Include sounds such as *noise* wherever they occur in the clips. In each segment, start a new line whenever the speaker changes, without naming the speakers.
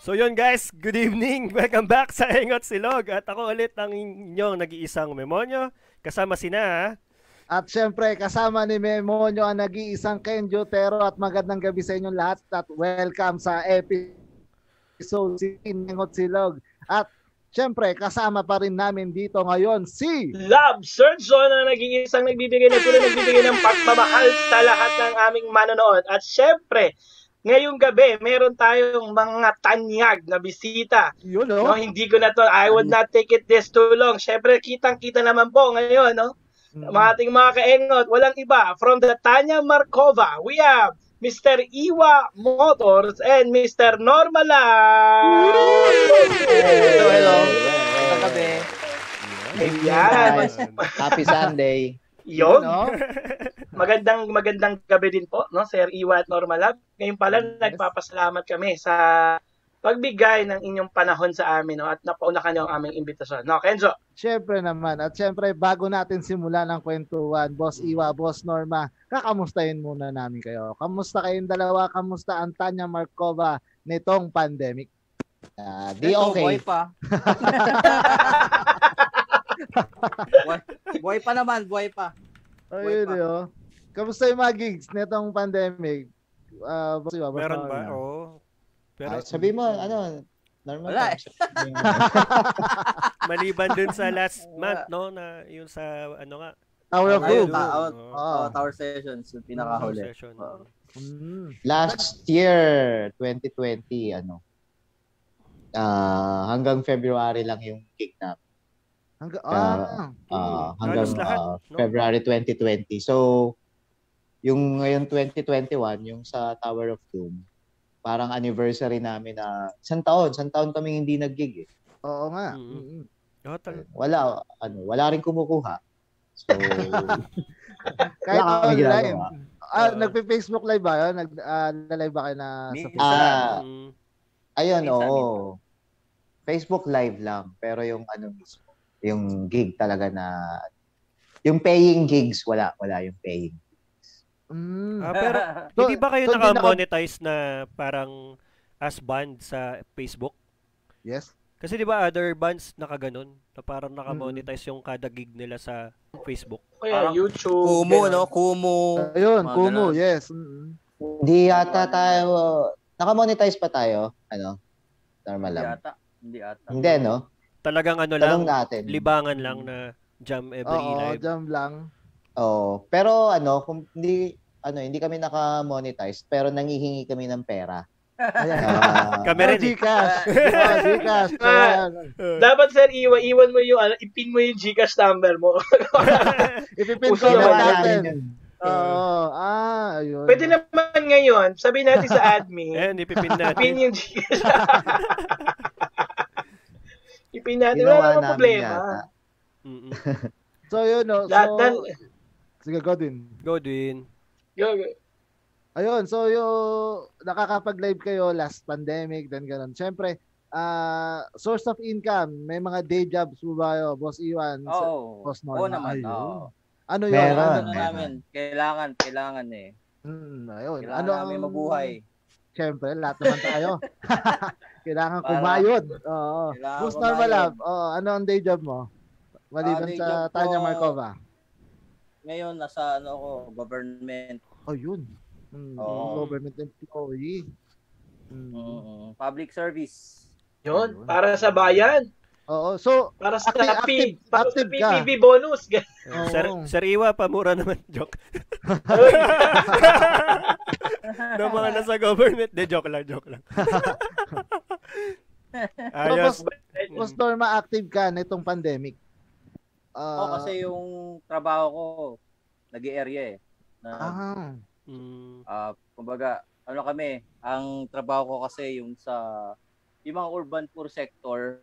So yun guys, good evening. *laughs* Welcome back sa Engot Silog. At ako ulit ang inyong nag-iisang memonyo. Kasama sina,
At syempre, kasama ni Memonyo ang nag-iisang Kenjo Tero at magandang gabi sa inyong lahat at welcome sa episode 16 ng Silog. At syempre, kasama pa rin namin dito ngayon si...
Love Surgeon na naging isang nagbibigay na tuloy nagbibigay ng pagmamahal sa lahat ng aming manonood. At syempre, ngayong gabi, meron tayong mga tanyag na bisita.
Yun,
No, hindi ko na to, I would not take it this too long. Syempre, kitang-kita naman po ngayon, no?
Mm.
Mga ating mga kaengot, walang iba. From the Tanya Markova, we have Mr. Iwa Motors and Mr. Normala.
Hello, hello. Magandang gabi.
Ayan.
Guys, Happy Sunday.
Yun.
No?
Magandang magandang gabi din po, no, Sir Iwa at Normal Lab. Ngayon pala
Yes.
nagpapasalamat kami sa pagbigay ng inyong panahon sa amin no, at napauna ka niyo ang aming imbitasyon. No, Kenzo.
Syempre naman. At syempre, bago natin simulan ang kwentuhan, Boss
Mm.
Iwa, Boss Norma, kakamustahin muna namin kayo. Kamusta kayong dalawa? Kamusta ang Tanya Markova nitong pandemic?
Ah, di
Boy
okay.
pa. boy, boy pa naman, boy pa.
Ayun,
pa.
yun. Kamusta yung mga gigs nitong pandemic? Ah, Boss Iwa, Boss
meron ba? Oh,
Norma?
Oo. Pero
Ah, sabi mo, ano, normal
Wala
lang.
*laughs*
Sabihin mo.
maliban dun sa last
Wala.
month, no? Na yun sa, ano nga?
Tower of
Ayun,
Doom.
ta- out.
Oo.
Oo.
Oh, Tower Sessions, yung pinakahuli.
Session.
Oo.
Mm.
Last year, 2020, ano, Ah, hanggang February lang yung gig na.
Hangga-
Ah.
ah.
Ah,
Mm,
hanggang
halos lahat,
ah,
no?
February 2020. So, yung ngayon 2021, yung sa Tower of Doom, parang anniversary namin na isang taon, isang taon kami hindi nag-gig eh.
Oo nga.
Mm.
Mm.
Oh, tal-
Wala, ano, wala rin kumukuha. So,
*laughs*
Kahit
Wala kami
online.
ginagawa.
Ah,
Oo.
nagpe-Facebook live ba? yun? Nag ah, live ba kayo na sa
Minsan.
Facebook?
ah,
Mm.
Ayun,
Minsan,
oo. Facebook Live lang, pero yung ano mismo, yung gig talaga na, yung paying gigs, wala, wala yung paying.
Mm.
Ah, pero
So-
hindi ba kayo
so pinaka-
naka-monetize na parang as band sa Facebook?
Yes.
Kasi di ba other bands nakaganon? Na parang naka-monetize yung kada gig nila sa Facebook.
Kaya
Parang
YouTube.
Kumu,
ganun.
no? Kumu.
Ayun,
Mga
Kumu,
ganun.
yes. Mm.
Hindi yata tayo, nakamonetize pa tayo, ano, normal
Hindi
lang.
ata. Hindi ata.
Hindi, no?
Talagang ano lang,
Tanong natin.
libangan lang na jam every
Mm. Oo,
live.
jam lang.
Oo. Pero ano, kung hindi, ano, hindi kami nakamonetize, pero nangihingi kami ng pera. Ah,
Kami
Meron
rin eh. *laughs*
Gcash. Oh, Gcash. Ayan.
Dapat Sir Iwa, iwan mo yung ano, ipin mo yung Gcash
*laughs*
number mo.
Ipipin ko na
Uso
ginawa
natin.
namin yun.
Oo. Ah, ayun.
Pwede naman ngayon, sabihin natin sa
*laughs* Eh,
admin,
eh. Ayan, ipipin natin.
ipin yung Gcash. *laughs* ipin natin,
Ginawa
wala namang
namin
problema.
yata.
Mm-mm.
So, yun, no.
Lahat
So,
ng-
sige, go din.
Go din.
Yo-
Ayun, so yung nakakapag-live kayo last pandemic, then ganun. Siyempre, ah, source of income, may mga day jobs po ba kayo, Boss Iwan?
Oo.
Sa-
Oh,
Boss Norma,
Oo naman.
ayun.
Oo.
Ano yun?
Meron,
Ano
Ano,
na namin? Kailangan, kailangan eh.
Mm, ayun.
Kailangan
ano
namin mabuhay.
Siyempre, lahat naman
*laughs*
tayo. Kailangan
Para-
kumayod. Oo.
Kailangan
Boss Norma
kumayod.
Lab, oo, ano ang day job mo? Maliban
Ah, day
sa
job
Tanya
ko-
Markova.
Ngayon, nasa ano ko, government.
Oh, yun. Mm,
Oo.
Government employee. Mm.
Mm, public service.
Yun, para sa bayan.
Oo, so,
Para sa
Active-
active,
active-
para
active
sa
ka.
PPB bonus.
Oo.
Sir, Sir Iwa, pamura naman. *laughs* Joke. Ng mga nasa government. De, joke lang, joke lang.
so,
Ayos.
Boss-
Mm.
Mas normal active ka nitong pandemic.
Oo,
Ah,
kasi yung trabaho ko, nag area eh. Na,
Ah,
Mm,
Ah, kumbaga, ano kami, ang trabaho ko kasi yung sa yung mga urban poor sector,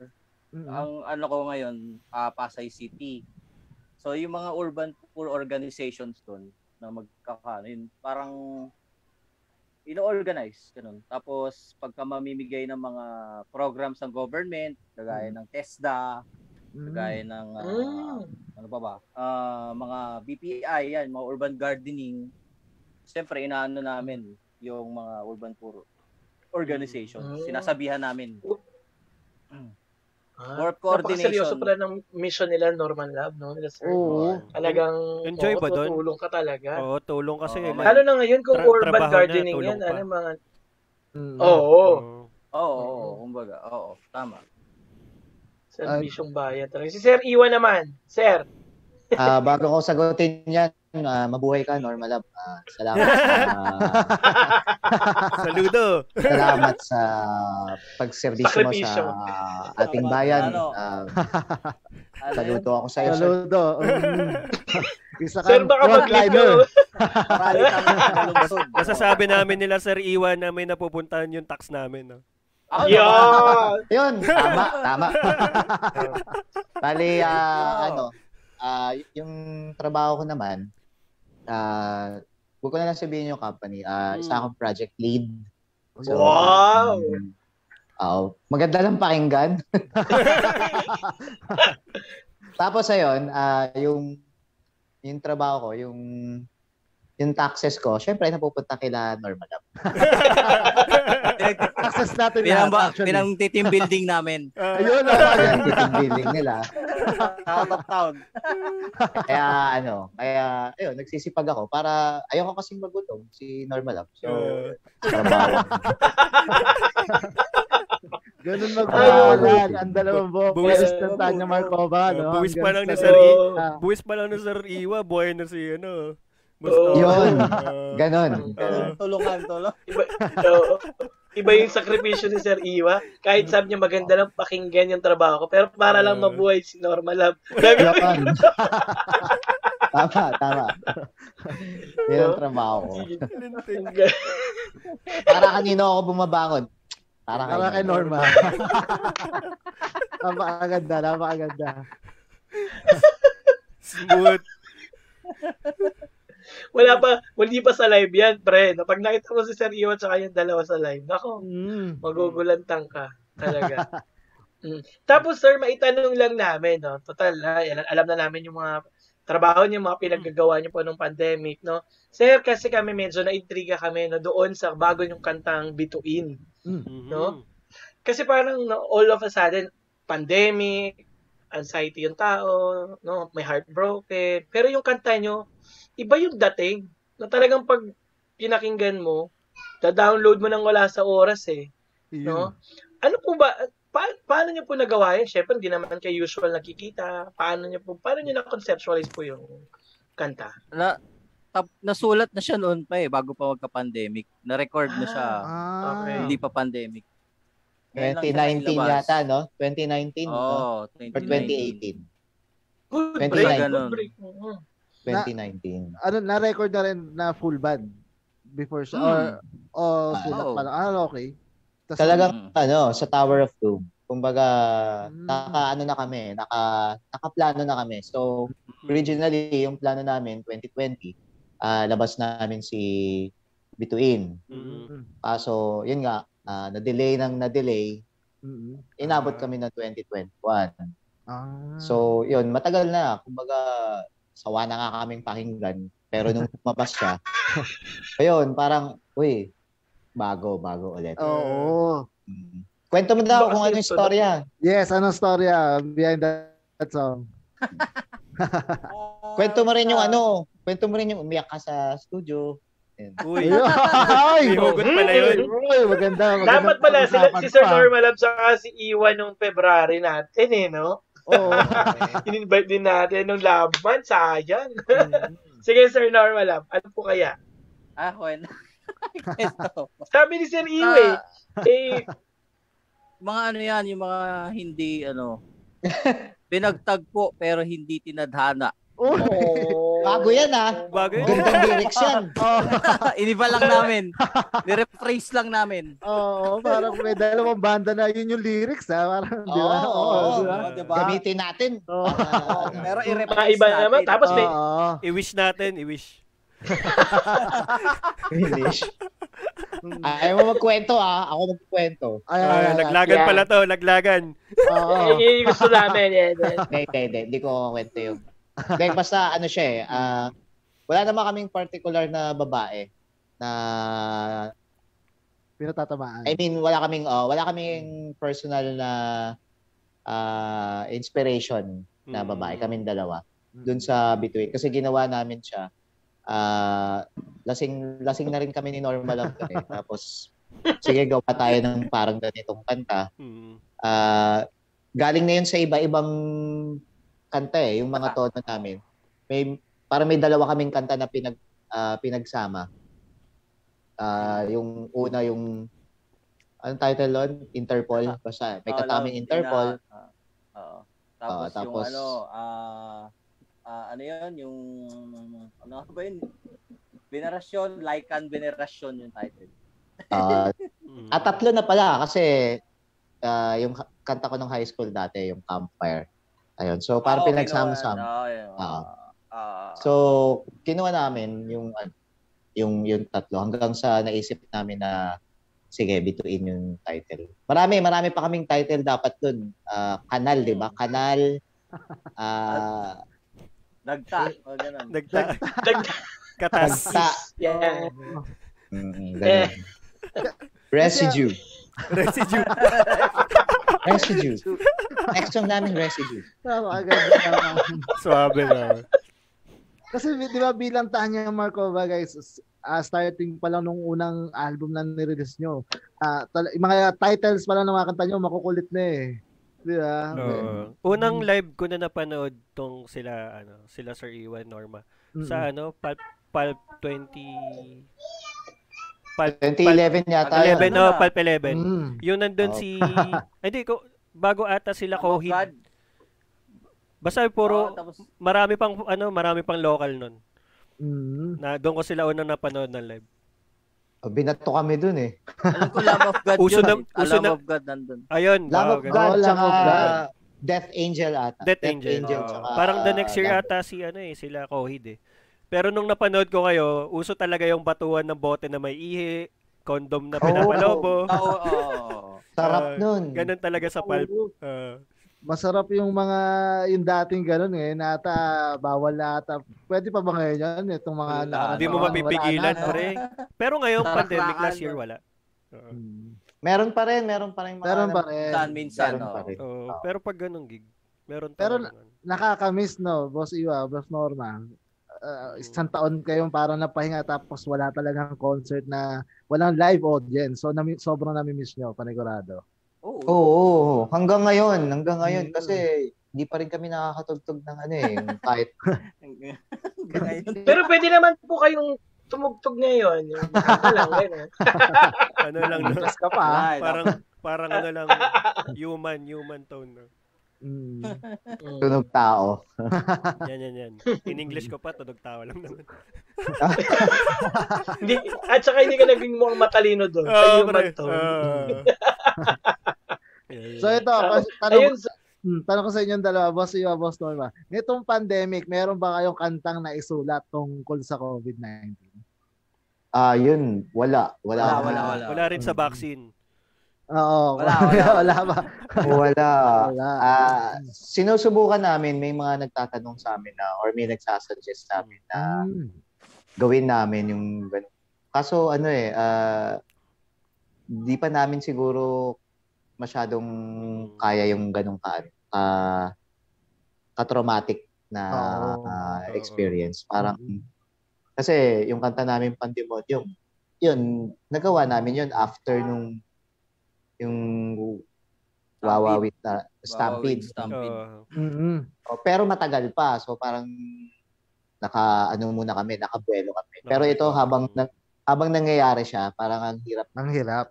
mm,
ang ano ko ngayon, ah, Pasay City. So yung mga urban poor organizations doon na magkakano, yun, parang ino-organize ganun. Tapos pagka mamimigay ng mga programs ng government, kagaya ng TESDA,
mm.
kagaya ng ah,
Mm.
ano pa ba? Ah, mga BPI yan, mga urban gardening. Siyempre inaano namin yung mga urban poor organizations.
Mm.
Sinasabihan namin.
Ah,
Work
Napakaseryoso
coordination.
pala ng mission nila, Norman Lab, no? Nila, sir.
Oo.
Talagang,
Enjoy
oo,
ba doon?
tutulong ka talaga.
Oo, tulong kasi. eh.
Oo, may-
Lalo na ngayon kung
Tra-
urban
trabaho na,
gardening
tulong
yan,
pa.
ano mga...
Mm.
Oo, oh,
Oo.
Oo, oo, oo, kumbaga. Oo, tama.
servisyong bayan talaga. Si Sir Iwan naman. Sir,
Ah, bago ko sagutin yan, ah, mabuhay ka, Normal Lab. Ah, salamat. sa-
Saludo.
salamat sa pagserbisyo mo sa
Sakripisyo.
ating bayan.
Ano?
Ah,
Ano yun?
saludo ako sa iyo, sir.
*laughs*
Saludo. Mm. Isa
sir
kang
baka mag-leave ka.
frontliner.
Marami kami nagalungsod.
Masasabi namin nila, Sir Iwan, na may napupuntahan yung tax namin. No?
Ako Ah, naman,
Yan!
Yun, tama, tama. Bali, ah, ano, ah, y- yung trabaho ko naman, ah, huwag ko na lang sabihin yung company. Ah, Isa akong project lead.
Wow!
um, oo. maganda lang pakinggan. *laughs* Tapos ayun, ah, yung yung trabaho ko, yung yung taxes ko, syempre napupunta kila normal up.
direct-
Access natin lahat,
Pinamba,
actually.
pinang team building namin.
Ayun, ah,
Kaya yung billing nila.
Out of town.
Kaya ano, kaya ayun, nagsisipag ako para ayoko kasing magutom si normal up. So,
Oo.
trabaho.
*laughs*
ganun
Ayun.
magpahalan ang dalawang buhok.
Ah, Buwis-
Buwis ng Tanya Marcova,
Oo,
no?
buwis pa lang ni
Hanggang
*laughs*
sa-
Sir I-
Ah,
Buwis pa lang ng Sir Iwa, buhay na si, ano, Ah,
Oo.
Yun.
Oo.
Ganon.
Oh.
ganon.
Tulungan, tulungan.
Iba, oo. iba yung sakripisyo ni Sir Iwa. Kahit sabi niya maganda lang pakinggan yung trabaho ko, pero para lang
Oo.
mabuhay si Normal Lab.
*laughs*
Gagawin
Yun. tama, tama. Yun ang trabaho ko.
Ang ga-
Para kanino ako bumabangon? Para kay,
Para kay Norma. napakaganda, napakaganda.
Smooth.
Wala pa, hindi pa sa live yan, pre. No, Pag nakita mo si Sir Iwa tsaka yung dalawa sa live, nako,
Mm.
magugulantang ka. Talaga. Mm. Tapos, sir, maitanong lang namin, no? Total, ay, al- alam na namin yung mga trabaho niyo, mga pinaggagawa niyo po nung pandemic, no? Sir, kasi kami medyo naintriga kami, no? Doon sa bago yung kantang Bituin. No? Kasi parang no, all of a sudden, pandemic, anxiety yung tao, no, may heartbroken. Pero yung kanta nyo, iba yung dating. Na talagang pag pinakinggan mo, da-download mo nang wala sa oras eh. No?
Hmm.
Ano po ba, pa- paano nyo po nagawa yun? Siyempre, hindi naman kayo usual nakikita. Paano nyo po, paano nyo na-conceptualize po yung kanta?
Na, tap, nasulat na siya noon pa eh, bago pa magka-pandemic. Na-record na siya.
Ah.
Okay.
Hindi pa pandemic. Ngayon lang siya
2019
nailabas.
yata, no? 2019 no?
Oo,
or
2019.
2018?
Good
29.
break,
Ganun.
good break. Mhm.
2019.
Ano, na-record na rin na full band before siya.
Hmm.
Or, o
Ah,
sulat
oo.
pa lang. Ah, okay. Tas-
Mm.
Talagang ano, sa Tower of Doom. Kumbaga,
Mm.
naka ano na kami, naka nakaplano na kami. So, originally yung plano namin 2020, ah, labas namin si Bituin.
Mhm.
Mm,
Kaso, yun nga, ah, na-delay ng na-delay.
mm, mm.
Inabot
Ah.
kami ng 2021.
Ah.
So, yun, matagal na. Kumbaga, sawa na nga kaming pakinggan. Pero nung lumabas siya, ayun, parang, uy, bago, bago ulit.
Oo.
Mm. Kwento mo daw
Baka
kung ano yung
sinunod.
storya.
Yes, anong story ah, behind that, that song?
Mm.
Kwento mo rin yung ano, kwento mo rin yung umiyak ka sa
*laughs*
studio. Ayun.
Uy. *laughs*
Ayun. Ay,
May hugot pala yun.
Uy, maganda, maganda.
Dapat pala, sila,
pag-usapan
si Sir
pa.
Normal Lab saka si Iwan nung February natin eh, no?
Oo.
in-invite din natin nung laban. Sayang.
Hmm.
*laughs* Sige, Sir Normal Lab. Ano po kaya?
Ah, when? *laughs* Kwento.
Sabi ni Sir Iwe,
Ah,
eh,
mga ano yan, yung mga hindi,
*laughs*
ano, pinagtagpo pero hindi tinadhana. *laughs*
Uy.
oh.
Bago yan ah.
Bago yun.
Gandang lyrics yan.
Oh,
Iniba lang namin. Nirephrase lang namin.
oh, parang may dalawang banda na yun yung lyrics ah, parang *laughs* di ba?
Oo,
Oo,
oo.
di ba?
Oo, diba?
Gamitin natin.
Oo. *laughs*
Ah,
Oo, pero i-rephrase
Mga iba
natin.
naman. Tapos may,
Oo.
I-wish natin, i-wish.
English. *laughs* Ayaw mo magkwento ah. Ako magkwento.
Ay, ay,
Ah,
ay, ay.
laglagan
Yeah.
pala to, laglagan.
Oo.
*laughs* eh, yun yung gusto namin. Yan,
*laughs*
yan.
*laughs* Hindi, hindi, hindi. Hindi ko kwento yung... Hindi, basta ano siya eh. ah, wala naman kaming particular na babae na
pinatatamaan.
I mean, wala kaming oh, wala kaming personal na ah, inspiration na
Mm-hmm.
babae
Mm.
kaming dalawa doon sa Between kasi ginawa namin siya. Ah, lasing lasing na rin kami ni Normal Love eh. Tapos sige gawa tayo ng parang ganitong kanta.
Mm.
Ah, galing na yun sa iba-ibang kanta eh, yung mga tono namin. May para may dalawa kaming kanta na pinag ah, pinagsama. Ah, yung una yung anong title nun? Interpol basta may
Oo,
kanta
love,
kaming
yun
Interpol.
na, ah, oo. tapos,
Oo,
yung
tapos-
ano, ah ah, ano yun, yung, ano ba yun? Venerasyon, Lycan Venerasyon yung title.
Ah,
Mm.
at tatlo na pala kasi ah, yung ha- kanta ko nung high school dati, yung Campfire. Ayun.
Ah,
So parang
okay,
pinagsama-sama.
naman. Oo, yun.
Oo.
Ah,
So, kinuha namin yung ano, yung yung tatlo hanggang sa naisip namin na sige, bituin yung title. Marami, marami pa kaming title dapat dun. Ah, kanal, di ba? Kanal. ah,
Nagta. O, ganun.
Nagta-
Dag-
*laughs*
katas.
Nagta.
yeah.
mm,
Eh.
ganun. Residue.
Residue.
Residue. Next song namin, residue.
Ah, Tama, ganda naman.
Swabe na.
Kasi di ba bilang Tanya Markova guys, s- ah, starting pa lang nung unang album na nirelease nyo, ah, tal- yung mga titles pa lang ng mga kanta nyo, makukulit na eh. Di ba?
Oo. Unang live ko na napanood tong sila ano, sila Sir Iwan Norma
Mm.
sa ano Pulp, Pulp 20 Pulp
2011 yata. yun.
11
Ano
no,
ba?
Pulp 11.
Mm.
Yung nandun
Oh.
si ay, Hindi ko bago ata sila Kohid.
Oh, God. Oh,
Basta
Oo,
puro
tapos,
marami pang ano, marami pang local nun.
Mm.
Na doon ko sila unang napanood ng live.
Oh, Binato kami dun eh.
alam ko, Lamb of *laughs* God
Uso
yun.
na-
eh. Ah,
uso
Lamb
na-
of God nandun.
Ayun.
Lamb
wow,
of
ganun.
God,
Oh, Lamb
tsaka
of God.
Death Angel ata.
Death Angel. Oo.
tsaka,
Parang the next year
Lamb-
ata si ano eh, sila Kohid eh. Pero nung napanood ko kayo, uso talaga yung batuhan ng bote na may ihi, condom na
Oo. *laughs*
pinapalobo.
*laughs* Oo, oo, oo.
Sarap
Ah,
nun.
Ganun talaga sa pulp.
Oo.
Ah,
Masarap yung mga yung dating ganun ngayon ata bawal na ata. Pwede pa ba ngayon yan itong mga
Wala.
nakaraan
Hindi mo
taon? Wala
mapipigilan,
na.
pre. Pero ngayong
Tarakrakan
pandemic last year,
mo.
wala. Oo.
Mm.
Hmm. Meron pa rin, meron pa rin. mga- ano.
Meron pa rin.
Minsan, minsan.
Meron pa
oo.
rin.
Oo,
Oo.
pero pag ganung gig, meron
Pero
talaga. nun.
Nakakamiss no, boss Iwa, boss Norma. Ah, isang taon kayong parang napahinga tapos wala talagang concert na walang live audience. So nami, sobrang nami-miss nyo, panigurado.
Oo.
Oo, oo, oo. hanggang ngayon, hanggang ngayon.
Hmm.
Mm.
Kasi hindi pa rin kami nakakatugtog ng ano eh. yung Kahit,
Ganyan.
Pero pwede naman po kayong tumugtog ngayon. Yung kanta lang, ganun.
Ano lang, no?
Tapos Ah, ka pa.
Wala,
parang, parang ano lang, human, human tone. no?
Mm.
tunog tao.
Yan, yan, yan. In English ko pa, tunog tawa lang naman.
Hindi, at saka hindi ka naging mukhang matalino doon.
Oo,
Sa
pre.
human tone.
Oo. *laughs* Yan, yan.
So ito,
Ah,
tanong,
Ano
Ayun, sa-
Hmm, tanong ko sa inyong dalawa, boss Iwa, boss Norma. Nitong pandemic, meron ba kayong kantang na isulat tungkol sa COVID-19?
Ah, yun. Wala. Wala.
Wala, Ah, wala, wala.
Wala rin sa vaccine.
Oo, *laughs*
Wala,
wala,
wala.
wala, ba?
*laughs*
Wala.
Wala.
Ah, sinusubukan namin, may mga nagtatanong sa amin na, or may nagsasuggest sa amin na
Hmm.
gawin namin yung ganun. Kaso ano eh, ah, di pa namin siguro masyadong kaya yung ganung ka, ka- ka-traumatic na
Oo.
ah,
Oo.
experience. Parang,
Mm.
kasi yung kanta namin Pandemonium, yun, nagawa namin yun after nung yung wawawit na
Wawawit,
stampede.
Stampede.
Oo.
Hmm, Mm-mm.
Oh, pero matagal pa. So parang naka ano muna kami, nakabuelo kami. Pero ito habang na, habang nangyayari siya, parang ang hirap,
Ang hirap.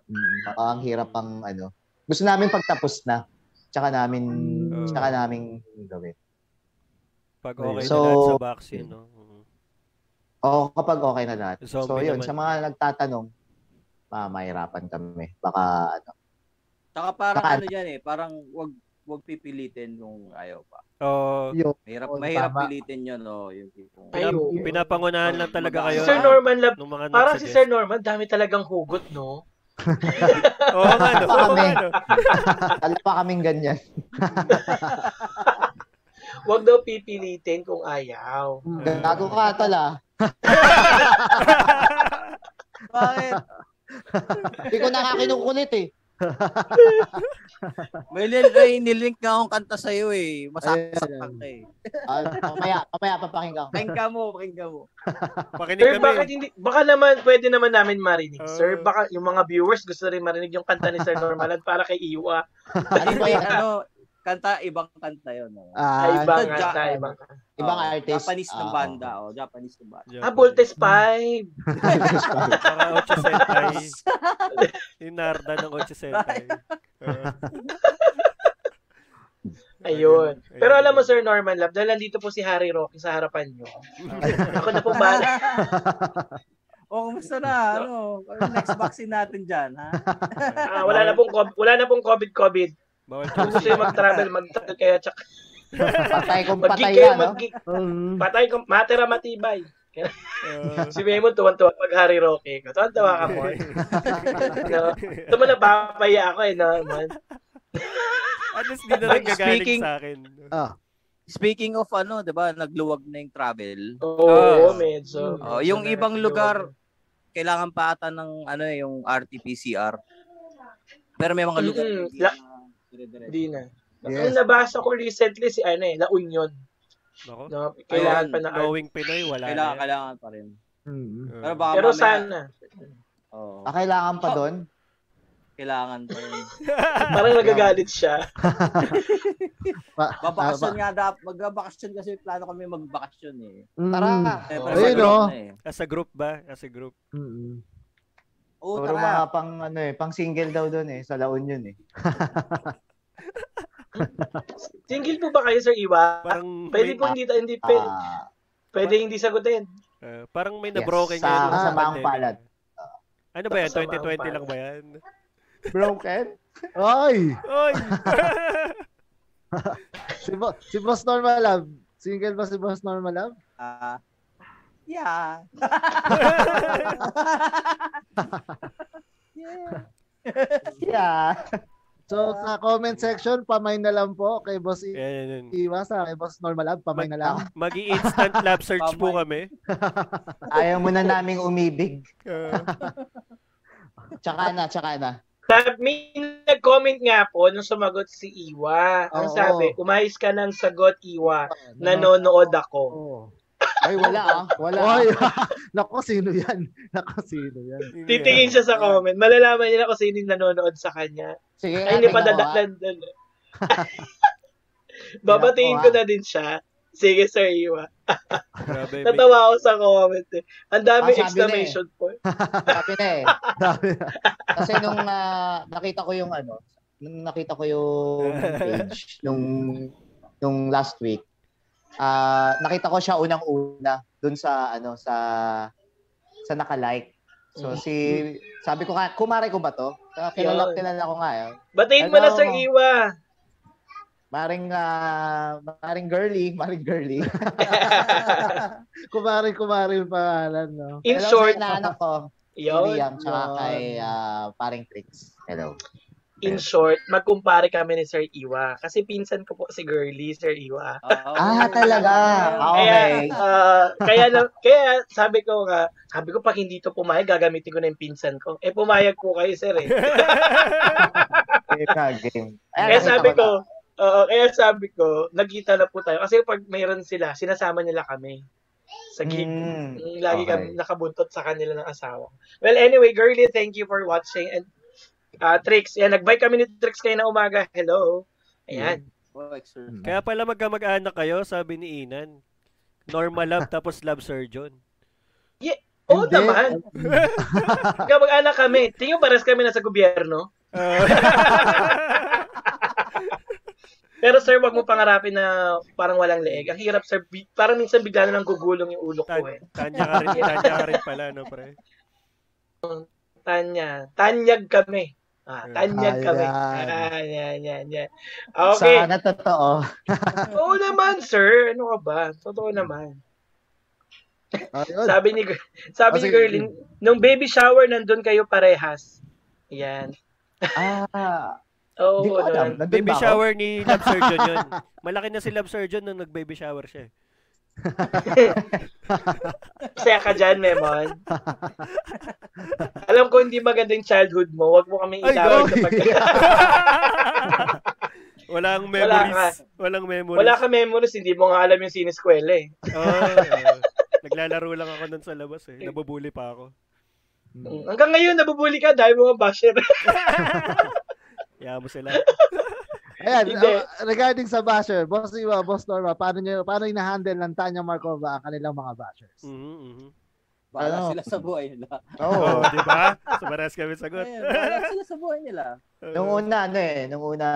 baka ang hirap ang ano. Gusto namin pagtapos na. Tsaka namin
Mm.
tsaka namin gawin.
Pag okay
So-
na lahat sa vaccine, no? Mm.
O kapag okay na lahat.
Zombie
so yun,
naman.
sa mga nagtatanong, ah, mahirapan kami. Baka ano.
Saka parang
Saka-
ano yan eh, parang wag wag pipilitin kung ayaw pa.
Oo.
Yo.
Mahirap,
Oo,
mahirap
tama.
pilitin yun, no? Yung tipong,
Ay, oo.
Pinapangunahan lang talaga kayo.
Sir Norman Lab,
Nung
Ano
mga
parang si
nagsuggest.
Sir Norman, dami talagang hugot, no?
Oo nga, no? Oo nga, no?
Alam pa kaming ganyan.
Huwag daw pipilitin kung ayaw.
Mm.
ah. Gago ka tala.
Bakit?
Hindi ko nakakinukulit eh.
May nil- ay, nilink nga akong kanta sa'yo eh. Masaksak ka eh.
Ah, mamaya, mamaya papakinggan ko.
Pakinggan mo, pakinggan mo.
Pakinig
Sir, bakit
kami.
hindi, baka naman, pwede naman namin marinig.
Ah.
sir, baka yung mga viewers gusto rin marinig yung kanta ni Sir Normalad para kay Iwa.
Ano ba
*laughs*
yan?
ano, kanta, ibang kanta yun. Oh.
Ay,
Ah,
ibang
*laughs*
ano,
kanta,
Ja-
ibang
Ibang
Oh,
artist.
Japanese ng
Ah,
banda. Oh. Japanese ng banda.
Joke
Ah,
lang.
Voltes 5.
Mga Ocho Sentai.
*laughs*
Yung Narda ng Ocho Sentai. Ah.
Ayun.
Mm. Ayun.
Pero alam mo, Sir Norman Lab, dahil nandito po si Harry Roque sa harapan nyo. Ako na po bala.
O, Oh, kumusta *laughs* na? Ano? Next vaccine natin dyan, ha?
*laughs* Ah, wala na pong COVID, wala na pong COVID COVID.
Bawal
Kung gusto niyo mag-travel, mag-travel kayo tsaka
Patay kong
mag-gig
patay
kayo,
yan, no?
mag-gig.
um,
Patay ko, matera matibay.
Ah.
*laughs* Si Memo tuwan-tuwa pag Harry Roque. Tuwan-tuwa ka po. no? Ito mo na papaya ako eh, Norman.
*laughs* At least di na lang
Like,
gagaling
speaking-
sa akin.
*laughs* Speaking of ano, 'di ba, nagluwag na yung travel.
Ah.
Oo, medyo.
Oh, yung ibang lugar kailangan pa ata ng ano eh, yung RT-PCR. Pero may mga lugar
Mm-mm.
hindi
La-
na dire-diretso.
Hindi na.
Yes.
Ang nabasa ko recently si ano eh, La Union.
Nako,
No? Kailangan
Ayun,
pa na
knowing Pinoy, wala na.
Kailangan
yan.
kailangan pa rin.
mm.
Ah.
Pero baka
Pero
mamaya-
sana.
Oo,
Ah, kailangan
Oh.
pa doon?
kailangan pa
*laughs*
rin.
Parang nagagalit siya.
Pa-
Babakasyon
ah,
nga dapat, magbabakasyon kasi plano kami magbakasyon eh.
pa- mm,
Tara!
Hmm.
Eh,
Oo.
pero
Ayun,
sa group
oh.
na eh.
As a group ba? As a group.
mm.
Oo, Oh,
Puro
tara.
mga pang ano eh, pang single daw doon eh, sa La Union eh.
Single po ba kayo, Sir Iwa?
Parang
Ah, Pwede
may,
po hindi, hindi pwede,
Ah,
pwede hindi sagutin.
ah, parang may
Yes,
nabroken
sa-
ngayon
sa
pandemic.
maang palad.
Ano ba yan?
Sa maang
2020
palad.
lang ba yan?
broken?
Oy,
Oy!
si, Bo- si Boss Normal Lab. Single ba si Boss Normal Lab?
Ah, yeah.
Yeah. Ah.
So sa comment section, pamay na lang po kay Boss I-
yan, yan, yan.
Iwa sa kay Boss Normal Lab, pamay na lang.
Mag-instant lab search po kami.
Ayaw mo na naming umibig.
Ah,
Tsaka na, tsaka na.
Sabi, may nag-comment nga po nung sumagot si Iwa. Ang
Oo.
sabi, umayos ka ng sagot, Iwa. Nanonood ako.
Oo.
Ay, wala ah. Wala. ah.
Oy, *laughs* nako sino yan? *laughs* Nako sino yan?
hindi ah.
Titingin siya sa comment. Malalaman niya na kung sino yung nanonood sa kanya.
Sige,
Ay, hindi
ating
pa
gawa.
dadaklan. *laughs* Babatiin
ah.
ko na din siya. Sige, Sir Iwa.
yan. Grabe, may-
Natawa ako sa comment. Eh. Ang daming
Ah, sabi na eh.
exclamation point.
Sabi na
*laughs*
eh. Kasi nung ah, nakita ko yung ano, nung nakita ko yung
*laughs*
page nung nung last week, ah nakita ko siya unang-una dun sa ano sa sa nakalike. So si sabi ko nga, kumare ko ba to? Ah,
Mm.
Kilala,
Yun.
kilala ko nga. Eh.
Batiin mo na,
Hello.
Sir Iwa.
Maring ah, maring girly, maring girly.
Kumari kumari yung pangalan, no?
In
Hello,
short,
sa inaanak ko,
yun.
Liam, tsaka
yun.
kay ah, paring Trix.
*laughs*
Hello.
In short, magkumpare kami ni Sir Iwa. Kasi pinsan ko po si Girly, Sir Iwa.
Oo.
Ah, talaga. Ah, Okay.
Kaya, ah, kaya, na- kaya sabi ko nga, sabi ko pag hindi to pumayag, gagamitin ko na yung pinsan ko. Eh, pumayag po kayo, Sir. Eh.
*laughs* Beta game. Ayan,
Kaya
nakita
sabi
na.
ko, oo, kaya sabi ko, nagkita na po tayo. Kasi pag mayroon sila, sinasama nila kami sa gig.
Mm.
Mm, Lagi
okay.
kami nakabuntot sa kanila ng asawa. Well, anyway, girly, thank you for watching. And ah, Trix, yan, nag-bye kami ni Trix kayo na umaga. Hello. Ayan.
Oh, exercise.
Kaya pala magkamag-anak kayo, sabi ni Inan. Normal lab tapos lab surgeon.
Oo
Hindi.
naman.
*laughs*
Kamag-anak kami. Tingin mo, pares kami nasa gobyerno. Pero sir, wag mo pangarapin na parang walang leeg. Ang hirap sir, Bi- parang minsan bigla na lang gugulong yung ulo ko eh.
Tan- tanya ka rin, tanya ka rin pala, no, pre?
Tanya. Tanyag kami. Ah, tanyag kami.
Ayan.
Ah, yan, yan, yan.
Okay.
Okay.
Sana totoo.
Oo naman, sir. Ano ka ba? Totoo naman.
Ayun.
Sabi ni Gir- *laughs*
Ah,
sabi ni
Kasi-
Girlin, nung baby shower nandun kayo parehas. Yan.
Ah,
Oo,
hindi ko alam.
doon.
Nandun
Baby
ba ako?
shower ni lab surgeon yun. Malaki na si lab surgeon nung nag-baby shower siya. eh.
Masaya ka dyan, Memon. Alam ko hindi maganda yung childhood mo, wag mo kami
Ay, go.
itawag kapag
*laughs*
Walang
Wala
memories.
ka.
Walang memories.
wala ka memories, hindi mo nga alam yung siniskwela eh.
Oo. Naglalaro lang ako nun sa labas eh. Nabubuli pa ako.
Hanggang ngayon, nabubuli ka dahil mga basher.
Kaya mo sila.
Ayan,
Hindi.
uh, regarding sa basher, Boss Iwa, Boss Norma, paano niyo paano ina-handle ng Tanya Markova ang kanilang mga bashers?
Mhm, mhm.
Bahala
Ano?
sila sa buhay nila.
Oo, *laughs* Oh,
Oo.
di ba? So, parehas kami
*laughs*
sagot.
Ayun, bahala sila sa buhay nila.
Nung una, ano eh, nung una,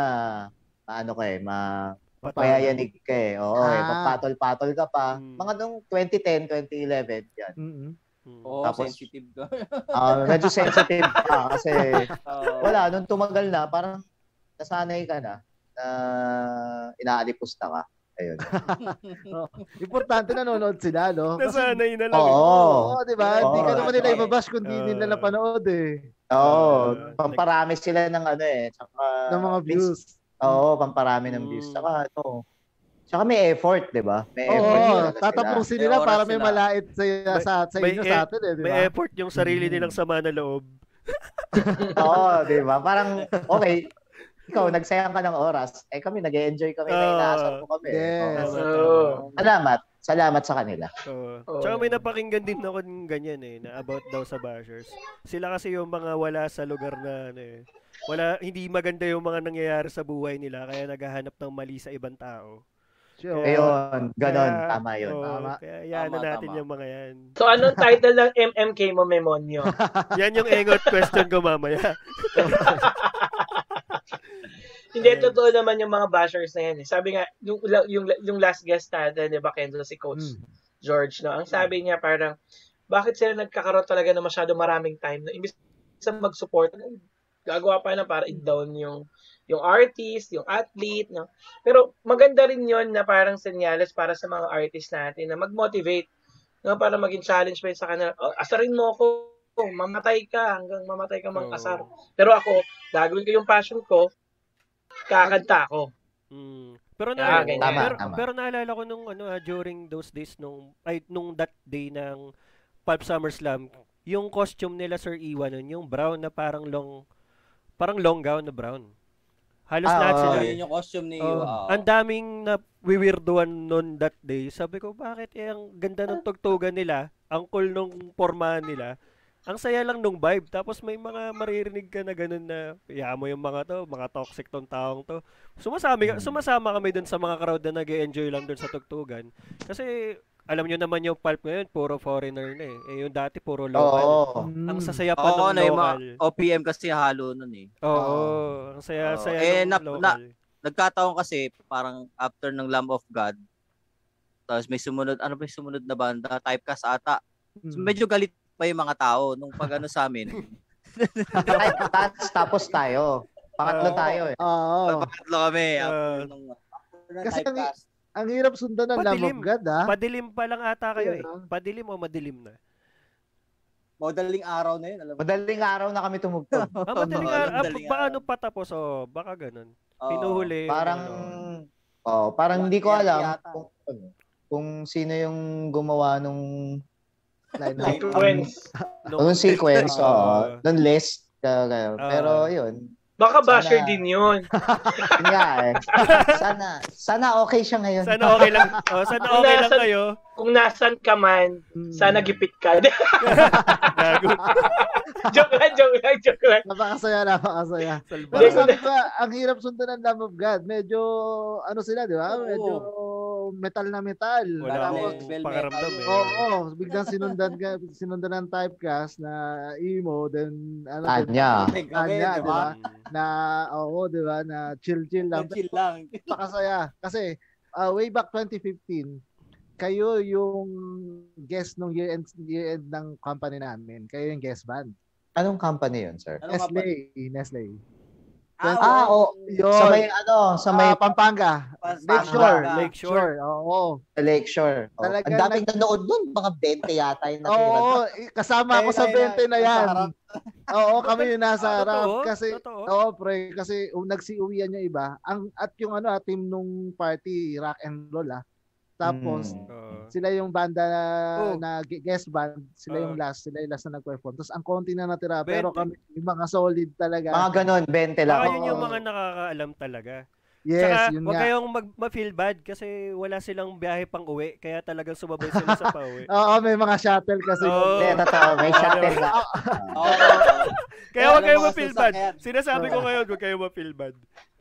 ano ko eh, ma,
Patay.
payayanig ka eh. Oo, eh,
Ah.
papatol-patol ka pa.
Mm.
Mga nung 2010, 2011,
*laughs*
yan.
Mm-mm.
Mhm.
Oo,
Tapos-
sensitive ka.
Ah, medyo sensitive pa kasi
Oo.
wala, nung tumagal na, parang nasanay ka na na inaalipos na ka. Ayun.
Importante nanonood sila, no?
Nasanay na lang.
Oo.
Oo, di ba? Hindi ka
Oo,
naman
that's
nila
right.
ibabash kung di
Oo.
nila napanood eh.
Oo,
Ah,
pamparami sila ng ano eh. Tsaka,
Ng mga views.
Oo, pamparami ng
Mm.
views. Tsaka ito, tsaka may effort, di ba? May effort.
Oo,
talaga sila.
tatapusin
May
nila
oras
para may
sila.
malait sa, sa, sa
may
inyo,
e-
sa atin eh, di ba?
May effort yung sarili
Mhm.
nilang sama na loob.
Oo, di ba? Parang, okay, ikaw, nagsayang ka ng oras. Eh kami, nag enjoy kami. na
Oo.
inaasar ko kami.
Tama,
Yes.
Oo.
Oo.
tama.
Salamat. Salamat sa kanila.
Oo.
Oo.
Tsaka may napakinggan din ako ng ganyan eh, na about daw sa bashers. Sila kasi yung mga wala sa lugar na ano eh. Wala, hindi maganda yung mga nangyayari sa buhay nila kaya naghahanap ng mali sa ibang tao.
Sure.
Ayun.
Ayun, ganon.
Kaya-
Tama yun.
oo,
Tama.
Kaya yan
Tama,
natin
tama.
yung mga yan.
So, anong title ng MMK mo, Memonyo?
Yan yung engot question ko mamaya.
Hindi,
Ayun.
totoo naman yung mga bashers na yan. Eh. Sabi nga, yung, yung, yung last guest natin, di ba, Kenzo, si Coach
Mm.
George, no? Ang sabi niya parang, bakit sila nagkakaroon talaga ng masyado maraming time na imbis sa mag-support, gagawa pa na para i-down yung yung artist, yung athlete, no? Pero maganda rin yon na parang senyales para sa mga artist natin na mag-motivate, no? Para maging challenge pa yun sa kanila. Oh, asarin mo ako, mamatay ka hanggang mamatay ka mang asar. Pero ako, gagawin ko yung passion ko, kakanta ako.
Mm. Pero
Ah,
na
ganyan.
Tama,
pero,
tama.
pero naalala ko nung ano ah, during those days nung ay nung that day ng Pulp Summer Slam, yung costume nila Sir Iwa nun, yung brown na parang long parang long gown na brown. Halos
Ah,
lahat
oo,
sila.
oo.
Yun yung costume ni ah,
Oo.
Oo.
ang daming na wiwirduan nun that day. Sabi ko, bakit eh, ang ganda
Ah.
ng tugtugan nila, ang cool nung porma nila. Ang saya lang nung vibe. Tapos may mga maririnig ka na ganun na, iya mo yung mga to, mga toxic tong taong to. Sumasami,
Hmm.
Mm.
sumasama kami dun sa mga crowd na nag enjoy lang dun sa tugtugan. Kasi, alam nyo naman yung pulp ngayon, puro foreigner na eh. eh yung dati, puro local.
Oo.
Ang
Mm.
sasaya pa
Oo,
nung
na yung mga
local.
OPM oh, kasi halo nun eh.
Oo, ang
Oo.
saya-saya
Eh,
nung
nap-
local.
na- Nagkataon kasi parang after ng Lamb of God, tapos may sumunod, ano ba yung sumunod na banda? Typecast ata. So,
Mm.
medyo galit pa yung mga tao nung pag ano sa amin.
Ay, tas- tapos tayo. Pangatlo
Oo.
tayo eh.
Oo.
Pagpakatlo kami. after
Oh. Ah.
nung, after ng
Kasi ang-
typecast.
Ang hirap sundan ng Lamb of
Patilim.
God, ah. ha?
Padilim pa lang ata kayo
ah.
eh.
Ayun,
Padilim o madilim na?
Modeling araw na yun. Alam mo.
Madaling araw na kami tumugtog.
Ah, madaling
Oo,
araw. Ah,
madaling
ba
araw.
ano patapos? Oh, baka ganun.
Oo.
Hinuhuli.
Parang
ano.
oh, parang hindi ko
Yata-
alam
yata.
kung, kung sino yung gumawa nung
line up.
Like,
Sequence.
Nung-
nung sequence
Oo.
oh, nung list. Kaya ganun. Pero yun,
Baka basher
Sana-
din yun.
yun nga eh. Sana sana okay siya ngayon. Ah,
Sana okay lang. Oh, sana okay lang
Nasaan-
kayo.
Kung nasan ka man,
Mm.
sana gipit ka. *laughs*
*laughs*
Gago.
joke lang, joke lang, joke lang.
Napakasaya, napakasaya.
Salba.
Pero
Yes.
sabi ko, ang hirap sundan ng Lamb of God. Medyo, ano sila, di ba?
Oo.
Medyo metal na metal.
Wala
Parang
akong
Velvet.
pakaramdam eh.
Oo, oo. biglang sinundan, ka, sinundan ng typecast na emo, then, ano,
Tanya.
Modeling kami,
Ah,
Tanya,
di ba?
di
Mm.
na, oo, di ba, na chill-chill lang.
Chill lang.
Napakasaya. Kasi, ah, way back 2015, kayo yung guest nung year-end year-end ng company namin. Kayo yung guest band.
Anong company yun, sir?
Ano nga ba?
Nestle. Nestle.
Ah, oo.
Yun.
Sa may ano, sa
Ah,
may
Pampanga.
Pas-
Lakeshore.
Pampanga. *laughs*
Lakeshore. Oo.
Lakeshore. Oh.
Talaga
Ang daming nanood nun, mga 20 yata yung
Oo,
natira.
oo, eh, kasama ako sa 20 na yan.
Sa harap.
Oo, kami yung nasa
Ah,
harap.
totoo?
Kasi, Oh.
Totoo?
oo, pre, kasi um, nagsiuwian yung iba. Ang, at yung ano, ah, team nung party, rock and roll, ah. Tapos,
Mm.
Oo.
sila yung banda na,
Oh.
na gu- guest band, sila
Oo.
yung last, sila yung last na nag-perform. Tapos ang konti na natira, pero
Bente.
kami, yung mga solid talaga.
Mga ganun, 20 lang.
Baka yun yung
Oo.
mga nakakaalam talaga.
yes,
Tsaka,
yun
huwag
nga.
kayong mag- ma-feel bad kasi wala silang biyahe pang uwi. Kaya talagang sumabay sila sa
*laughs*
pauwi.
Oo, may mga shuttle kasi.
Oo.
Hindi, totoo. May shuttle na.
Oo, oo.
Kaya
Oo,
huwag kayong
mga
ma-feel bad.
sasakyan.
Sinasabi ko ngayon, huwag kayong ma-feel bad.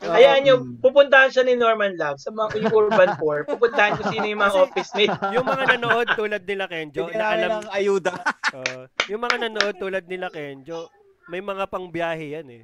Oo.
Ayan yung pupuntahan siya ni Norman Love sa mga yung
*laughs*
Urban Poor. Pupuntahan ko sino yung mga office mate.
Yung mga nanood tulad nila Kenjo,
Hindi
na alam,
ng ayuda.
Oo. yung mga nanood tulad nila Kenjo, may mga pangbiyahe yan eh.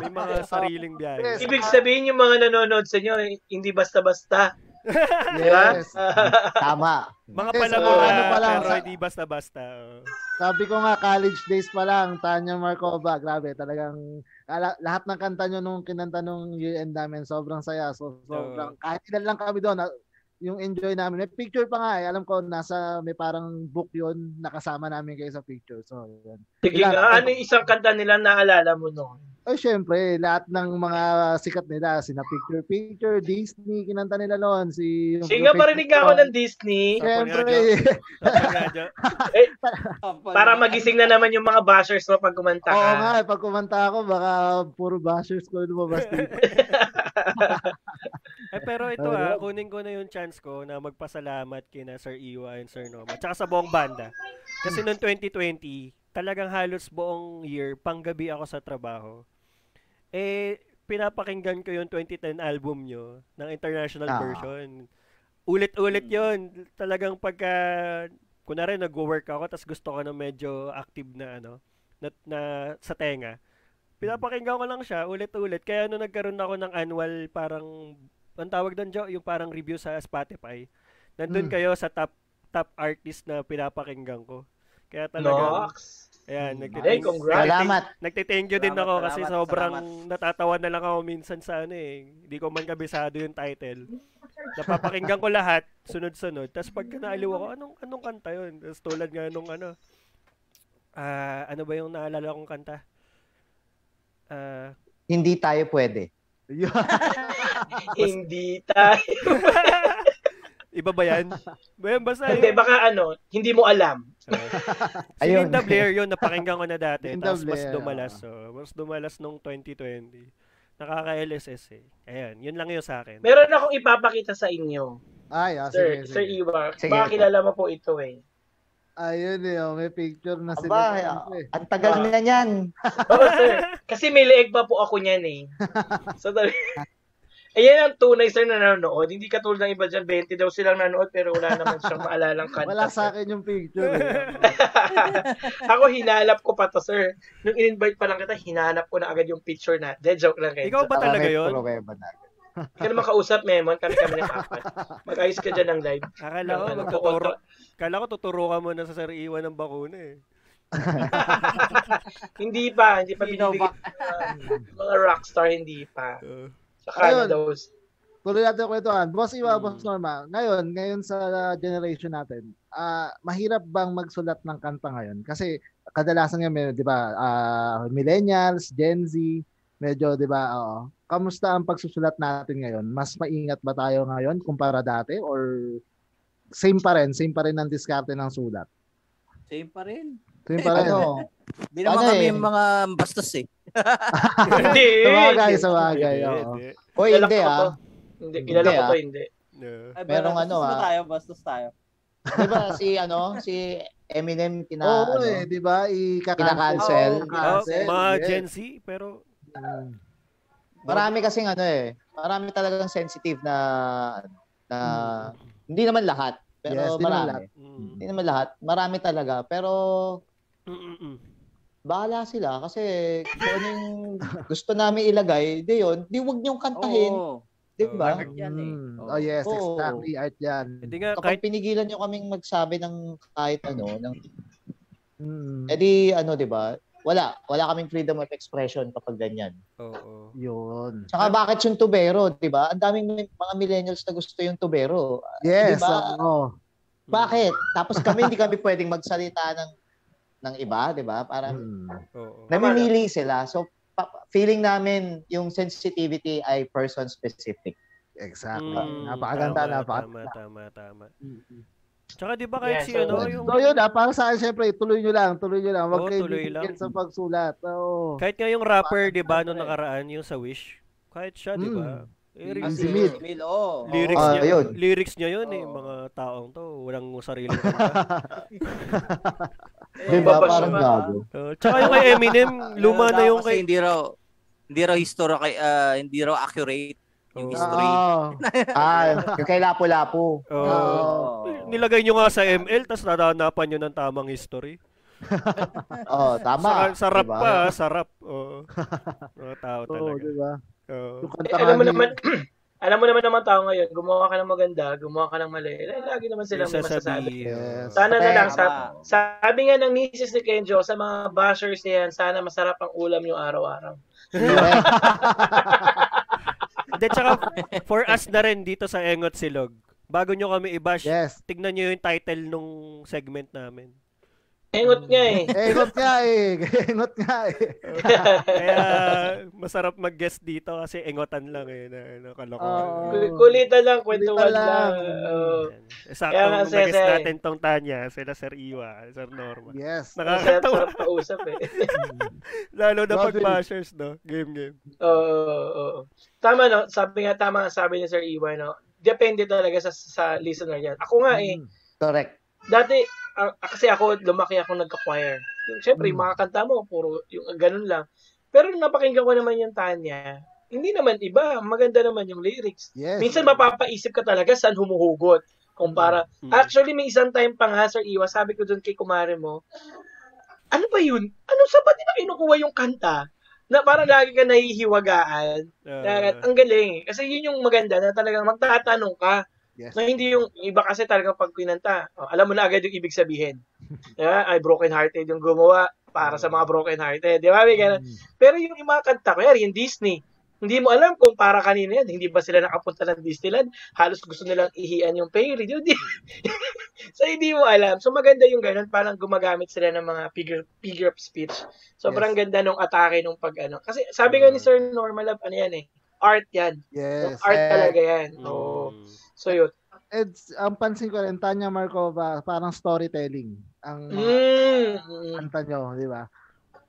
May
*laughs* Oh,
mga sariling biyahe.
Ibig sabihin yung mga nanonood sa inyo, eh, hindi basta-basta. *laughs*
Diba?
Yes.
Hmm. Tama.
Mga
Yes,
palamura,
oo, ano pa lang,
pero
sa-
hindi basta-basta. oo.
Sabi ko nga, college days pa lang, Tanya Markova, grabe, talagang ala- lahat ng kanta nyo nung kinanta nung UN namin, sobrang saya. So, sobrang, kahit ilan lang kami doon, ah, yung enjoy namin. May picture pa nga eh. Alam ko, nasa, may parang book yun, nakasama namin kayo sa picture. So, yun.
Sige nga, ano yung isang kanta nila naalala mo noon?
O syempre, lahat ng mga sikat nila, sina Picture Picture, Disney, kinanta nila noon. Si,
Sige nga, parinig ako ng Disney
Syempre,
Tapos nga, Jo,
*laughs* para magising na naman yung mga bashers mo pag kumanta
*laughs* Oo
ka.
nga, eh, pag kumanta ako, baka puro bashers ko lumabas
*laughs*
dito.
Eh, pero ito
Oh,
ah,
yun.
kunin ko na yung chance ko na magpasalamat kina Sir Iwa and Sir Noma. Tsaka sa buong banda. Kasi noong 2020, talagang halos buong year, panggabi ako sa trabaho. Eh, pinapakinggan ko yung 2010 album nyo ng international
Ah.
version. Ulit-ulit yon Talagang pagka, kunwari nag-work ako, tas gusto ko na medyo active na ano, na, na sa tenga. Pinapakinggan ko lang siya ulit-ulit. Kaya ano nagkaroon ako ng annual parang ang tawag doon Jo, yung parang review sa Spotify. Nandun
Mm.
kayo sa top top artist na pinapakinggan ko. Kaya talaga,
Nox.
ayan,
Mm.
nagte-
Ay, congrats.
Salamat.
Nagte-thank you din
Salamat,
ako kasi
salamat,
sobrang
salamat.
natatawa na lang ako minsan sa ano eh. Hindi ko man kabisado yung title. Napapakinggan ko lahat, sunod-sunod. Tapos pagka naaliw ako, anong, anong kanta yun? Tapos tulad nga nung ano, ah ano ba yung naalala kong kanta? Ah,
Hindi tayo pwede.
Yun.
Hindi
*laughs*
tayo.
iba ba
*laughs*
yan? Bayan, basta
Hindi,
yun.
baka ano, hindi mo alam.
Ano?
*laughs*
Si
Ayun.
Linda Blair yun, napakinggan ko na dati.
Linda
tapos mas
Blair,
dumalas. So, mas dumalas nung 2020. Nakaka-LSS eh. Ayan, yun lang yun sa akin.
Meron akong ipapakita sa inyo.
Ay, ah,
Sir,
sige,
Sir
sige.
Iwa,
Sige.
baka kilala mo po ito eh.
Ayun eh, oh, may picture na sila.
Aba, eh, ang tagal na niyan.
Oo,
*laughs*
sir. Kasi may leeg pa po ako niyan eh. So, tal- Ayan ang tunay sir na nanonood. Hindi katulad ng iba dyan, 20 daw silang nanood pero wala naman siyang maalalang kanta.
Wala
sir.
sa akin yung picture. eh.
ako hinalap ko pa to, sir. Nung in-invite pa lang kita, hinanap ko na agad yung picture na. De, joke lang kayo.
Ikaw
Ah,
ba talaga yun?
Problema na.
Hindi ka naman kausap, Memon. Kami kami ng apat. Mag-ayos ka dyan ng live.
Akala ko,
Ano,
magtuturo.
kukontra-
Akala ko, tuturo ka muna sa Sir Iwan ng bakuna eh.
Hindi pa, hindi pa
Sino
binibigyan. ng mga rockstar, hindi pa.
Ah,
Uh,
Saka na
Ayun.
daw.
Tuloy natin ang kwentuhan. Boss Iwa,
Hmm.
Boss Norma, ngayon, ngayon sa ah, generation natin, ah, mahirap bang magsulat ng kanta ngayon? Kasi kadalasan nga, may, di ba, ah, millennials, Gen Z, medyo, di ba, oo. Kamusta ang pagsusulat natin ngayon? Mas maingat ba tayo ngayon kumpara dati? Or same pa rin, same pa rin ang diskarte ng sulat?
Same pa rin.
Same pa rin.
*laughs* Ano?
Hindi naman
Ano
kami
eh?
yung mga bastos eh.
*laughs* Hindi.
Sabagay, sabagay. oo.
Kilala
Uy, hindi
ko to.
ah.
Hindi,
Hindi,
kilala ko
ah.
to, hindi. Eh,
Ay,
Merong
bastos
ano,
na
ah.
tayo, bastos tayo.
Di ba si ano, si Eminem kina
Oo,
ano,
eh, di ba?
Kinakancel.
Ika-cancel.
Oh,
Kinakancel.
mga
yes.
Gen Z, pero
Mm.
Marami kasing ano eh. Marami talagang sensitive na na hindi naman lahat,
Mm. Yes,
pero
hindi naman
marami.
lahat.
mm,
Hindi naman lahat, marami talaga, pero
mm, mm, mm.
bahala sila kasi kung ano yung gusto namin ilagay, di yun, di wag niyong kantahin,
Oo.
di ba?
Art yan eh.
Mm.
Oo.
Oh, yes,
Oo.
exactly. Art yan.
Hindi nga,
Kapag
kahit,
pinigilan niyo kaming magsabi ng kahit ano, ng,
Mm.
eh di ano, di ba? Wala, wala kaming freedom of expression kapag ganyan.
oo. oo.
Yun.
Tsaka bakit yung tubero, di ba? Ang daming mi- mga millennials na gusto yung tubero.
Mm. Yes, ano?
Diba?
oo.
Mm,
Bakit? Tapos kami hindi kami pwedeng magsalita ng ng iba, di ba? Parang
Mm.
Oo.
namimili sila. So pa- feeling namin yung sensitivity ay person specific.
Exactly.
Mm,
napakaganda,
tama,
napakaganda.
Tama, tama, tama.
Mm-mm.
Tsaka di ba kahit
Yes,
si
so-
ano, yung,
So yun, ah, para sa akin, syempre, tuloy nyo lang, tuloy nyo lang. Huwag
Oo,
kayo
tuloy lang.
bibigyan sa pagsulat. Oo.
kahit nga yung rapper,
Bakit
di ba, nung
syempre?
nakaraan, yung sa Wish, kahit siya, di ba, eh,
Ang
lyrics,
si Mid.
Mid, oo.
lyrics
Hmm. Ah,
niya,
yun.
lyrics niya yun, eh,
Oo.
mga taong to, walang sarili. kanta.
Eh,
Di ba?
babasa
Parang
ba?
gago.
Uh, tsaka yung kay Eminem, Diba, luma
Ano
na
daw
yung
kasi
kay...
hindi raw hindi raw history kay ah, hindi raw accurate yung
Oo.
history.
Oo.
Ah, yung kay Lapu-Lapu.
Oo.
Oo.
nilagay nyo nga sa ML, tapos nadanapan nyo ng tamang history.
Oo, Oh, tama.
Sa, sa rap
Diba?
pa, ah, sa rap.
*laughs*
Oo. Mga tao
Oo,
talaga.
di ba?
Oo.
Yung
Eh,
kanta
alam mo
nga ni-
naman, *clears throat* alam mo naman naman tao ngayon, gumawa ka ng maganda, gumawa ka ng mali. Eh, lagi naman silang may masasabi.
Sasabihin.
Yes.
Sana na
Tama.
lang, sa, sabi nga ng misis ni Kenjo, sa mga bashers niyan, sana masarap ang ulam yung araw-araw.
Correct.
Hindi, tsaka for us na rin dito sa Engot Silog. Bago nyo kami i-bash,
Yes.
tignan nyo yung title nung segment namin.
Engot nga eh.
Engot nga eh. *laughs* Engot nga eh.
Kaya masarap mag-guest dito kasi engotan lang eh. Na, ano, kalokohan.
Oo.
Kul- Kulitan lang, kwentuhan
lang.
lang.
*laughs*
Oo.
Yan. Eh, Sakto
Kaya nga,
nung mag-guest
Sese.
natin tong Tanya, sila Sir Iwa, Sir Norma. *laughs*
Yes.
Masarap
Nakakatawa.
sarap kausap eh.
Lalo na pag
Lovely.
bashers, no? Game, game.
Oo, oo, oo. Tama no, sabi nga tama nga sabi ni Sir Iwan no. Depende talaga sa sa listener yan. Ako nga eh,
Mm.
Correct.
dati ah, kasi ako lumaki ako nagka-choir. Yung- Siyempre, yung mga kanta mo puro yung ah, ganun lang. Pero nung napakinggan ko naman yung Tanya, hindi naman iba, maganda naman yung lyrics.
Yes.
Minsan mapapaisip ka talaga saan humuhugot. Kung para,
Mm.
actually may isang time pa nga, Sir Iwa, sabi ko dun kay kumare mo, ano ba yun? Ano sa ba nila kinukuha yung kanta? Na parang lagi ka nahihiwagaan.
Ah,
Kaya, ang galing. Kasi yun yung maganda na talagang magtatanong ka.
Yes.
Na hindi yung iba kasi talagang pag pinanta, oh, alam mo na agad yung ibig
*laughs*
sabihin. Diba? Ay, broken-hearted yung gumawa para sa mga broken-hearted. Di ba? May ganun.
Mm.
Pero yung mga kanta, kaya yung Disney, hindi mo alam kung para kanina yan. Hindi ba sila nakapunta ng Disneyland? Halos gusto nilang ihian yung fairy. Di, di. *laughs* so, hindi mo alam. So, maganda yung ganun. Parang gumagamit sila ng mga figure, figure of speech. Sobrang
Yes.
ganda nung atake nung pag ano. Kasi sabi nga ni Sir Normal Lab, ano yan eh, art yan.
Yes.
Art
Eh,
talaga yan.
mm.
Oo. So, yun.
it's, ang pansin ko rin, Tanya Markova, parang storytelling. Ang mga
Mm.
kanta nyo, di ba?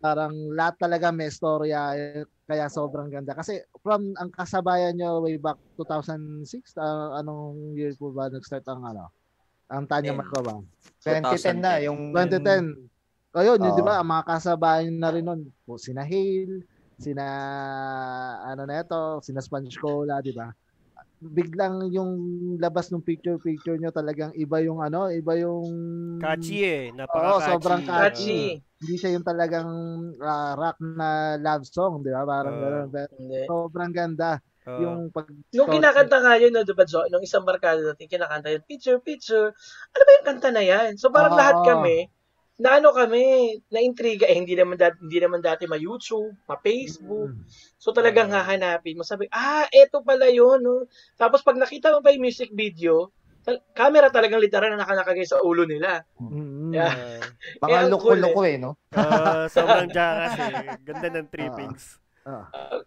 Parang lahat talaga may storya, eh, kaya sobrang ganda. Kasi from ang kasabayan nyo way back 2006, ah, anong year po ba nag-start ang ano? Ang Tanya
Ten.
Markova?
2010 na yung
2010. O Oh, yun, yun,
Oo.
di ba? Ang mga kasabayan na rin nun, po, sina Hale, sina, ano na ito, sina Sponge Cola, di ba? Biglang yung labas ng picture-picture nyo talagang iba yung ano, iba yung...
Catchy eh. Napaka-catchy.
Oo, sobrang
Catchy.
Hindi siya yung talagang ah, rock na love song, di ba? Parang
Oo.
ganun. Pero
Hindi.
Sobrang ganda.
Oo.
yung pag...
Nung kinakanta nga yun, no, diba, Jo? Nung isang barkada natin, kinakanta yun, picture, picture. Ano ba yung kanta na yan? So, parang
Oo.
lahat kami, na ano kami, na intriga, eh, hindi naman dati, hindi naman dati ma-YouTube, ma-Facebook. So, talagang hahanapin mo. Sabi, ah, eto pala yun. No? Tapos, pag nakita mo pa yung music video, tal- camera talagang literal na nakalagay sa ulo nila.
Mm.
Yeah.
Ah.
mga
Eh, ang cool
loko-loko eh, no?
Ah, sobrang jackass eh. Ganda ng
Ah.
trippings.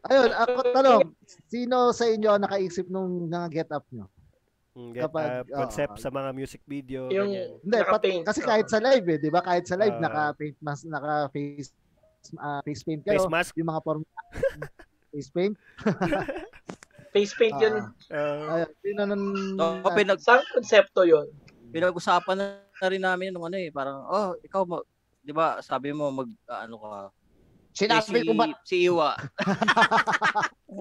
Ayun, ako tanong, sino sa inyo ang nakaisip nung mga get up nyo?
Mm, get
Kapag,
up,
oo.
concept sa mga music video.
Yung
ganyan.
Hindi, pat,
naka-paint.
kasi kahit sa live eh, 'di ba? Kahit sa live
Ah.
naka-paint mas naka-face ah, face paint
face
kayo,
mask.
yung mga form
*laughs*
face paint.
Face paint yun.
Ah,
ah,
ayun, sino nun?
Oo, pinag
Saan konsepto yun?
pinag-usapan na, na rin namin nung ano eh, parang oh, ikaw mo, 'di ba? Sabi mo mag ah, ano ka.
Sinabi
Eh,
ko ba?
si Iwa. *laughs*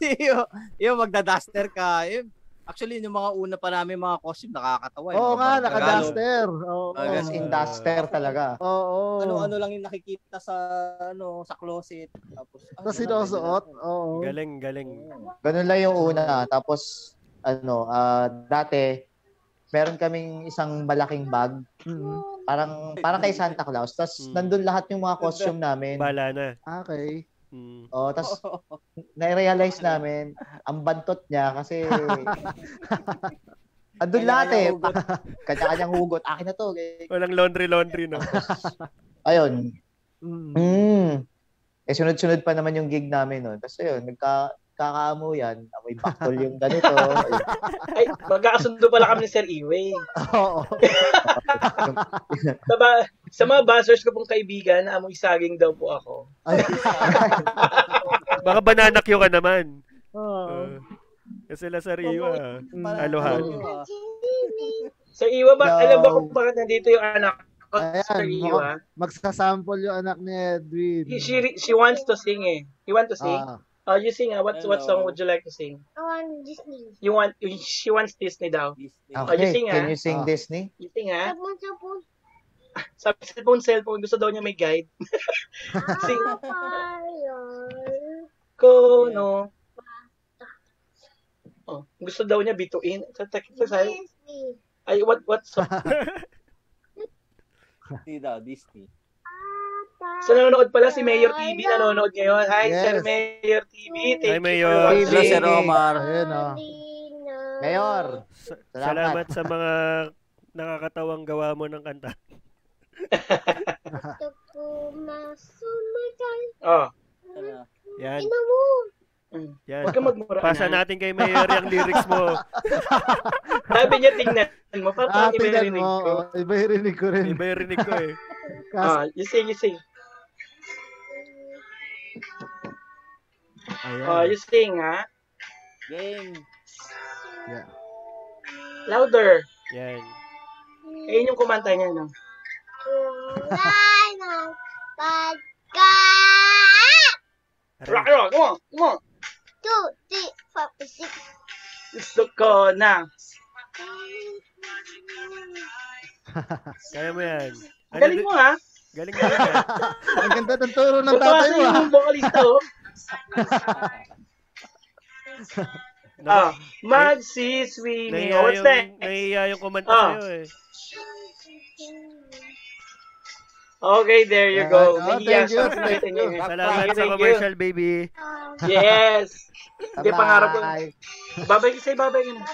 si Iwa, yung magda-duster ka. Yung, actually, yung mga una pa namin mga costume, nakakatawa. Yung
Oo
mga
nga,
parang Tagalog.
naka-duster. Oo.
Ah,
As in duster talaga.
Oo.
Ano,
Ano-ano lang yung nakikita sa ano sa closet. Tapos, ah,
Tapos
ganun,
sinusuot. Oo.
galing, galing.
ganun.
Ganun lang yung una. Tapos, ano, ah, dati, meron kaming isang malaking bag.
Mm.
Parang, parang kay Santa Claus. Tapos,
Mm.
nandun lahat yung mga costume namin.
Bala na.
Ah, Okay.
Mm.
Oh, tapos, na-realize namin, ang bantot niya kasi, andun lahat eh.
Kanya-kanyang hugot.
*laughs* Kanya-kanyang hugot. Akin na to. ganyan.
Walang laundry-laundry no.
Ayun,
Mm.
Hmm.
Hmm.
Mm. Eh, sunod-sunod pa naman yung gig namin noon. Tapos yun, nagka, pagkakaamuyan, amoy baktol yung ganito.
Ay, magkakasundo pala kami ni Sir Iwe.
*laughs* Oo.
Sa, ba- sa mga buzzers ko pong kaibigan, amoy saging daw po ako.
Baka banana queue ka naman.
Oo.
Uh, kasi Lazarillo ah.
Mm.
Aloha.
Sir Iwa ba,
No.
alam ba kung bakit nandito yung anak ko,
Ayan,
Sir Iwa?
Magsasample yung anak ni Edwin.
She, she wants to sing eh. You want to sing?
Ah.
oh, you sing ah. What, what song
Hello.
would you like to sing?
I want Disney.
You want, she wants Disney daw.
Okay,
you sing,
can
ah?
you sing
Ah.
Disney?
You sing ah.
Sa punso po.
Sabi, cellphone, cellphone. Gusto daw niya may guide. Sing.
Ako pa yun.
Ko, no. Oh, gusto daw niya bituin. Sa takip sa sayo.
Disney.
Ay, what, what song?
Disney daw, Disney.
So, nanonood pala si Mayor TV. Nanonood ngayon. Hi,
Yes.
Sir Mayor TV. Thank
Hi,
you
Mayor.
for watching.
Hello, Sir Omar.
Ayun, oh.
Mayor,
Sa-
Salamat.
salamat sa mga nakakatawang gawa mo ng kanta.
Gusto ko masumakal.
Oh.
Ano?
Yan,
Ina mo.
yan.
Huwag ka magmura.
Pasa
na.
natin kay Mayor yung lyrics mo.
Sabi niya, tingnan mo. Parang
Ah,
iba yung
tingnan
rinig
mo.
ko.
Oh, Iba yung rinig ko rin.
Iba yung rinig ko eh.
Kas-
Ah, you sing, you sing. Oh,
Ayan.
you sing, ha?
Game.
Yeah.
Louder.
Yan.
Ayun yung kumanta niya, no?
Kulay ng pagka.
Aray,
Rock, rock, come on, come on.
Two, three, four, five, six.
Gusto ko na.
kaya mo yan. Ano
Galing
di-
mo, ha?
Galing mo yan.
Ang ganda ng turo ng
Gusto
tatay
kasi
mo. ah.
yung vocalista, oh. Ah, magsiswimming.
Nahiya
Oh, What's
yung,
next?
nahiya yung kumanta
Ah.
sa'yo eh.
Okay, there you
Ayan,
go.
oh,
Nahiya
thank you,
siya.
thank you.
Nahiya.
Salamat
Thank
sa
you.
commercial, baby.
Yes. Hindi, pangarap ko.
Bye.
Babay ka sa'yo, babay ka na.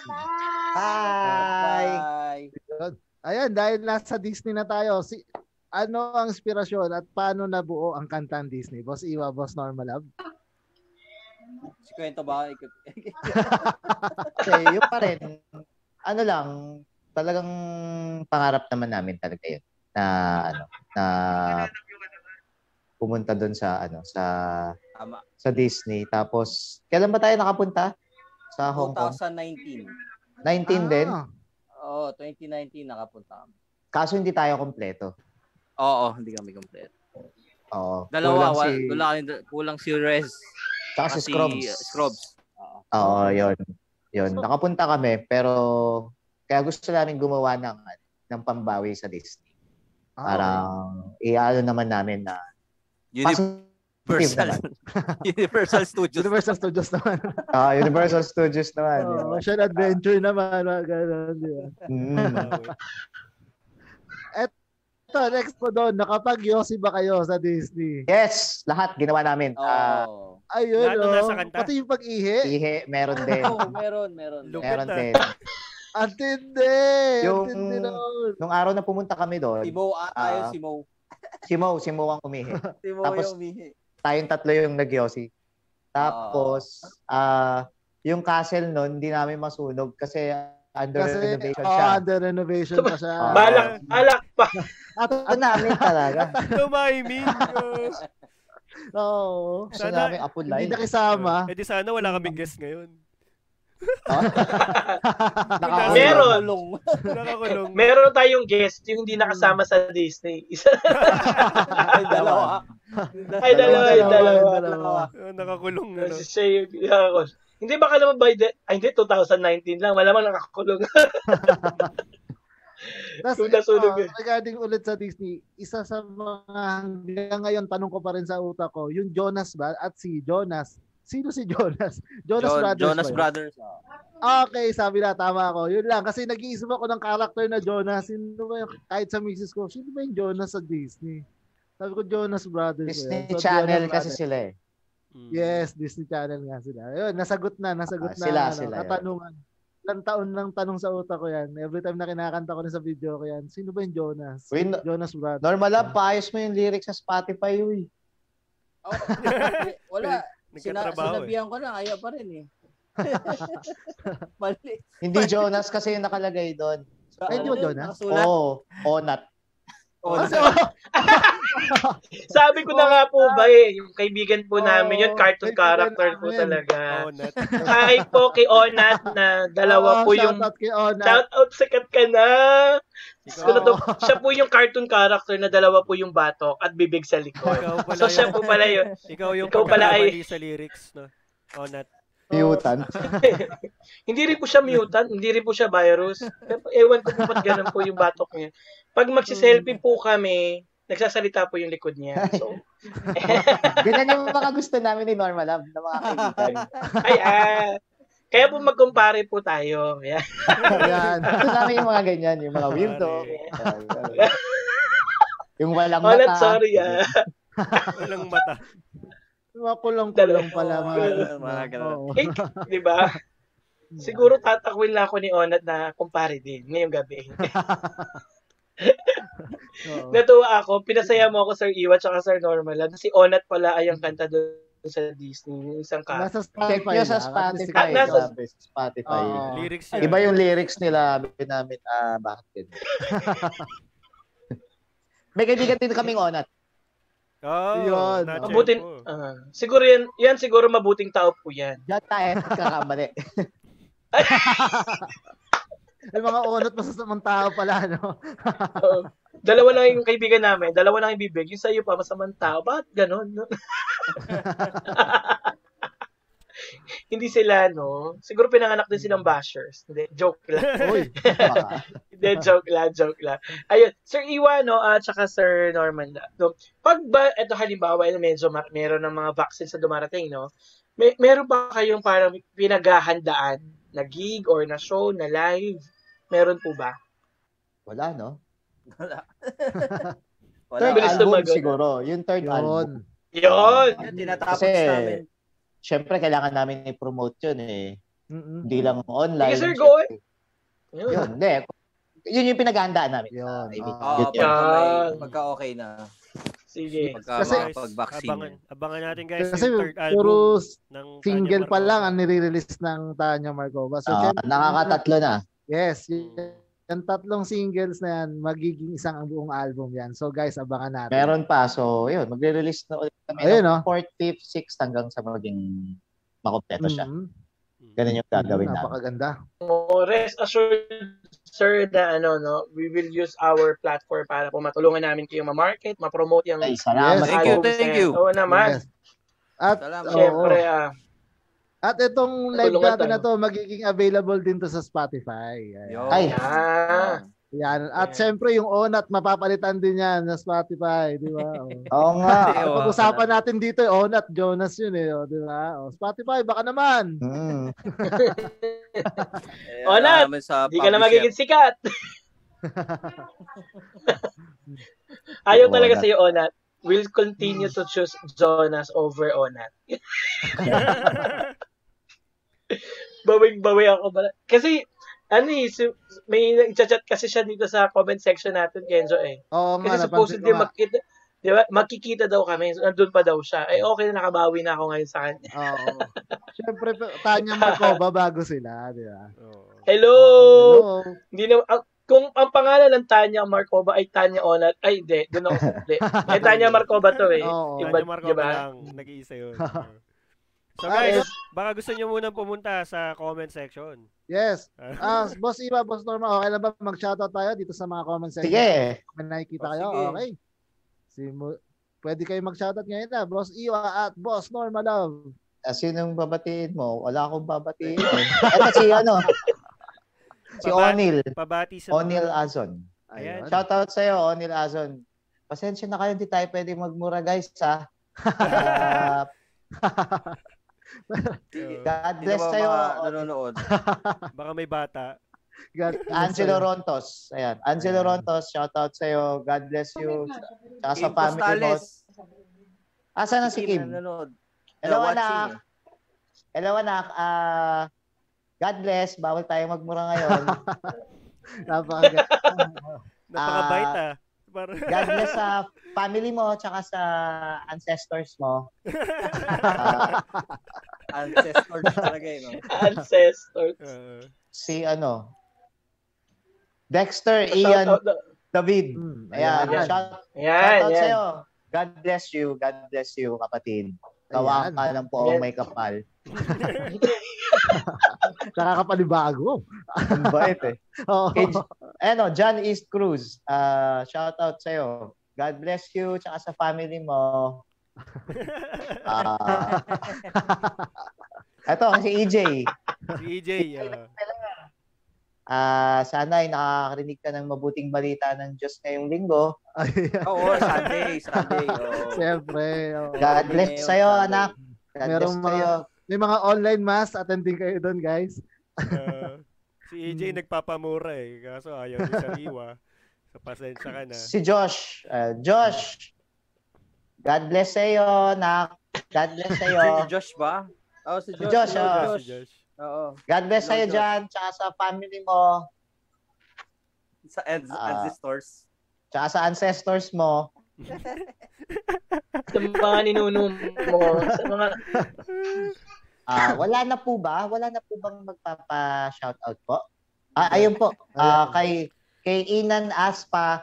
Bye.
Bye.
Ayan, dahil nasa Disney na tayo, si ano ang inspirasyon at paano nabuo ang kantang Disney? Boss Iwa, Boss Normal Lab?
Si Kwento *laughs* ba? Ikot-
Okay, yun pa rin. Ano lang, talagang pangarap naman namin talaga yun na ano, na pumunta doon sa ano sa
Tama.
sa Disney tapos kailan ba tayo nakapunta sa Ah, Hong Kong
2019.
19 din
Ah,
Oo, 2019 nakapunta kami.
kaso hindi tayo kompleto
Oo, hindi kami complete.
oo
Dalawa,
kulang
wala,
si,
wala kami- kulang si Rez.
tsaka
kasi
si Scrubs
Scrubs. Oo.
oo yun yun nakapunta kami pero kaya gusto namin gumawa ng ng pambawi sa Disney
ah,
parang iano naman namin na positive
Universal.
naman.
*laughs* Universal
okay.
Studios.
Universal Studios naman.
*laughs* Ah, Universal Studios naman.
Oh,
yun.
ocean Adventure naman. Mga ganun, di ba?
Mm.
Ah.
Ito, next po doon, nakapag-yossi ba kayo sa Disney?
Yes, lahat ginawa namin. Ah,
Oo.
Ayun,
Lahat
oh,
na nasa kanta.
pati yung pag-ihi.
ihe, meron din.
Oo, meron, meron.
Look.
meron din.
Ang tindi! Ang
Yung-
tindi noon.
Nung araw na pumunta kami
Si
doon,
Mo, ah, tayo
Ah.
si Mo.
si Mo, si Mo ang umihi.
Si Mo
Tapos-
yung umihi.
Tayong tatlo yung nagyosi. Tapos, ah, yung castle noon, hindi namin masunog kasi under
Kasi,
renovation
oh,
siya.
under renovation pa siya.
Ah.
Balak, balak pa.
At ano namin talaga.
Tumahimik. oh.
Oo.
Gusto
Sana-
namin apple
oh. Hindi
line.
nakisama.
Eh di sana wala kaming guest ngayon. *laughs* Ah,
Naka-
Meron.
Long.
Nakakulong.
Meron tayong guest yung hindi nakasama sa Disney. Isa,
Ay, dalawa.
ay, dalawa, ay, dalawa.
dalawa.
Oh, Nakakulong. Ano.
Kasi siya yung nakakulong. Hindi ba ka naman by the... Ay, hindi, 2019 lang. Wala man nakakulong. *laughs*
Tas,
Sulat-sulat
ito,
eh.
uh, regarding ulit sa Disney, isa sa mga hanggang ngayon, tanong ko pa rin sa utak ko, yung Jonas ba at si Jonas? Sino si Jonas? *laughs* Jonas
John-
Brothers.
Jonas
ba yun?
Brothers. oo.
Okay, sabi na, tama ako. Yun lang, kasi nag-iisip ako ng character na Jonas. Sino ba yung, kahit sa misis ko, sino ba yung Jonas sa Disney? Sabi ko, Jonas Brothers. ba yun?
Disney
So,
Channel
Jonas
kasi
Brothers.
sila eh.
Mm.
Yes, Disney Channel nga sila. Ayun, nasagot na, nasagot
Ah,
na.
sila,
ano,
sila yun.
Katanungan. Ilang taon lang tanong sa utak ko yan. Every time na kinakanta ko na sa video ko yan, sino ba yung Jonas?
Uy, no-
Jonas Brothers.
Normal lang, paayos mo yung lyrics sa Spotify. Uy.
Oh, *laughs* wala. Sina-
Nagkatrabaho eh.
sinabihan ko na, ayaw pa rin eh. Mali.
Hindi Jonas kasi yung nakalagay doon.
Sa,
Ay, di ba
ano,
Jonas?
nakasulat.
Oo, Onat.
Ah, so,
Sabi ko na nga po ba eh, yung kaibigan po namin
Oo,
yun, cartoon
kaibigan
character po
namin.
talaga.
Oo, oh, nat.
Hi po kay Onat na
oh,
dalawa po yung
shoutout kay Ona.
shout out sikat ka na. Diyos ko na to.
Oo.
Siya po yung cartoon character na dalawa po yung batok at bibig sa likod.
Oh, Ikaw pala
So siya
yung-
po pala yun.
Ikaw yung
Ikaw pala ay-
pagkakamali sa lyrics, no? Oh, nat.
Mutant.
Hindi rin po siya mutant, hindi rin po siya virus. Ewan ko po ba't ganun po yung batok niya. Pag magsiselfie po kami, nagsasalita po yung likod niya. So,
Ganyan yung mga gusto namin ni Norma Love na mga kaibigan.
ayan. ah, Kaya po magkumpare po tayo. Ayan.
Ayan. Gusto namin yung mga ganyan, yung
Oh,
mga weirdo. yung walang mata.
Onat, sorry ah.
Walang mata.
Mga kulong-kulong pala. Mga,
Oo, mga ganun.
Oo.
Eh, di ba? Siguro tatakwil na ako ni Onat na kumpare din ngayong gabi.
Oo.
Natuwa ako, pinasaya mo ako Sir Iwa tsaka Sir Normal. At si Onat pala ay ang kanta doon sa Disney, yung isang ka.
Nasa
Check
Spotify.
nyo sa
lang.
Spotify.
Ah, nasa-
Grabe, Spotify.
Oo.
Lyrics yun.
Iba yung lyrics nila namin ah bakit. May kaibigan din kaming onat.
Oh,
Yun.
nat,
Mabuti,
yun po.
ah, siguro yan, yan siguro mabuting tao po yan.
Diyan tayo nagkakamali.
May mga onot masasamang tao pala, no?
Oo. dalawa lang yung kaibigan namin, dalawa lang yung bibig, yung sa iyo pa, masamang tao. Bakit ganon? *laughs* Hindi sila, no? Siguro pinanganak din silang bashers. Hindi, joke lang.
*laughs*
Uy, baka.
Hindi, joke lang, joke lang. Ayun, Sir Iwano at saka Sir Norman. No, pag ba, eto halimbawa, eh, medyo ma- meron ng mga vaccines na dumarating, no? May, meron ba kayong parang pinaghahandaan na gig or na show, na live? Meron po ba?
Wala, no?
Wala. Wala.
Oh, Third
Bilis
album
sumagot.
siguro. Yung third album.
Yun.
Yun!
Yan, tinatapos
Kasi,
namin.
Siyempre, kailangan namin i-promote yun eh.
Mm-mm.
Hindi lang online.
Sige, sir, go on.
Yun, hindi. Yun yung pinaghandaan namin.
Yun. ah.
I mean,
Ah,
Oo,
yun yun.
Ah, pagka, may-
Yan.
pagka okay na.
Sige.
Pagka
Kasi-
mga pag-vaccine.
Abangan, abangan natin guys
Kasi
yung third album
puro
ng Tanya
single pa
Marcova.
lang ano? ang nire-release ng Tanya Marcova. So,
Ah,
syempre,
nakakatatlo na.
Yes, y-
Mm.
yung tatlong singles na yan, magiging isang ang buong album yan. So guys, abangan natin.
Meron pa. So, yun. Magre-release na ulit kami.
Ayun, ah. no?
ng Fourth, fifth, sixth hanggang sa maging makompleto siya.
Mhm.
Ganun yung
Hmm,
gagawin namin.
Napakaganda.
Oh, rest assured, sir, na ano, no, we will use our platform para po matulungan namin kayong ma-market, ma-promote yung
Ay, salamat.
Yes.
Thank you,
albums
thank
na yan.
you.
Oo naman.
Yes. At
Salamat.
oo.
Siyempre, ah,
at itong live
Tulungan
natin na
tayo.
to magiging available din to sa Spotify. Ayan.
Yun.
Ay.
ah,
Yan. At
Ayan.
syempre yung Onat mapapalitan din yan sa Spotify, di
*laughs*
ba? Oo.
Oo nga.
Ayaw, ah.
Pag-usapan natin dito eh, Onat Jonas yun eh, oh, di ba? Oh, Spotify baka naman.
Mm.
Eh,
Wala.
alam namin sa
Hindi ka na
publisher.
magiging sikat.
*laughs*
Ayaw talaga
Onat.
sa'yo, Onat. We'll continue to choose Jonas over
*laughs*
Onat. Bawing-bawi ako. Bala. Kasi, ano eh, si- may chat kasi siya dito sa comment section natin, Kenzo eh.
Oo nga,
Kasi
napansin ko
supposedly
nga.
magkita, di ba, magkikita daw kami. So, Nandun pa daw siya. Ay, okay na nakabawi na ako ngayon sa kanya.
Oo. Siyempre, Tanya Marcova bago sila, di ba?
Oo.
Eh, Hello!
Hello.
Hindi na, ang- kung ang pangalan ng Tanya Markova ay Tanya Onat, ay hindi, doon ako. Hindi. Ay, Tanya Markova to eh.
Oo.
Iba,
Tanya Marcova
diba?
lang, nag-iisa yun.
*laughs*
so guys, baka gusto nyo munang pumunta sa comment section.
Yes.
Ah,
Ah, boss Iba, boss Norma, okay lang ba mag-shoutout tayo dito sa mga comment section?
Sige.
Kung nakikita
Oh,
kayo,
sige.
okay. Simu- pwede kayo mag-shoutout ngayon na, boss Iwa at boss Norma Love.
Ah, Sinong babatiin mo? Wala akong
*laughs*
babatiin. Ito si ano? Si
Baba-
Onil.
pabati sa...
Onil
*laughs*
Azon.
Ayan.
Shoutout sa'yo, Onil Azon. Pasensya na kayo, hindi tayo pwede magmura guys, ha?
Oo.
Ah, God
Sino
bless
ba
sa'yo,
mga nanonood?
baka may bata.
God bless
Angelo
you.
Rontos. Ayan, Angelo
Ayan.
Rontos, shoutout sa'yo. God bless you. Tsaka sa
Kim
family mo.
Postales. ano?
Asa na si Kim?
Nanonood.
Hello,
Watching
anak.
eh.
Hello, anak. Ah, God bless. Bawal tayo magmura ngayon.
Napakaganda.
Napakabait ah. para
God bless sa family mo tsaka sa ancestors mo. Ah,
Ancestor na talaga eh, no?
Ancestors.
Oo.
si ano, Dexter
Shout
Ian
out na-
David. *laughs*
Mm,
Ayan,
ayan.
shout,
Yan,
shout out
yan.
sa'yo. God bless you. God bless you, kapatid. Kawaan
Ayan.
ka lang po ang
Yes.
may kapal.
Nakakapanibago.
Ang bait
*laughs*
eh.
Oo.
Kay, ano, John East Cruz, uh, shout out sa'yo. God bless you, tsaka sa family
*laughs*
mo. Ah. *laughs* eto, si E EJ.
si EJ. oo.
Ah, sana ay nakakarinig ka ng mabuting balita ng Diyos ngayong linggo.
Oo, Sunday, Sunday. oo.
Siyempre. oo.
God bless
Ngayon,
sa'yo,
Sunday.
anak. God
Merong
bless sa'yo.
May mga online mass. Attending kayo doon, guys.
Oo. si EJ nagpapamura eh. Kaso ayaw niya sa riwa. So pasensya ka na.
Si Josh. ah, Josh. God bless sa'yo, anak. God
*laughs*
bless
Si
sa'yo.
Josh ba? Oo, si
Si
Josh.
Josh,
hello,
Josh,
ah.
oh.
Josh.
si Josh.
Oo.
God bless
Hello,
sa'yo,
Josh.
John, tsaka sa family mo.
Sa ans-
Ah.
ancestors.
Tsaka sa ancestors mo.
Sa mga ninuno mo. Sa mga...
Ah, wala na po ba? Wala na po bang magpapa-shoutout po? Ah, ayun po. Ah, kay kay Inan Aspa,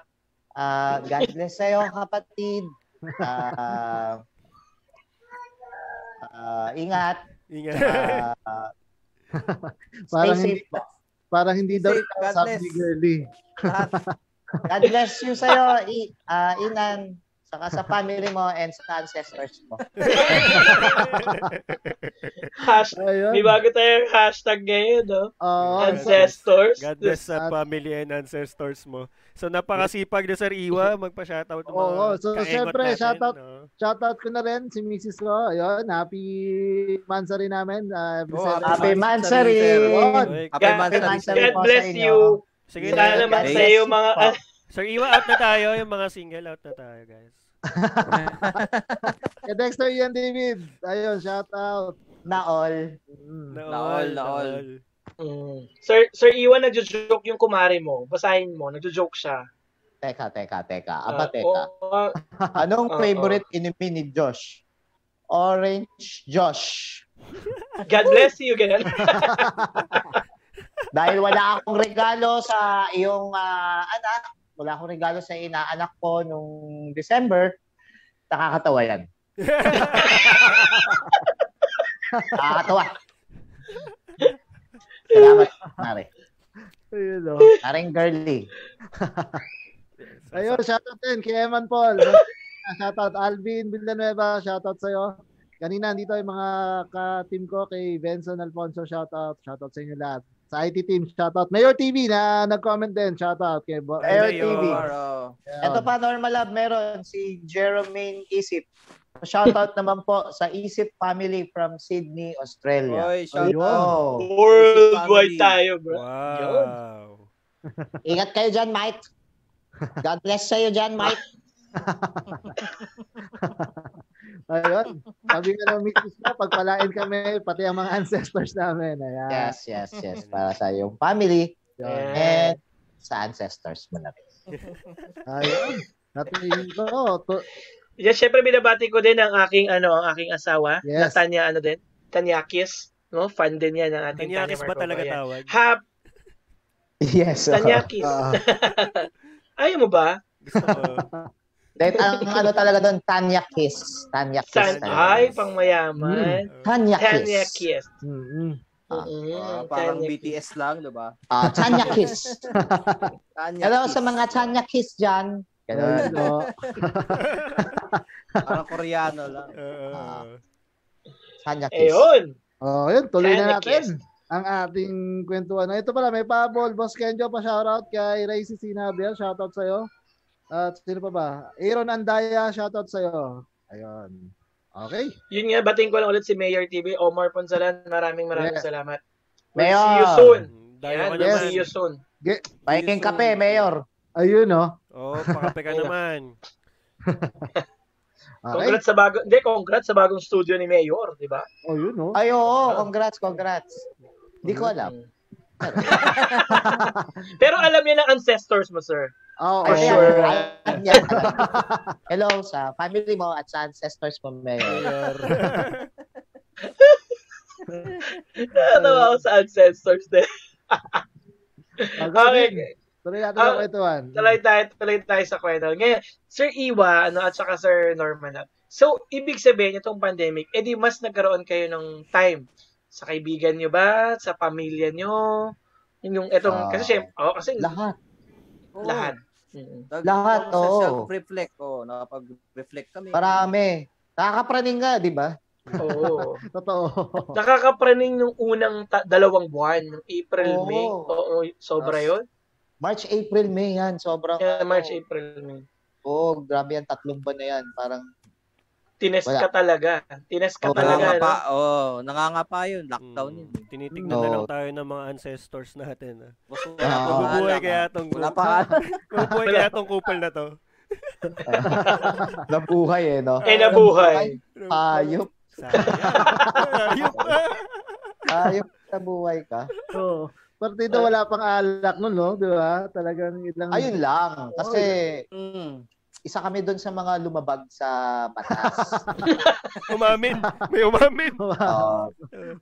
ah, God bless sa'yo, kapatid. Ah, ah, ingat.
Ingat.
Ah, ah, stay
Parang
safe po.
Parang hindi daw
Safe, God
sabi ni
bless.
Girly.
*laughs* Lahat.
God bless you sa'yo, I, ah, Inan. Saka sa family mo and sa ancestors mo.
Hashtag.
Ayun.
May bago tayong hashtag ngayon, no?
Oo.
Ancestors.
God bless sa family and ancestors mo. So napakasipag ni Sir Iwa, magpa-shoutout ng mga
Oo, so
kaengot
syempre,
natin,
shoutout-
no?
Shoutout ko na rin si Mrs. ko. Ayun, happy mansa rin namin. Uh,
Oo,
Happy Mansari!
Mansari.
Okay.
Happy
God
Mansari,
bless
sir.
you.
God bless
Sabi ko sa
you.
Sige
Yeah.
na.
Sana man sa'yo mga...
Yes.
Sir Iwa, out na tayo. Yung mga single, out na tayo, guys.
Kay Dexter Ian David. Ayun, shoutout.
Na all.
Mm.
Naol,
Naol, naol.
naol.
Mm. Sir, Sir Iwan, nagjo-joke yung kumari mo. Basahin mo, nagjo-joke siya.
Teka, teka, teka. Aba,
Ah,
teka.
oo.
*laughs* Anong
Oo.
favorite inumin ni Josh? Orange Josh.
God bless you, ganun.
Dahil wala akong regalo sa iyong ah, anak, wala akong regalo sa inaanak ko nung December, nakakatawa yan. Nakakatawa. Salamat, Mare.
Ayun, oh.
Maring girly.
Ayun, shoutout din kay Eman Paul. *laughs* shoutout Alvin Villanueva, shoutout sa'yo. Kanina dito yung mga ka-team ko kay Benson Alfonso, shoutout. Shoutout sa inyo lahat. Sa IT team, shoutout. Mayor TV na nag-comment din, shoutout. Kay Bo-
Mayor
Mayor.
TV.
Tomorrow.
Ayun.
Ito pa, Normal Lab, meron si Jerome Isip. Shoutout *laughs* naman po sa Isip family from Sydney, Australia.
Oy, shout out.
Oh.
Worldwide
Family.
tayo, bro.
Wow.
Ingat kayo dyan, Mike. God bless sa'yo dyan, Mike.
Ayun. Sabi nga ng misis ko, pagpalain kami, pati ang mga *laughs* ancestors namin. Ayan.
*laughs* Yes, yes, yes. *laughs* Para sa iyong family
Yun.
and sa ancestors mo na rin.
Ayun. Natingin ko. oh, To-
Yeah, syempre binabati ko din ang aking ano, ang aking asawa,
Yes.
na Tanya ano din, Tanyakis, no? Fan din yan ng ating Tanya
Tanyakis ba
Marcova
talaga
yan. *laughs*
tawag?
*laughs*
Hap,
Yes. oo.
Tanyakis.
Ah.
Ayaw mo ba?
Gusto ko.
Dahil ang ano talaga doon, Tanya Kiss. Tanya Kiss.
San
Tanyakis.
ay pang mayaman.
Hmm.
Tanya
Tanya
Kiss.
Kiss.
Mm-mm.
Ah.
Mm,
Ah, parang
Tanya Kiss.
BTS lang, di ba?
Ah, *laughs* Tanya Kiss.
Tanya
Hello
Kiss.
sa mga Tanya Kiss dyan.
Ayun,
Ganun.
oh.
Parang Koreano lang.
Oo.
Tanya Kiss.
Ayun.
Oh, yun, tuloy na
Sana
natin ang ating kwentuhan. Oh, Ito pala, may pabol. Boss Kenjo pa shoutout kay Racy Sinabiel. Shoutout sa'yo. At sino pa ba? Aaron Andaya, shoutout sa'yo. Ayun. Okay.
Yun nga, bating ko lang ulit si Mayor TV, Omar Ponsalan. Maraming maraming
Yeah.
salamat. We'll
Mayor.
see you soon.
Dayo
Yan,
ka
we'll
yes.
naman.
see you soon.
Paiking kape, Mayor.
Ayun, oh.
Oo, pakape ka naman.
Ah,
Okay.
Congrats sa bago, hindi, congrats sa bagong studio ni Mayor, di ba?
Oh, yun, oh.
Ay, oo. Congrats, congrats.
Mm-hmm. Hmm.
Hindi ko alam.
*laughs* Pero alam niya ng ancestors mo, sir.
Oh,
Ayan,
For sure.
ayan, ayan. *laughs* Hello sa family mo at sa ancestors mo, Mayor.
Mayor.
*laughs* Ano ako sa ancestors *laughs* din. Okay,
Tuloy natin
Ah,
ang kwentuhan.
tuloy tayo, tuloy tayo sa kwento. Ngayon, Sir Iwa ano, at saka Sir Norman. ah. So, ibig sabihin itong pandemic, edi mas nagkaroon kayo ng time sa kaibigan nyo ba? Sa pamilya nyo? Yung etong,
Ah.
kasi syempre, oh, kasi
Lahat.
Oo.
lahat. Mm.
Nag-
Lahat,
sa
oo.
Self-reflect, oo. Nakapag-reflect kami.
Marami. Nakakapraning nga, di ba?
*laughs* Oo.
Totoo. *laughs*
Nakakapraning nung unang ta- dalawang buwan, nung April,
Oo.
May. Oo, sobra
Tas-
yun.
March, April, May yan. Sobrang,
Kaya March,
ano,
April, May.
Oo, grabe yan. Tatlong ba na yan? Parang, *laughs*
Tines
Wala.
ka talaga. Tines ka
Oo,
talaga.
Nangangapa,
No?
oo. Nangangapa yun. Lockdown
Mm,
yun. eh.
Tinitignan na
Oo.
lang tayo ng mga ancestors natin. ah.
Basta wala
Ah.
pa
Mabubuhay
alam,
kaya
ah.
tong
Wala pa alam.
mabubuhay kaya tong kupal na to.
nabuhay eh, no?
Eh, nabuhay.
Ayop.
Sayang. Ayup. ah.
Ayop ah, nabuhay ka.
Oo. Partido Oh. wala pang alak nun, no? Di ba? Talagang
Hmm.
ilang...
Ayun lang. Kasi,
Mm.
isa kami doon sa mga lumabag sa
*laughs*
batas.
Umamin. May umamin.
Oo.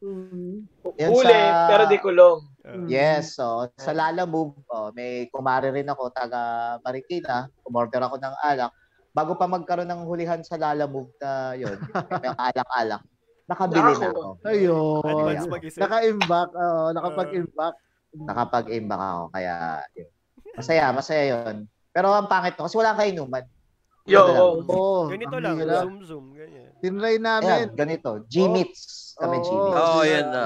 Mm.
Yan
Huli,
sa-
pero di kulong. Mm-hmm.
Yes, so sa Lala Move, oh, may kumare rin ako taga Marikina, umorder ako ng alak. Bago pa magkaroon ng hulihan sa Lala Move na yun, *laughs* yung alak-alak, nakabili na ako.
Ayun.
Advance mag-isip.
Naka-imbak. Oo,
Uh,
nakapag-imbak.
Nakapag-imbak ako, kaya yun. Masaya, masaya yun. Pero ang pangit ko, kasi wala kang inuman.
Yo, oh.
Ano lang?
Oo.
Ganito
ang
lang.
hirap.
Zoom, zoom. Ganyan.
Tinry
Ayan,
namin.
ganito, G-Meats
Oh.
kami,
Oo.
G-Meats.
Oo,
sila-
yun na.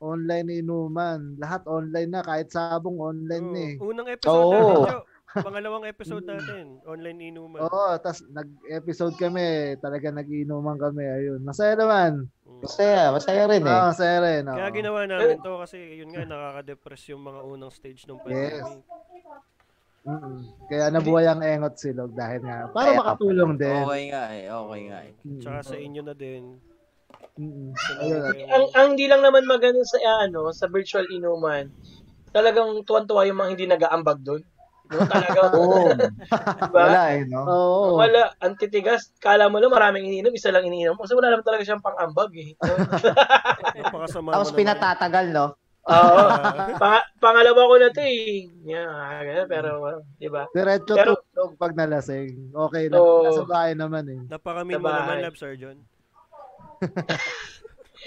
Online inuman. Lahat online na. Kahit sabong online na eh.
Oo. Oh, Unang episode natin,
Oo.
Jo. Pangalawang episode natin. Online inuman.
Oo, tas nag-episode kami, talaga nag-inuman kami, ayun. Masaya naman.
Mm.
Masaya, masaya rin
Oo,
eh.
Ah.
masaya rin. oo.
Kaya ginawa namin to kasi yun nga, nakaka-depress yung mga unang stage ng pandemic.
Mm-mm. Kaya nabuhay ang engot silog dahil nga, para
Kaya
makatulong din.
Okay nga eh. Okay nga eh.
Mm.
Tsaka sa inyo na din.
Mm-mm.
Sa mga
Ayun.
kayo-
ang ang hindi lang naman maganda sa ano sa virtual inuman. Talagang tuwan-tuwa yung mga hindi nag-aambag doon. No, talaga.
*laughs*
*laughs*
Oo,
diba?
wala eh, no?
Oo.
Wala, ang titigas. Kala mo lang maraming iniinom, isa lang iniinom. Kasi wala naman talaga siyang pang-ambag eh.
*laughs*
Napakasama
Tapos
mo naman.
pinatatagal, no?
Oo. Pang- pangalawa ko na to eh. Yeah, ganun, pero, di ba?
Diretso
Pero-
tulog pag nalasing. Okay lang.
Oo.
Nasa bahay naman eh.
Napakamin
Sa
mo naman,
bahay.
Lab Sir John.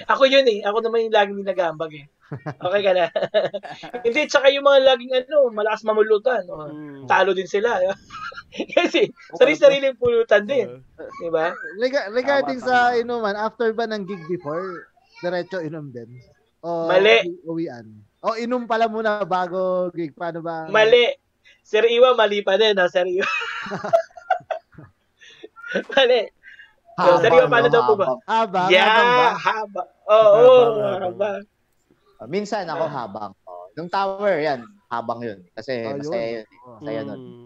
Ako yun eh. Ako naman yung laging nag-aambag eh. Okay ka na. *laughs* hindi, tsaka yung mga laging ano, malakas mamulutan. Oh,
Mm.
talo din sila. *laughs* Kasi sarili-sarili pulutan din. Di ba?
Rega- regarding
Tama,
sa inuman, after ba ng gig before, diretso inom din? O,
Mali.
Uwian. O inom pala muna bago gig. Paano ba?
Mali. Sir Iwa, mali pa din, ha? Sir Iwa. mali. So,
Habang,
Sir Iwa, paano
no?
daw po ba?
Habang.
Habang, habang ba?
Yeah, haba. Oo, oh,
Habang,
haba.
Uh, Minsan ako habang. Oh, nung tower, yan. Habang yun. Kasi
Oh,
eh,
yun.
masaya yun.
Oo.
Masaya nun.
Mm.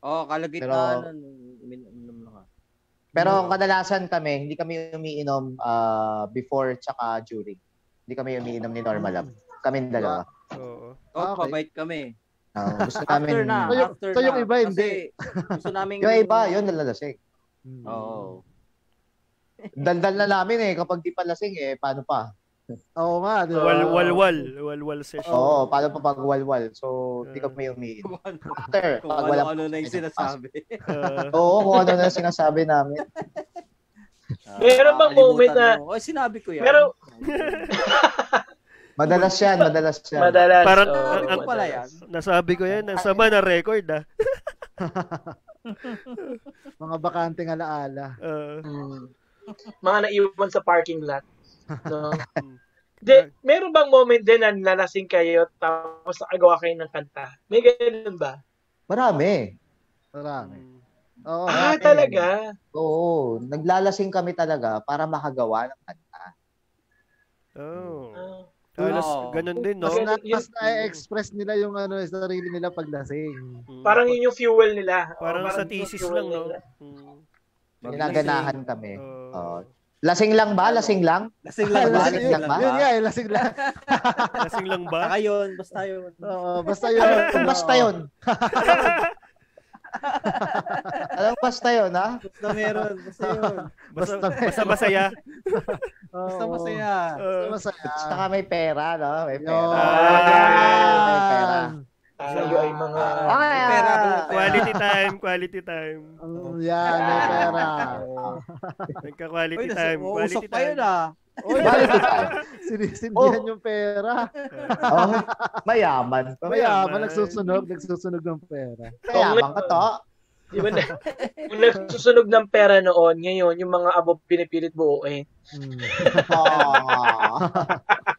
Oo, kalagitnaan.
Pero-
nun, Uminom lang ah.
Pero kadalasan kami, hindi kami umiinom ah, before tsaka during. Hindi kami umiinom ni Norma Lab. Kami dalawa.
Oo.
Oo,
Okay.
Oh, pabait kami.
Ah, gusto
*laughs* After
namin...
na.
So yung-
after
so yung
na.
iba hindi.
Kasi gusto ano, namin...
*laughs* Yung iba, yun, nalalasing.
Mm.
Oo.
Daldal na namin eh. Kapag di pa lasing eh, paano pa?
Oo nga, di ba?
Walwal-wal. Walwal session. *laughs*
Oo, paano pa pag walwal? So, hindi kami umiinom.
Kung ano,
After,
kung
pag wala
ano, ano na yung
*laughs*
sinasabi.
Ah,
Oo, kung ano na sinasabi namin. Ah,
Meron bang
Ah, Nakakalimutan
moment na-
mo. Oh, sinabi ko yan. *laughs*
Pero-
Madalas yan, madalas yan.
Madalas.
Parang-
oo,
ang-
ang- pala yan.
nasabi ko yan. Nasama na record ah.
Mga bakanting alaala.
Ah,
Mm. Mga naiwan sa parking lot. No?
Mm.
De, meron bang moment din na nalasing kayo tapos nakagawa kayo ng kanta? May ganun ba?
Marami.
Hmm.
Marami.
Mm.
Oo. marami.
Ah, talaga?
Oo, naglalasing kami talaga para makagawa ng kanta.
oh.
Ah.
Halos
Oo.
ganun din, no?
Mas, na,
Yun-
mas na-express nila yung ano, sarili nila paglasing.
Mm.
Parang yun yung fuel nila. Oo,
Parang sa
yun yung
thesis
fuel
lang, no?
nila.
Mm.
Ginaganahan kami.
Oo.
Eh, Oo. Lasing lang ba? Lasing lang?
Lasing lang
lang ba?
ba?
Lasing lang ba?
Yun nga, eh, lasing lang.
Lasing lang ba?
*laughs* Saka yun, basta yun.
Oo, basta yun.
Basta yun. Alam, basta yun, ha?
Basta meron. Basta yun.
Basta,
Basta meron.
basta masaya.
Basta
Oo.
masaya.
Basta
Uh,
masaya.
At saka may pera, no? May pera.
Ah.
May pera.
Tayo ay mga...
*laughs* Ah,
May pera ako.
quality time, quality time.
Mm, Yan, may pera.
*laughs*
Nagka-quality
Uy, nasa,
time.
uusok
Quality
pa
time.
yun ah.
Oy,
Quality time.
sinisindihan yung pera.
Oh, mayaman. to.
Mayaman, nagsusunog, nagsusunog ng pera.
Mayaman ka to.
Di ba na, yung nagsusunog ng pera noon, ngayon, yung mga abo pinipilit eh. buuin.
Mm.
Oh.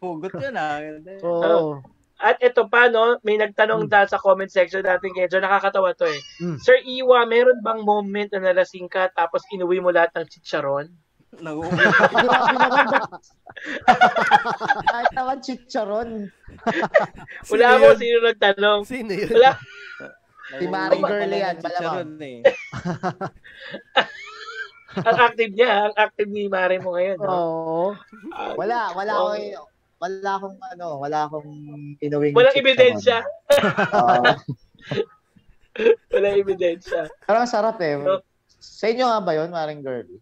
Hugot yun ah.
*laughs*
Oo.
At ito pa, no, may nagtanong dahil sa comment section natin kay John, nakakatawa to eh.
Mm.
Sir Iwa, meron bang moment na nalasing ka tapos inuwi mo lahat ng chicharon?
Nag-uusok.
Grabe naman. Kahit naman chicharon.
Wala
Sino
ako
yun?
sino nagtanong.
Sino yun?
Wala,
Si Maring Girly yan, malamang.
eh.
*laughs*
ang active niya, ang active ni Mare mo ngayon. No?
Oo.
Ah,
Wala, wala
Oo.
akong, wala akong ano, wala akong inuwing
Walang
chicharon.
ebidensya.
Oo.
Walang ebidensya.
Pero ang sarap
*laughs*
eh.
So-
Sa inyo nga ba yun, Maring Girly?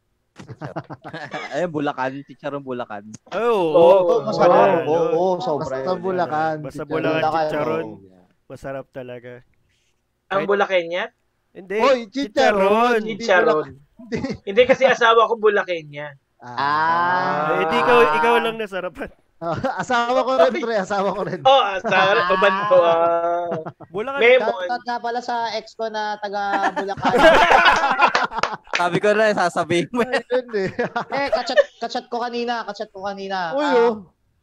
Ay, Bulacan. Chicharong Bulacan.
Oh,
Oo,
Oo, masarap.
Wala,
Oo,
no.
oo, sobra.
Basta
yun.
Bulacan.
Basta
Chicharon.
Bulacan,
Bulacan,
chicharon.
oo.
Masarap talaga.
Ang Bulakenya?
Hindi.
Hoy,
chicharon.
chicharon. Hindi
Chicharon. Hindi kasi asawa ko Bulakenya.
Ah.
Eh, di ikaw, ikaw lang nasarapan.
asawa ko rin, pre. Asawa ko rin.
Oh, asawa ko ban ko. ah.
*laughs* Bulacan.
Memon.
Shoutout nga pala sa ex ko na taga Bulacan. *laughs*
Sabi ko na, sasabihin mo.
Ayun eh.
eh, kachat, kachat ko kanina. Kachat ko kanina.
Uy,
Ah,
oh.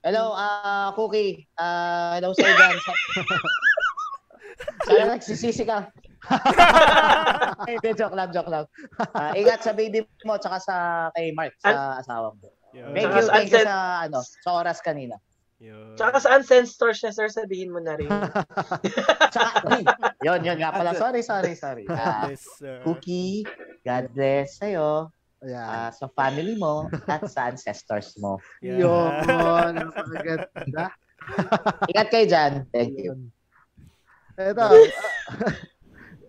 Hello, ah, Cookie. Ah, hello sa *laughs* Ivan. Sa- Sana nagsisisi ka. *laughs* Hindi, joke lang, joke lang. Ah, ingat sa baby mo tsaka sa kay Mark, sa asawa mo.
Yun.
Thank you, thank you sa, ano, sa oras kanina.
Yun.
Tsaka sa unsense stores niya, sir, sabihin mo na rin.
Tsaka, uy, yun, yun nga pala. Sorry, sorry, sorry. Ah,
Yes, sir.
Cookie, God bless sa'yo,
Ayan.
ah, sa family mo, at sa ancestors mo.
Yeah.
Yun. Napakaganda.
Ingat kayo dyan. Thank you.
Eto.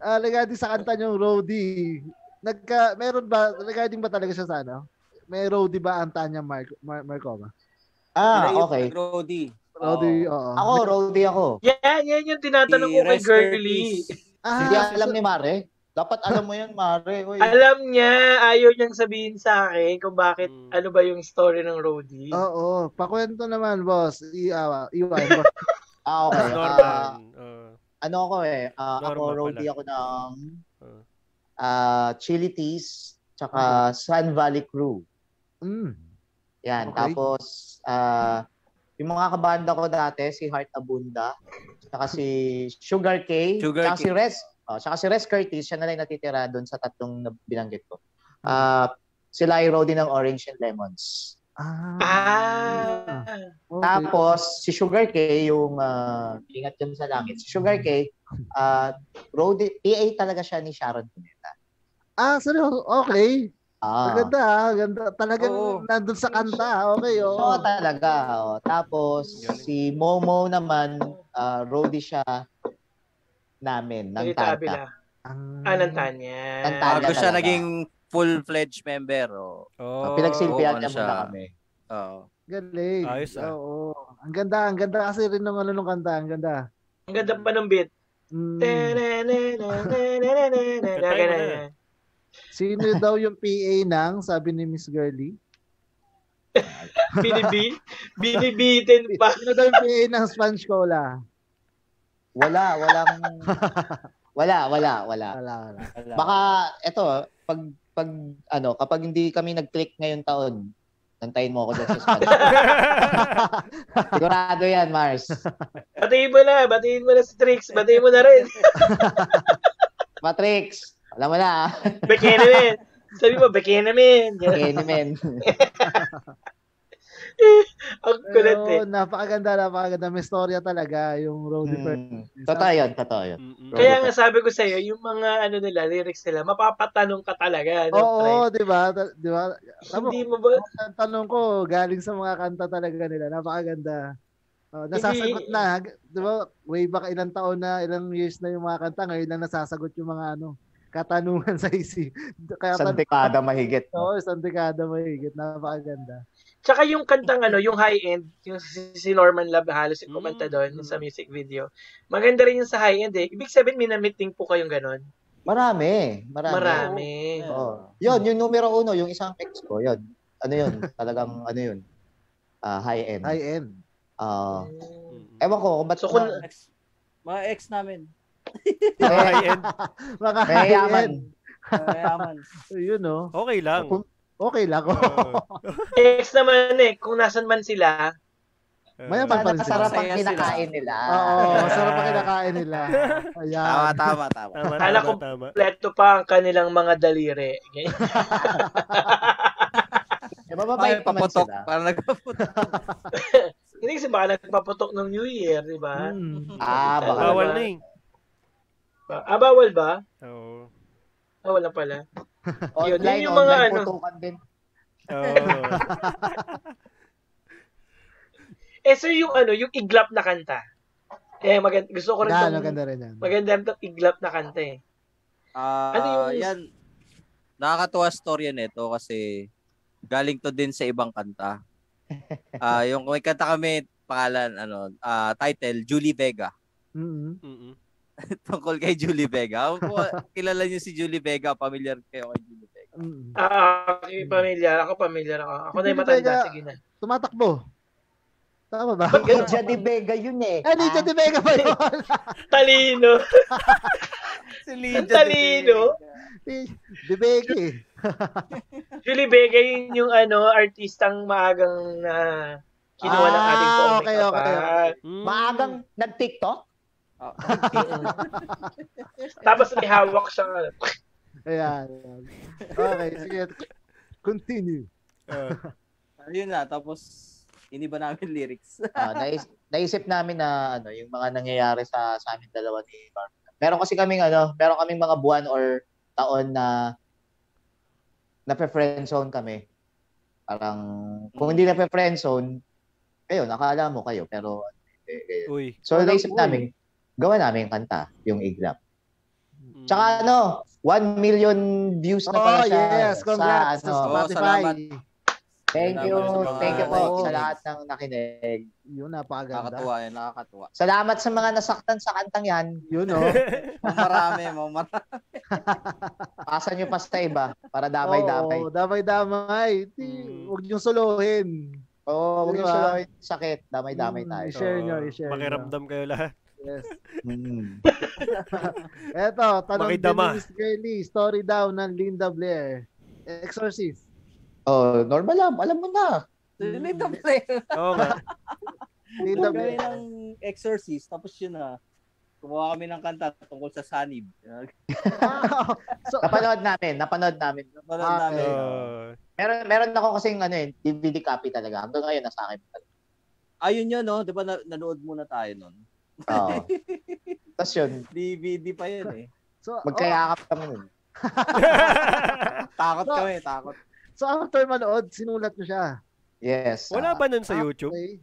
ah, regarding sa kanta niyong roadie, nagka, meron ba, regarding ba talaga siya sa ano? May roadie ba ang Tanya Mark, Mar- Marcoma?
Ah, okay.
Brody.
Roadie, oo.
Ako, roadie ako.
Yan, yan yung tinatanong ko kay Girly.
Ah,
Hindi alam ni Mare. Dapat alam mo yun, Mare. Uy.
Alam niya, ayaw niyang sabihin sa akin kung bakit,
Mm.
ano ba yung story ng Roadie.
Oo, pakwento naman, boss. Iwa, iwa, boss.
Ah, okay. Ah,
Norman. Oo.
ano ako eh. ah, ako,
Norma
roadie
pala.
ako ng
Oo.
ah, Chili Teas, tsaka Sun Valley Crew.
Hmm.
Mm.
Yan.
Okay.
Tapos, ah, yung mga kabanda ko dati, si Heart Abunda, tsaka si Sugar K,
Sugar
tsaka
K.
si Res, oh, tsaka si Res Curtis, siya na lang natitira doon sa tatlong na binanggit ko. Ah, sila ay roadie ng Orange and Lemons.
Ah.
Ah.
okay.
Tapos, si Sugar K, yung ah, ingat yun sa langit, si Sugar K, ah, roadie, PA talaga siya ni Sharon Cuneta.
ah, seryoso. Okay.
Ah.
Maganda, ah. Ganda. Talagang
Oo.
nandun sa kanta. ah. Okay, oo.
Oo, talaga. oo. Tapos, si Momo naman, ah, roadie siya namin,
Ng
ng Tarta.
Tabila.
Ang-
Ah, ng Tanya.
Ng Tanya.
Bago siya
Ah, talaga.
naging full-fledged member. Oh.
Oh.
Ah,
Ah, Pinagsilbihan
oo, ano
niya muna
siya.
kami.
Oh.
Oo.
Galing.
Ayos, ah.
Oo. Ang ganda, ang ganda kasi rin ng ano nung kanta. Ang ganda.
Ang ganda pa ng beat.
Mm.
Ta-na-na-na-na-na-na-na-na-na.
Kantay mo na.
Ganun.
Sino daw yung PA ng, sabi ni Miss Girly?
Binibi, binibitin pa.
Sino daw yung PA ng Sponge Cola?
Wala, *laughs* walang... wala, wala, wala.
Wala, wala.
Wala.
Baka, eto, pag, pag, ano, kapag hindi kami nag-click ngayon taon, nantayin mo ako doon sa spot. *laughs* Sigurado yan, Mars.
Batiin mo na, batiin mo na si Trix, batiin mo na rin.
Matrix, alam mo na,
*laughs*
ah.
Bekena namin. Sabi mo, Bekena namin. Ganun.
okay, men.
Ang kulit
Oo,
eh.
napakaganda, napakaganda. May storya talaga yung road trip.
Hmm. Totoo yun, totoo yun.
Mm-mm.
Kaya nga
ah?
sabi ko sa'yo, yung mga ano nila, lyrics nila, mapapatanong ka talaga. Ano, pre?
Oo, di ba? Ta- Di ba? Tama,
Hindi mo ba?
ang tanong ko, galing sa mga kanta talaga nila. Napakaganda. Oh, nasasagot
Hindi-
na, di ba? Way back ilang taon na, ilang years na yung mga kanta, ngayon lang nasasagot yung mga ano, katanungan *laughs* sa isip. Kaya
Sa dekada mahigit.
Oo, isang dekada mahigit. eh. Napakaganda.
Tsaka yung kantang ano, yung high end, yung si, si Norman Lab halos yung kumanta
Mm.
doon sa music video. Maganda rin yung sa high end eh. Ibig sabihin minamiting po kayong ganun.
Marami. Marami.
Marami.
Oo. Yun, yung numero uno, yung isang ex ko, yun. Ano yun? *laughs* Talagang ano yun? Ah, high-end.
High end.
Ah,
Mm.
ewan ko kung ba't
So,
*laughs*
kung-
na-
Ex, mga ex namin.
eh,
High-end.
Mga
May
high
yaman.
*laughs* end.
*laughs*
Mayaman.
Yun oh.
Okay lang. Oh.
Kung-
Okay lang. *laughs*
Oo.
Ex naman eh, kung nasan man sila.
Oo.
Mayaman
Sana
pa rin sila.
masarap ang
Masaya sila.
kinakain nila.
Oo, sarap ang kinakain nila. Ayan.
Tama,
Ah.
tama, tama.
Tama,
Kala
tama,
ko-
tama.
Pleto pa ang kanilang mga daliri.
Eh, mababait
Ay,
naman
paputok.
sila.
Parang nagpaputok.
Hindi kasi baka nagpaputok ng New Year, di ba?
Mm.
Ah, baka.
Bawal
Tama.
na eh.
Ah, bawal ba?
Oo.
Bawal na pala. yun
Online,
yung mga
online
ano.
putukan din.
Oo.
Eh, sir, yung ano, yung iglap na kanta. Eh, maganda. Gusto ko rin
Gano,
tong-
ganda rin yan.
Maganda rin tong iglap na kanta eh.
Ah,
Ano yung-
yan. Nakakatuwa story nito kasi galing to din sa ibang
*laughs*
kanta. Ah, yung may kanta kami pangalan ano, ah, title Julie Vega. *laughs*
Mm-mm.
Mm-mm.
Tungkol kay Julie Vega.
*laughs*
Kung kilala niyo si Julie Vega, familiar kayo kay Julie Vega.
Mm-mm.
Ah, okay, pamilyar ako, pamilyar ako. Ako na yung
Hmm. Hindi
matanda,
talaga-
sige na.
Tumatakbo. Tama ba?
Ba't Ninja de Vega yun eh.
Eh, Ninja de Vega ba yun? *laughs*
Talino!
Si
Ang talino!
de Vega eh.
Julie Vega yun yung ano, artistang maagang na kinuha ng
Ah,
ating Pomek
okay, okay,
Kapal.
Mm.
Maagang nag-TikTok? *laughs*
Tapos may hawak siyang ano.
Ayan. ayan. Okay, sige. Continue.
Oo.
Ayun na, tapos iniba namin lyrics.
Ah, nais, naisip namin na ano, yung mga nangyayari sa sa amin dalawa ni Barbara. Meron kasi kaming ano, meron kaming mga buwan or taon na na friend zone kami. Parang kung hindi na friend zone, kayo nakala mo kayo pero eh, eh.
Mm. Uy.
So
Walang
naisip
uwi.
namin gawa namin kanta yung iglap.
Mm.
Tsaka ano, 1 million views na pala
Oh,
siya
yes. Congrats Oh, sa
sa ano.
spot.
Spotify.
salamat.
Thank you.
Salamat.
Thank you
Oo.
po sa lahat ng nakinig.
Yun, napakaganda.
Nakakatuwa yan,
*laughs*
nakakatuwa.
Salamat sa mga nasaktan sa kantang yan.
Yun, oh.
Marami, marami.
Pasa nyo pa sa iba para damay-damay.
Oo, Oh, damay-damay. Di,
Mm.
Huwag niyong suluhin.
Oo, huwag nyo
Diba?
sulamin yung sakit. Damay-damay
Mm.
tayo.
Oo.
share nyo, i-share nyo.
Pakiramdam kayo lahat.
Yes.
Mm.
Eto, tanong din
Makidama.
ni Miss Girlie. Story daw ng Linda Blair. Exorcist.
Oh, normal lang. Alam mo na.
Linda Blair.
Oo nga.
Linda
Ang galing
Blair.
*laughs*
ng exorcist, tapos yun na. Kumuha kami ng kanta tungkol sa sanib.
Ah, so,
Napanood namin. Napanood namin.
Napanood
Ah,
namin.
Oo.
Meron, meron ako kasing ano yun, DVD copy talaga. Hanggang ngayon, nasa akin. pa rin.
Ayun yun, no? Di ba na- nanood muna tayo nun?
Oo. Tapos yun,
DVD pa yun eh.
so, oh,
magkayakap kami nun.
Takot
No.
kami, takot.
oh, so, after manood, sinulat mo siya.
Yes.
Wala ba nun sa YouTube?
Okay.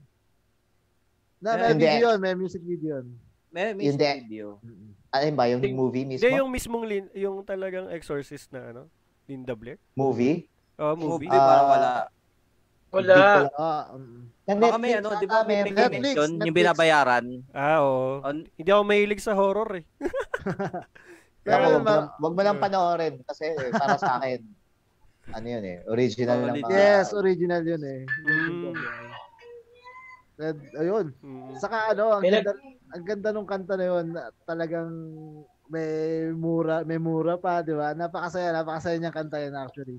Na, may
Hindi.
video yun, may music video yun.
May, may
Hindi.
video.
Ah, Ano yun ba? Yung movie mismo?
Hindi, yung mismong, lin- yung talagang exorcist na ano? Linda Blair?
Movie?
Oh,
Movie,
movie.
Ah.
parang wala.
Hindi ko
Wala.
lang-
Ah, um,
Sa
Baka may
Netflix
ano,
lang
di ba may
kami.
may
Netflix,
connection, yung
Netflix.
binabayaran.
Ah, oo.
On,
Hindi ako mahilig sa horror eh.
Pero
Pero
wag mo,
ma-
lang- wag mo lang panoorin kasi eh, para sa akin, ano yun eh, original lang. mga-
yes, original yun eh.
Hmm.
Mm.
Red, ayun.
Mm.
Saka ano, ang
May nag-
ganda, ang ganda nung kanta na yun, na talagang may mura, may mura pa, di ba? Napakasaya, napakasaya niyang kanta yun actually.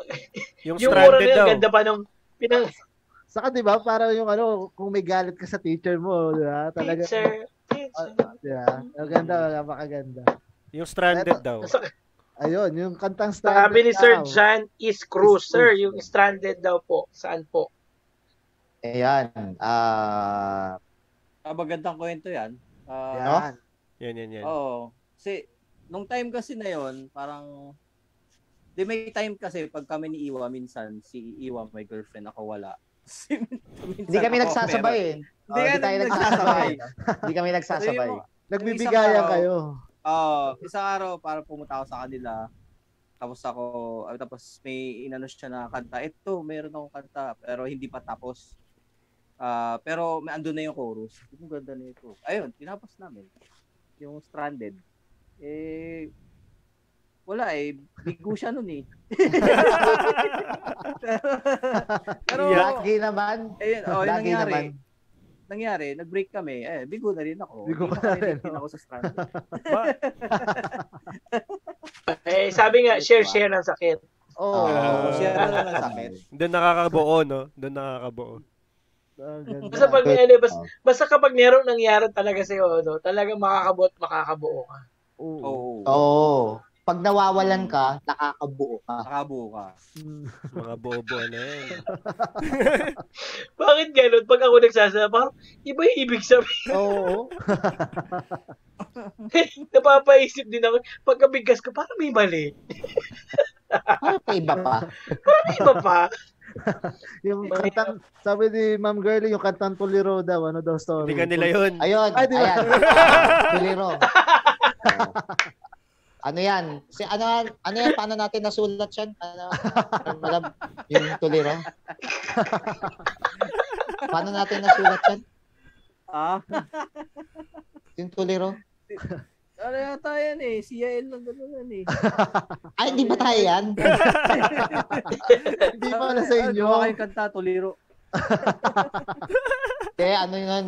Oo. yung,
yung mura
stranded
nila,
daw.
ganda pa nung pinang
Saka di ba, parang yung ano, kung may galit ka sa teacher mo, di ba? Talaga,
teacher.
Ah,
teacher.
di ba? Ang ganda, napakaganda.
Yung stranded daw.
Ayun, yung kantang
Sabi
Stranded
ni Sir
Now.
John is cruiser, yung stranded daw po. Saan po?
Ayan. Ah,
Ah, magandang kwento yan. Ah,
Yan.
Yan, yan, yan.
Oo. Kasi, nung time kasi na yon parang, di may time kasi pag kami ni Iwa, minsan, si Iwa, my girlfriend, ako wala. *laughs*
hindi kami nagsasabay eh.
Hindi
Oh,
kami
tayo
nagsasabay.
nagsasabay. Hindi kami nagsasabay.
Yung
Nagbibigayan
isang araw-
kayo.
Oo, isang araw para pumunta ako sa kanila. Tapos ako, ah, tapos may inano siya na kanta. Ito, meron akong kanta, pero hindi pa tapos. Ah, pero may andun na yung chorus. Ang ganda nito. Ayun, tinapos namin. Yung stranded. Eh wala eh, bigo siya nun eh. *laughs* pero,
Lagi naman.
ayun, oh, yun
Lagi
nangyari.
naman.
Nangyari, nag-break kami. Eh, bigo na rin ako.
Bigo
Hindi
ka na rin,
din
no?
ako sa stranded.
Ba-
Eh, sabi nga, share-share ng sakit.
Oo.
Ah.
Share na lang ng sakit.
Doon nakakabuo, no? Doon nakakabuo.
Ang Ah, ganda.
Basta pag may
Good.
ano, basta, basta kapag merong nangyari talaga sa iyo, ano, talaga makakabot, makakabuo ka.
Oo.
Oo.
*laughs* Oo. Pag nawawalan ka, nakakabuo ka.
Nakabo ka.
Mm.
Mga bobo na yan.
Bakit ganun? Pag ako nagsasabi, parang iba yung ibig sabihin. *laughs*
Oo.
Napapaisip din ako. Pagkabigkas ka, parang may mali.
Parang may iba pa.
May iba pa.
Yung kantang, sabi ni Ma'am Girlie, yung kantang Tuliro daw, ano daw story?
Hindi ka nila yun.
Ayun,
Ay, di ba? *laughs*
ayan. Tuliro. ano yan? Si, ano, ano yan? Paano natin nasulat yan? Ano, alam, yung tuliro? Paano natin nasulat yan?
Ah?
Yung tuliro?
Ano yata yan eh? CIL lang gano'n yan eh.
Ay, hindi ba tayo yan?
Hindi pala sa
Ah,
inyo.
Gawa kayong kanta, *laughs* Toliro.
Hindi, ano yun?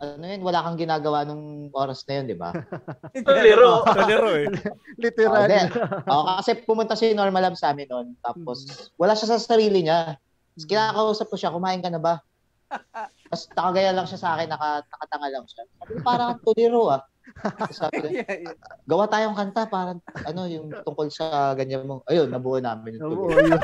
Ano yun? Wala kang ginagawa nung oras na yun, di ba?
*laughs*
Liro.
Tolero eh.
Oh,
Literal.
*laughs*
then, oh, kasi pumunta si Norma Lab sa amin noon.
Mm.
Tapos, wala siya sa sarili niya. Tapos kinakausap ko siya, kumain ka na
*laughs*
ba? Tapos nakagaya lang siya sa akin, naka, nakatanga lang siya. Sabi ko, parang ang tuliro ah. Tapos sabi ko, gawa tayong kanta, parang ano, yung tungkol sa ganyan mo. Ayun, nabuo namin yung
Oo, yun.
tuliro.
*laughs*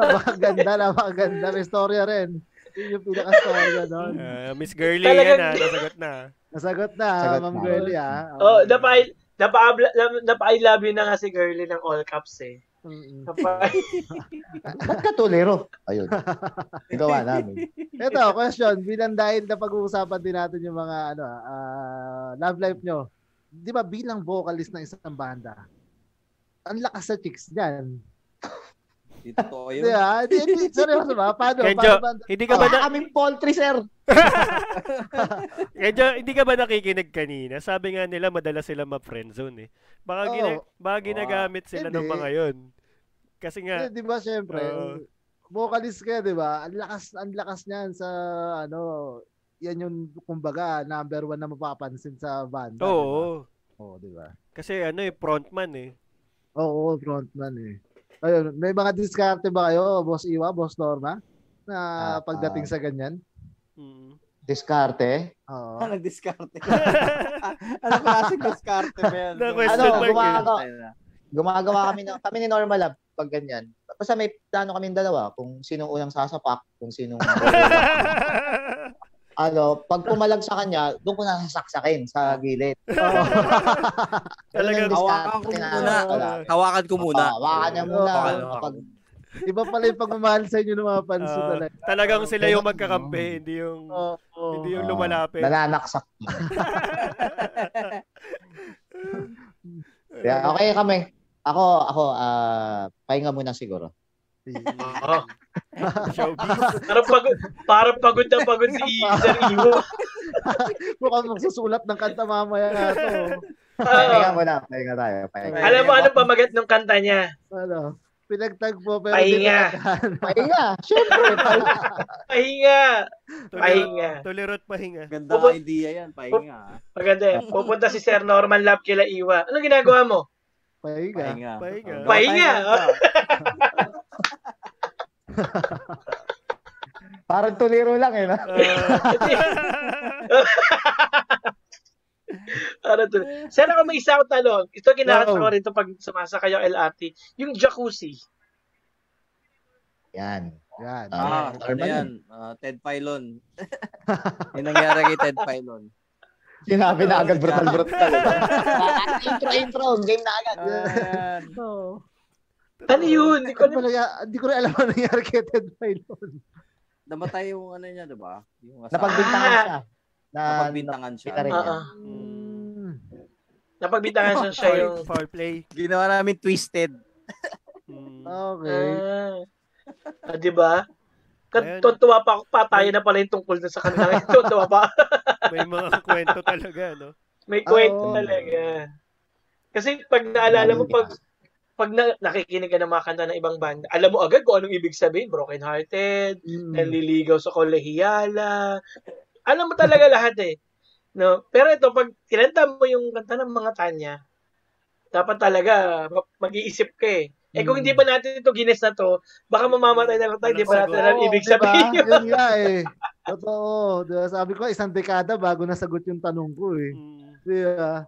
napakaganda, napakaganda. May storya rin. Yun yung pinaka-storya doon.
Ah, Miss Girly yan
Talagang-
ah. Nasagot na.
Nasagot na,
Sagot
Ma'am
na.
Girlie, ah.
Oh, napa napa napa love you na nga si Girlie ng all caps eh.
Mm-mm.
Napa
Ba't ka tuliro? Ayun.
*laughs*
Gawa namin.
Ito, question. Bilang dahil na pag-uusapan din natin yung mga ano, ah, love life nyo. Di ba bilang vocalist ng isang banda, ang lakas sa chicks niyan.
Dito totoo
Di
yun.
ba? Di, di, seryoso ba? Paano?
Kenjo.
paano ba-
Hindi ka
Gawa
ba na,
Ah.
kaming Ah, poultry, sir.
Medyo, hindi ka ba nakikinig kanina? Sabi nga nila madalas sila ma-friendzone eh. Baka,
Oo.
gina- baka ginagamit sila ng
Hindi.
mga yon. Kasi nga,
Hindi, di ba syempre,
Oo.
vocalist ka, di ba? Ang lakas, ang lakas niyan sa, ano, yan yung, kumbaga, number one na mapapansin sa banda.
oo.
di ba? Oo, di ba?
Kasi ano eh, frontman eh.
Oo, frontman eh. Ayun, may mga diskarte ba kayo, Boss Iwa, Boss Norma? Na
Ah,
pagdating sa ganyan?
Mm.
Diskarte.
Ah,
Oo.
nag-discarte. *laughs* ano klaseng discarte ba *laughs* yan?
Na-question
Ano, mark gumawa eh. ako.
Ayun na.
Gumagawa kami ng, kami ni Norma Lab pag ganyan. Basta may plano kaming dalawa kung sinong unang sasapak, kung sinong ano, pag pumalag sa kanya, doon ko nasasaksakin sa
*laughs*
gilid.
Talagang-
Hawakan
Hawakan
ko muna.
ko muna.
Hawakan niya muna.
Hawakan,
hawakan.
Pag,
Iba pala yung pagmamahal sa inyo ng mga fans
Ah,
uh, talaga.
talagang sila yung
Kailangan-
magkakampi, hindi yung
Oo.
hindi yung
ah,
lumalapit.
*laughs*
Nananaksak. Yeah, okay kami. Ako, ako, ah, pahinga muna siguro.
oh,
Showbiz.
*laughs* parang pagod, parang pagod na pagod si eh. Sir Iwo.
Mukhang magsusulat ng kanta mamaya na to.
Oo.
Pahinga muna, pahinga tayo. Pahinga.
alam mo anong pamagat ng kanta niya?
Ano? Pinagtagpo pero di
Pahinga.
Pahinga, syempre. pahinga.
Pahinga.
Tulirot, tulirot
Pahinga.
*laughs*
pahinga.
Ganda
Bubot-
idea yan, pahinga.
Maganda eh. Pupunta si Sir Norman Lab kila Iwa. Anong ginagawa mo?
Pahinga.
Pahinga.
Pahinga.
Gawa
Pahinga.
tayong kanta.
Parang tuliro lang eh. No?
*laughs* Ano to? Sir, ako may isa akong tanong. Ito kinakanta
Oo.
ko rin ito pag sumasakay yung LRT. Yung jacuzzi.
Yan.
Yan.
Ah,
Ah,
ano
Norman
yan? Ah, Ted
*laughs*
Pylon. Yung nangyari kay Ted Pylon.
Sinabi na agad brutal
*laughs*
brutal. intro intro, game na agad.
Ah. Ayan.
Oo.
Ano yun? Hindi ko
Ano
alam.
pala ya- Hindi ko rin alam *laughs* ano nangyari kay Ted Pylon.
Namatay yung ano niya, di ba? Yung asawa.
Napagbintangan siya. Na,
Ah, Napagbintangan siya.
Kita rin.
Oo.
Mm.
Napagbintangan Ah, siya, siya yung...
Foul, foul play.
Ginawa namin twisted.
Mm.
Okay.
Ah, ah, di ba?
Ayun.
Tuntua pa ako pa tayo na pala yung tungkol na sa kanila. *laughs* Tuntua pa.
May mga *laughs* kwento talaga, no?
May kwento
Ah, Oo.
talaga. Kasi pag naalala mo, pag pag na, nakikinig ka ng mga kanta ng ibang banda, alam mo agad kung anong ibig sabihin. Broken hearted,
Mm.
naliligaw sa kolehiyala. Alam mo
*laughs*
talaga lahat eh. No? Pero ito, pag kinanta mo yung kanta ng mga Tanya, dapat talaga ma- mag-iisip ka eh. Eh kung
Hmm.
hindi pa natin ito gines na to, baka mamamatay na lang tayo, hindi pa natin alam
Oo,
ibig
diba?
sabihin yun.
Yun nga eh. Totoo. Diba? Sabi ko, isang dekada bago nasagot yung tanong ko eh.
Mm.
Diba?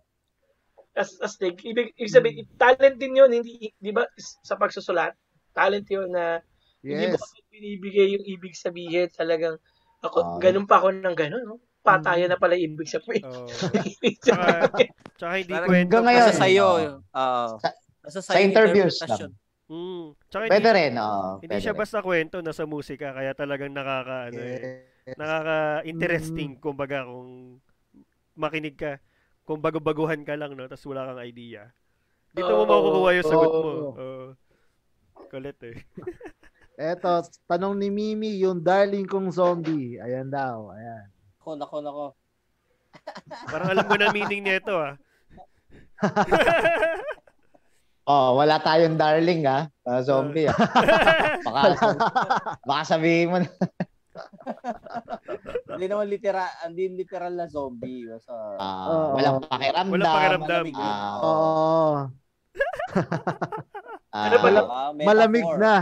As, as like, ibig, ibig sabihin, talent din yun, hindi, di ba, is- sa pagsusulat, talent yun na hindi mo
Yes.
kasi binibigay yung ibig sabihin talagang, ako,
Oo.
ganun pa ako ng ganun, no? Pataya na pala ibig sabihin.
Oh.
*laughs* Ibig sabihin.
Tsaka, tsaka hindi
Parang
kwento.
hanggang ngayon.
Nasa
kasi-
sa'yo.
Oo.
oo.
Sa-
nasa
sa interviews
interpretation.
Mm. Tsaka
Pwede
hindi,
rin, oo.
hindi
pwede
siya
rin.
basta kwento, nasa musika. Kaya talagang nakaka, ano eh,
Mm.
nakaka-interesting kumbaga kung makinig ka, kung bago-baguhan ka lang, no? Tapos wala kang idea. Dito mo
Oo.
makukuha yung sagot mo.
Oo.
Oo. Kulit eh.
Eto, tanong ni Mimi, yung darling kong zombie. Ayan daw. Ayan.
Nako, nako, nako.
Parang alam ko na meaning nito ah.
Oh, wala tayong darling ha. Mga zombie ha. Baka, baka sabihin mo na.
Hindi naman literal, hindi literal na zombie. Basta,
ah,
Oo.
walang pakiramdam.
Walang pakiramdam.
malamig na.
Ah,
Oo.
ah,
Ano pala?
Ah, metaphor.
Malamig
*laughs*
na.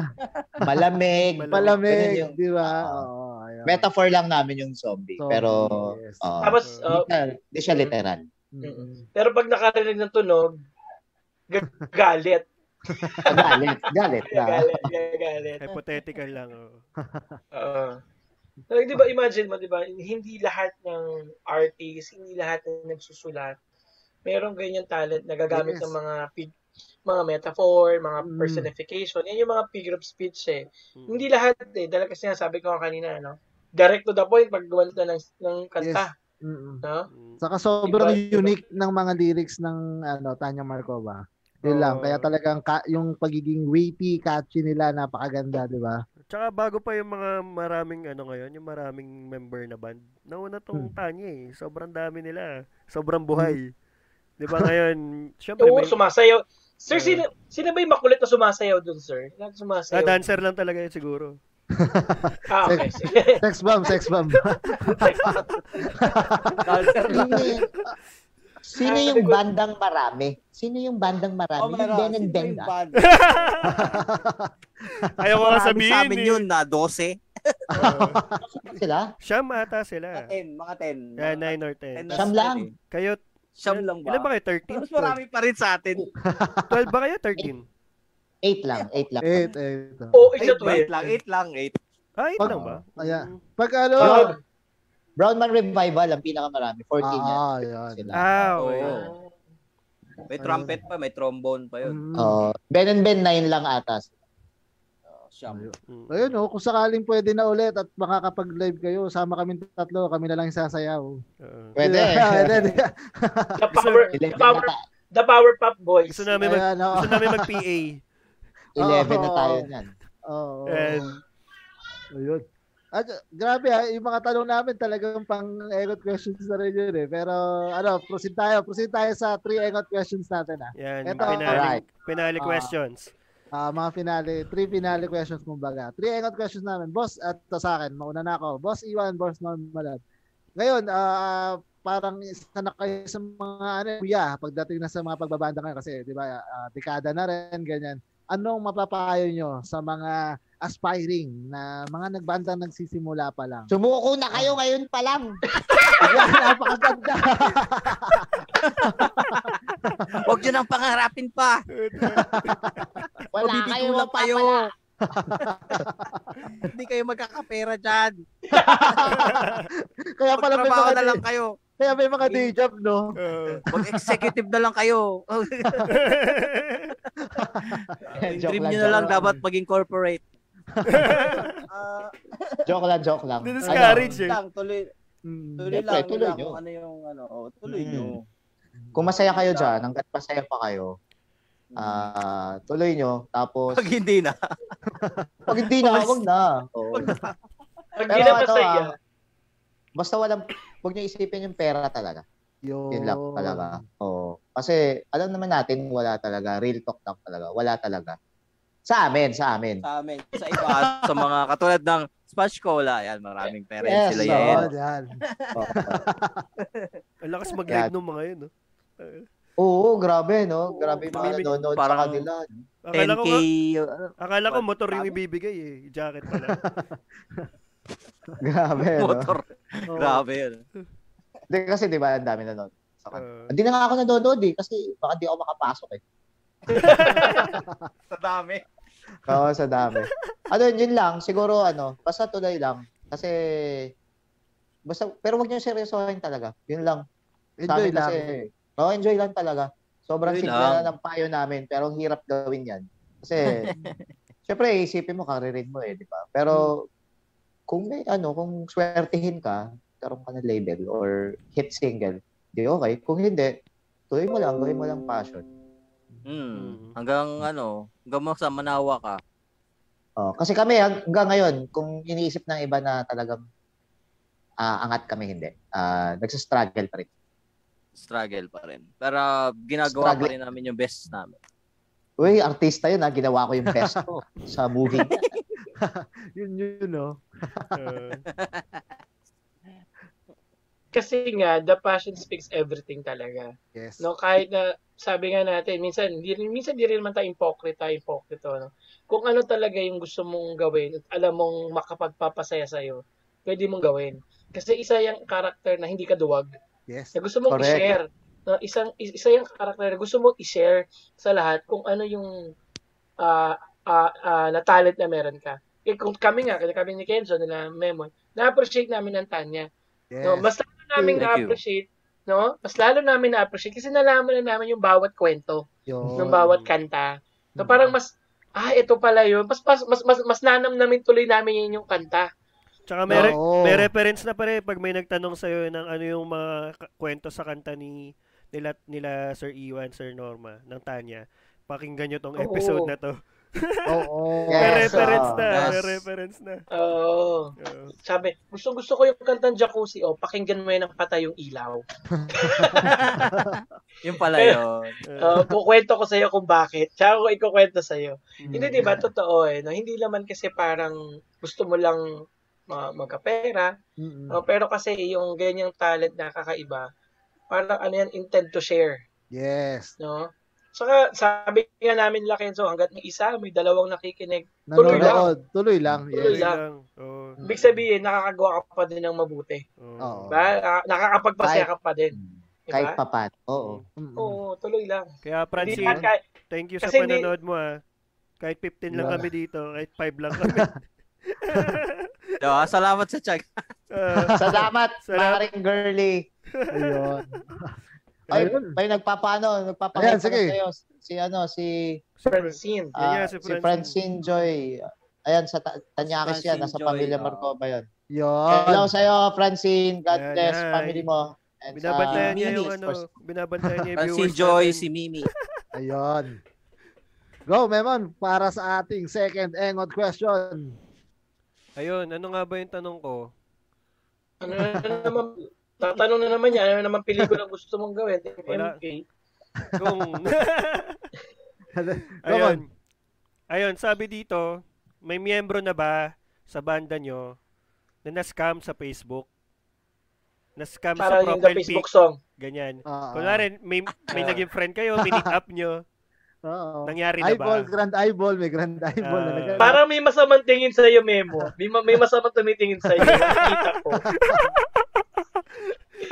Malamig. Ganun
Malamig.
yung-
Di ba?
Oo.
Oo. ayun.
Metaphor lang namin yung zombie.
Zombie,
Pero,
yes.
oo.
Tapos,
Oo.
uh,
Hindi siya- hindi siya literal.
Mm-mm.
Pero pag nakarinig ng tunog, gagalit.
Galit. Galit na.
Gagalit, gagalit.
Hypothetical lang. Oh.
Oo. Like, di ba, imagine mo, di ba, hindi lahat ng artist, hindi lahat ng nagsusulat, merong ganyan talent na
Yes.
gagamit ng mga fig- mga metaphor, mga
Mm.
personification. Yan yung mga figure of speech eh.
Mm.
Hindi lahat eh. Dahil kasi sabi ko nga kanina, no? Direct to the point pag gumanta ng, ng kanta.
Mm-mm.
No?
Mm.
Saka sobrang
Iba- iba-
unique ng mga lyrics ng ano Tanya Markova. Yun
Oo.
lang. Kaya talagang ka- yung pagiging witty, catchy nila, napakaganda, di ba?
Tsaka bago pa yung mga maraming ano ngayon, yung maraming member na band. Nauna
Hmm.
tong Tanya eh. Sobrang dami nila. ah. Sobrang buhay.
Hmm.
Di ba
*laughs*
ngayon, syempre
Oo,
may
sumasayaw.
Mm.
Sir,
Oo.
sino, sino ba yung makulit na sumasayaw dun, sir? Lahat
na
sumasayaw.
dancer lang talaga yun siguro.
Ah, okay.
*laughs*
Sige.
Sex bomb, sex bomb.
*laughs*
Dancer lang.
Sino yung- Sino yung bandang marami? Sino yung bandang marami?
Oh my
yung
God.
Ben and
Sino
Ben
yung
*laughs*
ba?
band?
Ayaw ko nga
Marami
sabihin
sa amin
eh.
yun na 12.
Oo.
Sino sila?
Siyam ata
Mga *laughs*
sila.
10, mga 10.
Yeah, 9 or
Ten
10.
na
Siyam
sila
lang.
eh.
Kayo,
Siyam lang ba?
ilan ba kayo? 13?
diba? Mas marami pa rin sa atin.
12 ba kayo? 13?
Eight lang. Eight lang.
Eight, eight. oh.
Oo, isa
Eight,
to
ba?
eh.
Eight lang, eight lang, eight.
Ah, eight
Pag-
lang ba?
Ayan.
Mm.
Pag ano,
Yun.
Brown Man Revival ang pinakamarami. 14 yan.
ah, yun.
Sila.
Ah, okay.
Oo. May trumpet pa, may trombone pa
Mm.
yun.
Oo. Ben and Ben 9 lang atas.
Oh, siyam.
Mm.
Ayun, oh, kung sakaling pwede na ulit at makakapag-live kayo, sama kami tatlo, kami na lang yung sasayaw.
Oo.
Pwede.
*laughs* Pwede.
The power, the
Eleven
power,
na, ta-
the power pop boys.
Gusto namin mag,
Ayan, oh.
gusto namin mag-PA.
11 na
Oo.
tayo niyan.
Oo.
And,
Ayun. At uh, grabe ha, yung mga tanong namin talagang pang engot questions na rin yun eh. Pero ano, proceed tayo. Proceed tayo sa three engot questions natin ah. ha.
yan,
Eto,
pinali,
alright.
pinali
Ah.
questions.
Ah, mga finale, three finale questions kumbaga. Three engot questions namin. Boss, at to sa akin, mauna na ako. Boss Iwan, Boss Normalad. Ngayon, ah, parang isa na kayo sa mga ano, kuya, pagdating na sa mga pagbabanda ngayon kasi, di ba, ah, dekada na rin, ganyan. Anong mapapayo nyo sa mga aspiring na mga nagbanda nagsisimula pa lang? *laughs*
Sumuko na kayo ngayon pa lang.
Yan, napakaganda.
Huwag nyo nang pangarapin pa.
Wala kayo
Mabibigulang kayo.
mapapala.
Hindi kayo magkakapera dyan.
Kaya pala may
Magtrabaho
mga,
na lang
day-
kayo.
kaya may mga day job, no?
Oo.
Mag-executive na lang kayo. Yung
*laughs* Joke
dream
lang,
nyo na lang
joke
dapat maging
*laughs*
corporate. Ah,
Joke lang, joke lang.
Didiscourage. Courage, eh.
lang, tuloy,
Mm.
tuloy
Siyempre,
lang
tuloy
nila
nyo.
kung ano yung ano. Oh, tuloy
Mm.
nyo.
Kung masaya kayo dyan, hanggat masaya pa kayo,
Mm.
ah tuloy nyo. Tapos,
*laughs*
Pag hindi na.
pag hindi na, wag na. Oo.
Pag di
Pero
na
ito,
masaya.
ah, basta walang, huwag nyo isipin yung pera talaga.
Yun.
Yun lang talaga. Oo. Kasi alam naman natin, wala talaga. Real talk lang talaga. Wala talaga. Sa amin, sa amin.
sa amin. Sa iba.
iba sa mga katulad ng Spatch Cola. Yan, maraming pera yun
Yes,
sila
no.
yan.
Yun, yan.
Oo.
Ang lakas mag-live
Yeah.
nung mga yun, no?
Oo, grabe, no? Grabe yung mga
mamimik-
nanonood
parang-
sa kanila. *laughs*
Akala ko,
10K.
nga-
uh,
akala ko motor yung
Bago?
ibibigay eh. Jacket pala.
Grabe, no?
Motor. Grabe yun.
Hindi, kasi di ba, ang dami nanonood sa kanila.
Ah.
Hindi na nga ako nanonood eh, kasi baka di ako makapasok eh.
*laughs* Sa dami.
Oo, sa dami. ano, yun, yun lang. Siguro, ano, basta tulay lang. Kasi, basta, pero wag niyo seryosohin talaga. Yun lang.
Enjoy
amin
lang.
oh, enjoy lang talaga. Sobrang
Enjoy
simple
lang.
na ng payo namin, pero ang hirap gawin yan. Kasi, syempre, isipin mo, karirin mo eh, di ba? Pero, kung may, ano, kung swertihin ka, karoon ka ng label or hit single, di okay. Kung hindi, tuloy mo lang, gawin mo lang passion.
Hmm. Hanggang ano, hanggang mo sa manawa ka.
Oh, kasi kami hanggang ngayon, kung iniisip ng iba na talagang ah, angat kami, hindi. Ah, nagsastruggle pa rin.
Struggle pa rin. Pero ginagawa pa
Struggle.
rin namin yung best namin.
Uy, artista yun ha, ginawa ko yung best ko sa movie.
Yun, yun, no?
Ah.
Kasi nga, the passion speaks everything talaga.
Yes.
No, kahit na sabi nga natin, minsan di rin minsan di rin man tayo ipokrita, ipokrito, no. Kung ano talaga yung gusto mong gawin at alam mong makapagpapasaya sa iyo, pwede mong gawin. Kasi isa yung karakter na hindi ka duwag,
Yes.
na gusto mong
Correct.
i-share. No, isang is- isa yung karakter na gusto mong i-share sa lahat kung ano yung ah ah, ah, na talent na meron ka. Eh, kung kami nga, kaya kami ni Kenzo, nila Memon, na-appreciate namin ang Tanya.
Yes.
No, mas lalo
Thank
namin
you.
na-appreciate, no? Mas lalo namin na-appreciate kasi nalaman na namin yung bawat kwento,
Yun.
ng bawat kanta. So parang mas ah, ito pala yun. Mas mas mas mas, mas nanam namin tuloy namin yun yung kanta.
Tsaka may, re-
Oo.
may reference na pare pag may nagtanong sa'yo ng ano yung mga k- kwento sa kanta ni nila, nila Sir Iwan, Sir Norma, ng Tanya. Pakinggan nyo tong
Oo. Ah,
episode na to.
Oo.
May
Yes,
reference
oo.
na, may
Yes.
reference na.
Oo.
Oo.
sabi, gusto gusto ko yung kantang Jacuzzi, oh, pakinggan mo yan ng patay yung ilaw.
Yung
*laughs*
pala yun.
Ah,
Uh, kukwento ko sa'yo kung bakit. Tsaka ko ikukwento sa'yo.
ah.
Mm.
Hindi, di ba? Totoo eh. No? Hindi naman kasi parang gusto mo lang uh, magkapera.
Mm-mm.
Uh, pero kasi yung ganyang talent na kakaiba, parang ano yan, intent to share.
Yes.
No? Saka sabi nga namin la Kenzo, hanggat may isa, may dalawang nakikinig. Tuloy lang.
Nanonood. Tuloy lang.
Tuloy
Yes.
lang.
Oo.
Ibig
Mm.
sabihin, nakakagawa ka pa din ng mabuti.
Oo.
Oo.
Diba? Nakaka- Nakakapagpasaya ka pa din.
Oh. Kahit
Diba?
papan. Oo.
Mm-mm.
Oo, tuloy lang.
Kaya
Hindi
Francine,
lahat kaya-
thank you sa
kasi hindi-
panonood mo ah. Kahit 15 lang
Yeah.
kami dito, kahit 5 lang kami.
Diba? Salamat sa check.
Ah,
Salamat,
*laughs* Salamat.
Maring Girly.
*laughs*
Ayun.
Ay,
Ayun.
may nagpapaano,
Ayan,
nagpapakita
sige.
sa'yo. Si ano, si,
super.
Francine.
Yan
ah,
yan, si
si
Francine.
Francine Joy. Ayan, sa Ta- Tanyakis yan,
Francine
nasa
Joy,
pamilya
oo.
Marcova yun.
Yun.
Hello sa'yo, Francine. God
Ayan,
bless,
hi.
family mo. And sa-
Binabantayan niya
Mimi,
yung
of
ano,
course.
binabantayan niya yung
Si
viewers
Joy,
natin.
si Mimi.
Ayun. Go, Memon, para sa ating second engot question.
Ayun, ano nga ba yung tanong ko?
Ano na naman, tatanong na naman niya, ano na naman pelikula gusto mong gawin? Diba?
Wala.
MK.
*laughs*
Kung...
Come on.
Ayun. Ayun, sabi dito, may miyembro na ba sa banda nyo na na-scam sa Facebook? Na-scam sa
Para yung the
profile
Facebook
pic,
song.
ganyan.
Oo.
Kunwari, may, may naging friend kayo, minute up
*laughs*
nyo,
Oo.
nangyari na
ah, Eyeball,
ba?
grand eyeball. May grand eyeball. na
Ah.
nagano.
Parang may masamang tingin sa iyo, Memo. May, ma- may masamang tumitingin sa iyo. Nakikita
*laughs*
ko.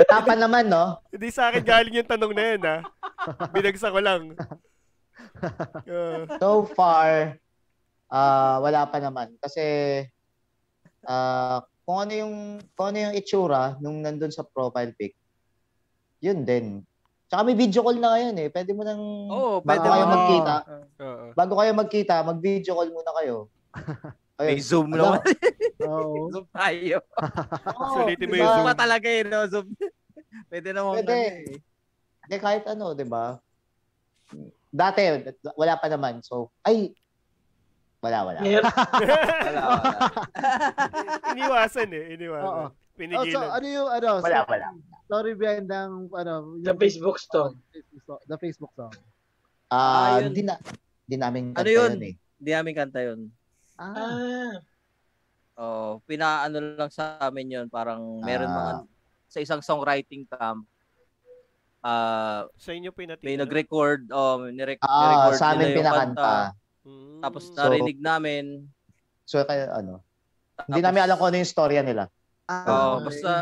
Tapan naman, no?
Hindi sa akin galing yung tanong na yan, ha? Binagsak ko
*laughs*
lang. Ah,
So far, ah wala pa naman. Kasi, ah kung ano yung kung ano yung itsura nung nandun sa profile pic, yun din. Tsaka may video call na ngayon eh. Pwede mo nang
Oo, Oh,
bago
pwede
kayo
mo.
magkita,
oo.
bago kayo magkita, mag-video call muna kayo.
*laughs* May Zoom
Ano?
naman.
Oo.
Zoom tayo.
Oo,
Sulitin mo
diba?
yung
eh, *laughs*
Zoom pa talaga yun, no? Zoom. Pwede namang
Pwede.
ano eh.
Hindi, kahit ano, di ba? Dati, wala pa naman. So, ay, wala, wala.
Meron.
Wala, wala.
Iniwasan eh, iniwasan.
Oo. Oh, so,
Pinigilan.
ano yung, ano,
Wala, wala.
story behind ng, ano,
Sa
yung-
Facebook Stone.
Facebook song- The Facebook song.
Ah,
Ah,
yun.
di na, di namin
Ano
kanta
yun?
yun eh.
Hindi namin kanta yun.
Ah,
Ah.
Oh, pinaano lang sa amin yun. Parang meron mga,
Ah.
sa isang songwriting camp, ah
Sa inyo pinatid.
may nag-record, oh, may nirec-
Ah,
nirecord
sa amin
nila yung
pinakanta.
kanta.
Mm.
Tapos
So-
narinig namin.
So, kaya ano,
Tapos,
hindi namin alam kung ano yung storya nila.
Oh,
okay.
basta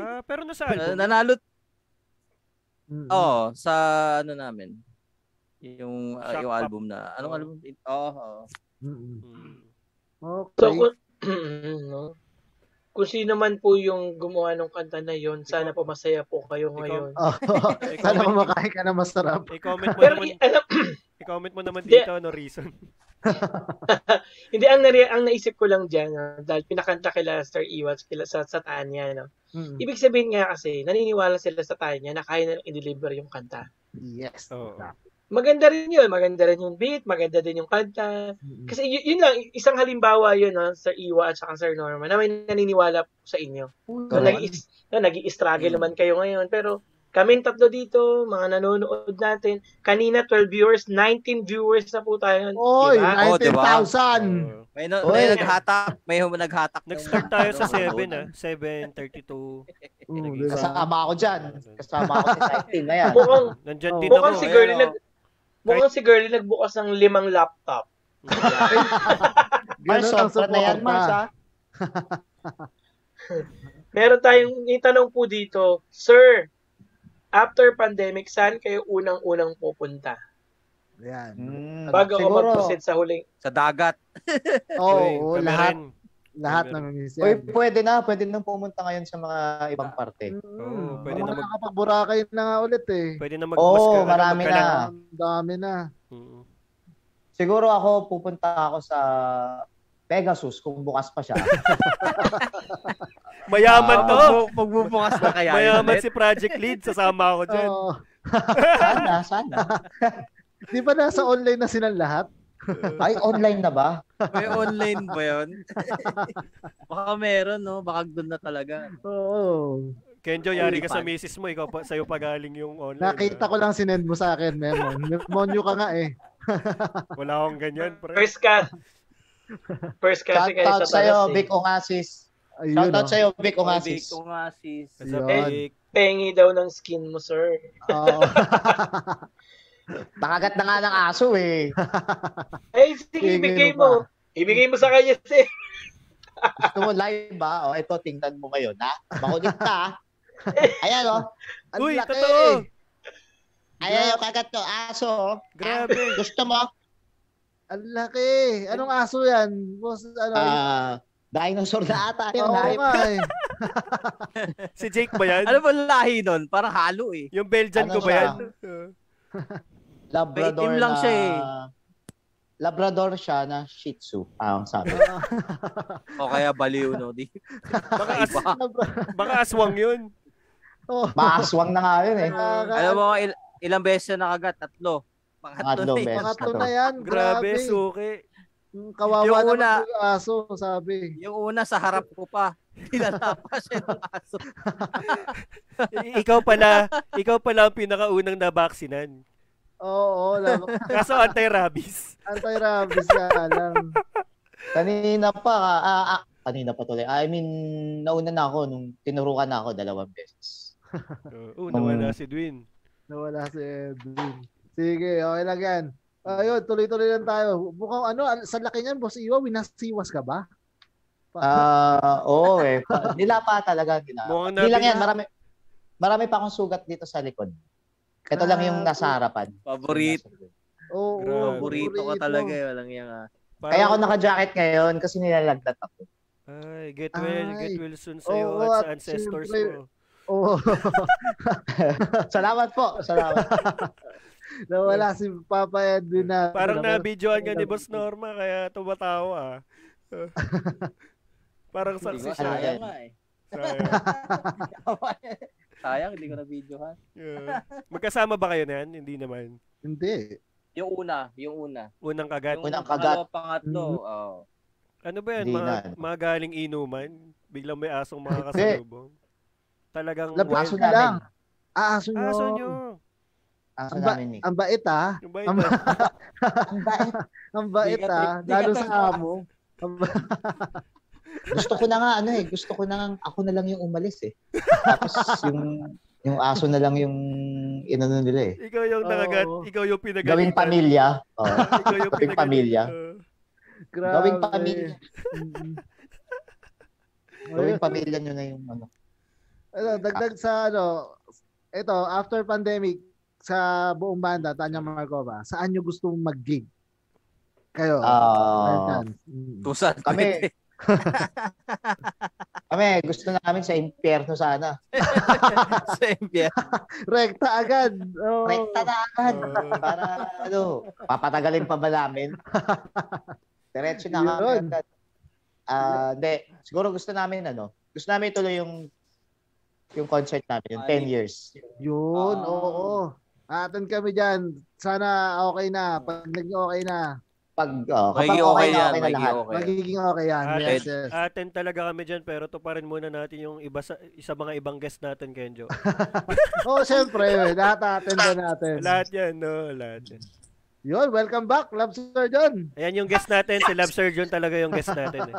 Ah, pero
*laughs*
nasa
uh,
album. Mm-hmm.
nanalo
Mm.
Oh, sa ano namin. Yung ah,
Shock
yung
Pop.
album na. Anong
Oo.
album? Oo. Oh,
Mm-mm.
Mm.
Okay.
So, kung, *clears throat* no? kung sino man po yung gumawa ng kanta na yon, sana po masaya po kayo ngayon.
Oh, *laughs*
Eh,
sana
comment-
kumakain ka na masarap.
I-comment mo
Pero
naman,
i- alam, *clears throat*
i-comment mo naman
Hindi.
dito ano reason.
hindi ang, nari- ang naisip ko lang dyan, no? dahil pinakanta kila Sir Iwas, kila sa, sa Tanya, no?
Mm.
Ibig sabihin nga kasi, naniniwala sila sa Tanya na kaya nilang i-deliver yung kanta.
Yes.
Oo.
Maganda rin yun, maganda rin yung beat, maganda din yung kanta,
Mm-mm.
Kasi y- yun lang, isang halimbawa yun, no, Sir Iwa at saka Sir Norman, na may naniniwala po sa inyo. So,
Correct. Mm.
nag no, nag-i-struggle naman kayo ngayon, pero kaming tatlo dito, mga nanonood natin, kanina 12 viewers, 19 viewers na po tayo.
Oy,
Diba?
Oh,
19,000!
diba?
Oo.
May, na-
Oy.
may naghatak, may hum- naghatak. ng-
Nag-start tayo sa
ano,
7
ano.
ah. 7.32.
Oo,
Naging-
diba?
Oh, Kasama ako dyan. Kasama ako
*laughs*
sa side team na yan.
*laughs*
Mukhang,
Nandyan
Oo.
din ako.
Oh.
eh.
mukhang si
ayan,
Girlie
oh.
nag, mukhang si Girlie nagbukas ng limang laptop.
Mars,
Ganun ang
software na yan,
suporta.
Mars,
ah.
ha?
Meron tayong itanong po dito, Sir, after pandemic, saan kayo unang-unang pupunta?
Yan.
Mm,
Bago ako
siguro.
mag-proceed sa huling
Sa dagat.
Uy,
Oo, oh,
kami
lahat,
rin.
lahat
Kami rin.
namimiss
Uy,
yan.
pwede na. Pwede nang pumunta ngayon sa mga ibang parte.
Oo,
Mm.
pwede
Mga
na mag-
nakakapag-Boracay na nga ulit eh.
Pwede na mag
Oo,
ano,
marami
magkalat.
na.
Ang dami na.
Mm.
Siguro ako, pupunta ako sa Pegasus kung bukas pa
*laughs*
siya.
Mayaman
Ah.
to.
Magbubukas na kaya yun
Mayaman
ulit.
si Project Lead. Sasama ako
*laughs*
dyan.
Oo.
sana, sana.
*laughs* Di ba nasa online na silang lahat?
Ay, online na ba?
May online ba yun? *laughs* Baka meron, no? Baka doon na talaga.
Oo.
Kenjo, yari
Only
ka sa
fans.
misis mo. Ikaw pa, sa'yo pa galing yung online.
Nakita
ah.
ko lang sinend mo sa akin, Memon. Memonyo ka nga eh.
Wala akong ganyan, pre.
First
*laughs*
ka. First ka
Shout
kasi kayo sa
out
talas
sa'yo,
eh.
Vic Ongasis.
Ayun,
Shout out
oh.
sa'yo, Vic
Oy, Vic,
Ongasis.
kung nga sis.
What's up,
Yun.
Vic?
Pengi daw ng skin mo, sir.
Oo.
Nakagat na nga ng aso eh.
Ay, sige,
Pengi
ibigay
mo pa.
mo. Ibigay mo sa kanya, sir.
Gusto mo live ba? O, ito, tingnan mo ngayon, ha? Makulit ka, ha? Ayan, o. Ang
*laughs* Uy,
laki.
totoo.
Ayan, yung kagat to. Aso, o.
Grabe.
Gusto mo?
Ang laki. Anong aso yan? Boss, ano?
Ah, dinosaur na ata yun,
Oo
ha?
nga eh.
Si Jake ba yan?
Ano ba lahi nun? Parang halo eh.
Yung Belgian
Ano
ko ba yan?
Labrador
May itim lang
na...
siya, eh.
Labrador siya na Shih Tzu. Ah, ang sabi.
O kaya baliw, no? Di.
Baka, as,
Iba.
baka aswang yun.
Oo.
Maaswang na nga yun eh.
Alam mo, il- ilang beses na nakagat? Tatlo.
Tatlo
Pangatlo na eh.
beses.
Pangatlo na yan.
Grabe,
Grabe.
suki.
Mm, Kawawa
Yung
yung
una.
naman yung aso, sabi.
Yung una, sa harap ko pa. *laughs* Tinatapas siya ng aso.
I- ikaw pala, ikaw pala ang pinakaunang nabaksinan.
Oo, oo. lab-
Kaso anti-rabies.
Anti-rabies ka alam.
Kanina pa, ah, ah, ah, kanina pa tuloy. I mean, nauna na ako nung tinurukan na ako dalawang beses.
Oo, nawala si Dwin.
Nawala si Edwin. Sige, okay lang yan. Ayun, tuloy-tuloy lang tayo. Mukhang ano, al- sa laki niyan, boss Iwa, winasiwas ka ba? Pa-
Ah, oo eh. Pa- Nila pa talaga nila.
Mukhang
Hindi lang
nabila-
yan, marami marami pa akong sugat dito sa likod. Ito lang yung
Grabe.
nasa harapan.
Paborito.
Oo,
Grabe.
oo,
Paborito ka talaga eh. Walang yang ah.
Kaya ako naka-jacket ngayon kasi nilalagnat ako.
Ay, get well, get
Ay.
well soon sa'yo
Oo,
at sa
at
ancestors
syempre-
mo.
Oo,
Salamat po. *laughs* Salamat.
nawala si Papa Edwin na. Ano
Parang
Nawala-
nabidyoan ka ni Boss Norma, kaya tumatawa. ah. Parang saksi
Hindi ko
siya.
Ano
sayang
yan?
nga eh.
Sayang.
Sayang, hindi ko na videohan.
Yeah. Magkasama ba kayo na yan? Hindi naman.
Hindi.
Yung una, yung una.
Unang kagat.
Yung
Unang
pangalawa, pangatlo,
Mm-hmm.
oo.
Ano ba yan?
Hindi
Mga,
na, ano.
mga galing inuman? Biglang may asong makakasalubong? Talagang
Labaso
wild.
na lang. Aaso nyo.
Aso nyo.
Aso
Ang, ba-
namin, Nick.
ang bait ah.
Yung ba
Ang
yun?
Ang bait.
Ang bait
Di ka-
ah.
di ka
Lalo
talaga.
sa amo. Ang ba-
Gusto ko na nga, ano eh, gusto ko na nga, ako na lang yung umalis eh. Tapos yung, yung aso na lang yung inano nila eh.
Ikaw yung nakagat.
Oo.
Ikaw yung pinagalitan.
Gawing pamilya. Oh.
Ikaw yung
Gawing
pinagalitan.
pamilya.
Oo.
Grabe.
Gawing pamilya.
Mm.
Gawing pamilya nyo na yung ano.
Ano, dagdag
ah.
sa ano, ito, after pandemic, sa buong banda, Tanya Markova, saan nyo gusto mag-gig? Kayo.
Ah,
Welcome. Mm.
Tusan. *laughs*
kami. kami, gusto namin sa impyerno sana.
Same yan.
Rekta agad. Oh.
Rekta na agad. Para, ano, papatagalin pa ba namin?
*laughs*
Diretso na kami
Yun.
agad. Ah, hindi. Siguro gusto namin, ano, gusto namin tuloy yung yung concert namin, yung 10 years.
Yun,
Ah.
oo. Aatan kami dyan. Sana okay na. Pag naging okay na,
Pag, oh, kapag
Magiging okay
okay, na,
yan.
okay na
Magiging
lahat.
okay.
magiging okay yan.
Ah,
yes,
Ted.
yes.
Atin talaga kami dyan, pero tuparin muna natin yung iba sa, isa mga ibang guest natin, Kenjo.
Oo, oh, syempre. Lahat aatan din natin.
lahat yan, no? Lahat yan.
Yun, welcome back, Love Sir John.
Ayan yung guest natin. Si Love Surgeon talaga yung guest natin.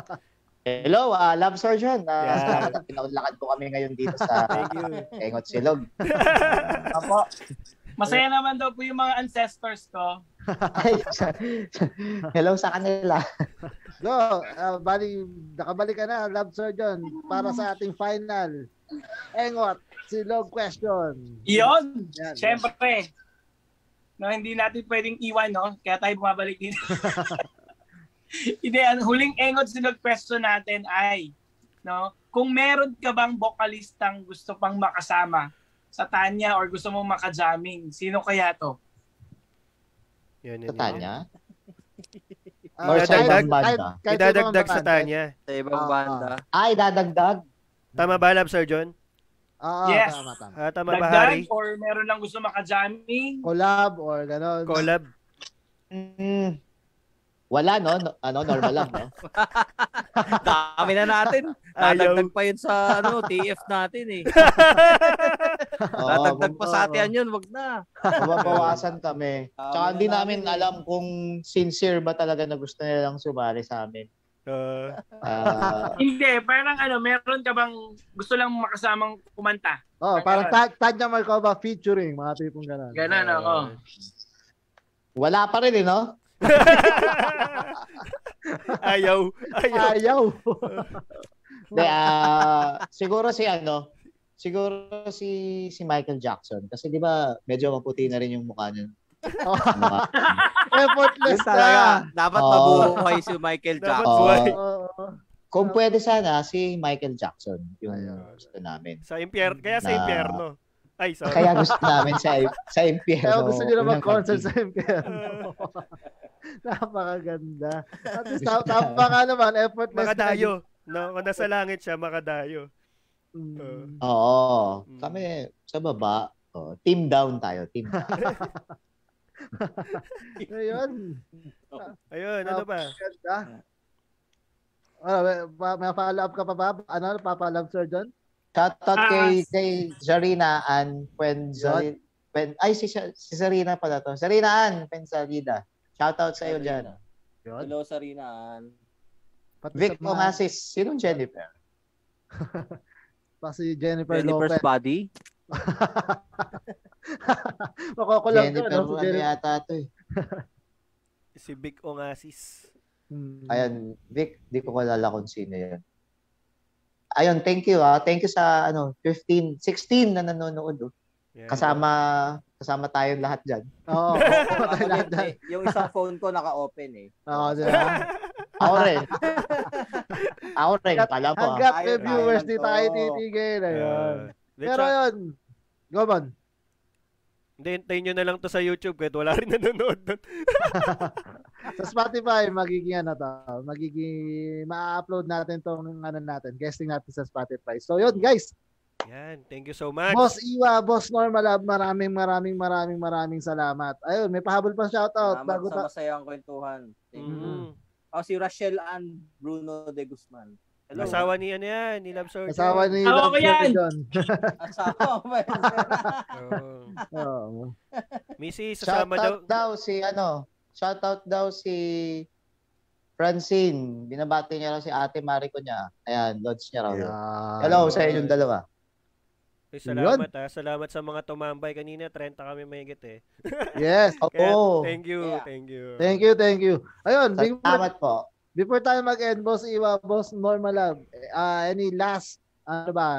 Eh.
Hello, ah, Love Surgeon. Uh,
Yeah.
Salamat *laughs* at pinaunlakan po kami ngayon dito
*laughs*
sa
Thank you.
Engot Silog. *laughs* Apo.
Masaya naman daw po yung mga ancestors ko.
Ay, *laughs* Hello sa kanila.
Go, ah, bali, nakabalik ka na, Love Sir John, para sa ating final. Engot, silog question.
Iyon!
Yan.
Siyempre. No, hindi natin pwedeng iwan, no? Kaya tayo bumabalik dito. *laughs* hindi, ang huling engod sinog question natin ay, no? Kung meron ka bang vocalistang gusto pang makasama sa Tanya or gusto mong makajamming, sino kaya to?
Yan, yan,
Sa
yan.
Tanya.
Ah,
Or sa
kahit-
idadagdag-
ibang banda.
kahit- kahit
Idadagdag
ibang
sa
band,
Tanya.
Sa ibang
Ah.
banda.
Ay, dadagdag.
Tama ba, Love Surgeon?
kahit- Oo,
Yes.
tama, tama.
Ah, tama ba, Harry?
Dagdag or meron lang gusto makajamming?
Collab or gano'n.
Collab.
Mm, wala, no? No- Ano, normal lang, no?
Dami na
*laughs*
natin. Dadagdag pa yun sa ano, TF natin eh.
Oo,
Dadagdag
bum-
pa sa atin yun, wag na.
mababawasan
*laughs*
kami.
Ah,
Tama
Tsaka
na
hindi namin
namin eh.
alam kung sincere ba talaga na gusto nilang sumali sa amin.
Uh,
Ah,
Hindi, parang ano, meron ka bang gusto lang makasamang kumanta?
Oh, parang ta- Tanya Markova featuring, mga tipong gano'n.
Ganun, oo.
wala pa rin, eh, no?
*laughs* ayaw. Ayaw.
Ayaw.
Hindi, ah, siguro si ano, siguro si si Michael Jackson. Kasi di ba, medyo maputi na rin yung mukha niya. Mukha.
*laughs*
Yun
Effortless na.
talaga. Dapat
Oo.
mabuhay si Michael
Dapat
Jackson.
Oo.
buhay.
Oo.
Kung pwede sana, si Michael Jackson yung
Ayun.
gusto namin.
Sa impyerno. Kaya sa
Na-
impyerno. Ay, sorry.
Kaya gusto namin sa sa
Kaya
impyerno.
gusto nyo na
unang
mag-concert
kanta.
sa
Ah.
MPM. *laughs* Napakaganda. At least tama, tama ka naman, effortless. na.
makadayo. No, kung nasa langit siya, Oh. makadayo.
Mm.
Oo.
Mm.
Kami sa baba, oh, team down tayo, team. down.
Ayun.
Ayun, ano ba?
Ganda. Ah, may, pa- may follow up ka pa ba? Ano, papalab Sir John?
Shoutout
Ah.
kay kay Zarina and Pwenzalida. Pwen, ay si Sha- si Zarina pala to. Zarina Ann Pwenzalida. Shoutout sa iyo diyan.
Yun.
Hello, Sarinaan.
Pati sa
Vic
mga-
Ongasis, sino Jennifer?
pa si Jennifer,
Jennifer's
Lopez.
body.
Makukulab ka,
Jennifer,
no? Si
ano
Jennifer.
yata to eh.
Si Big Ongasis.
Mm.
Ayan, Vic, di ko kalala kung sino yun. Ayun, thank you ah. Thank you sa ano, 15, 16 na nanonood. oh.
Yan.
Kasama kasama tayong lahat diyan.
Oo.
Ako
Patay lahat
din,
dyan.
eh, yung isang phone ko naka-open eh.
*laughs* Oo, di
*laughs*
ba?
Ako rin. Ako rin, pala mo. ah.
Hanggat
Ayaw
may
tayo
viewers,
lang
di
to.
tayo titigil. Ayun.
Ah, di,
Pero
tsaka-
yun, Goban.
Hindi, hintayin nyo na lang to sa YouTube kahit wala rin *laughs* nanonood. nun.
Sa Spotify, magiging ano to, magiging, ma-upload natin tong ano natin, guesting natin sa Spotify. So yun guys,
Yan. Thank you so much.
Boss Iwa, Boss Normal Lab, maraming maraming maraming maraming salamat. Ayun, may pahabol pa shoutout
Salamat
bago
sa
ta-
masayang kwentuhan. Thank
Mm.
you. Oh, si Rachel Ann Bruno de Guzman. Hello.
Asawa ni ano yan, ni Love Soldier.
Asawa ni
Asawa
Love
ko yan.
Shorty John.
Asawa.
*laughs*
Oo.
Oo.
Oh.
*laughs*
Missy,
Shout
sasama daw.
out daw si ano, shout out daw si Francine. Binabati niya raw si Ate Mariko niya. Ayan, lodge niya raw.
Ayan.
Hello sa inyong dalawa.
Uy, salamat ah. Salamat sa mga tumambay kanina. 30 kami mahigit eh.
Yes.
Kaya,
Oo.
thank you.
Kaya.
Thank you.
Thank you, thank you. Ayun,
eh,
before,
Salamat po.
before tayo mag-end, Boss Iwa, Boss Normal Lab, ah, any last, ano ba,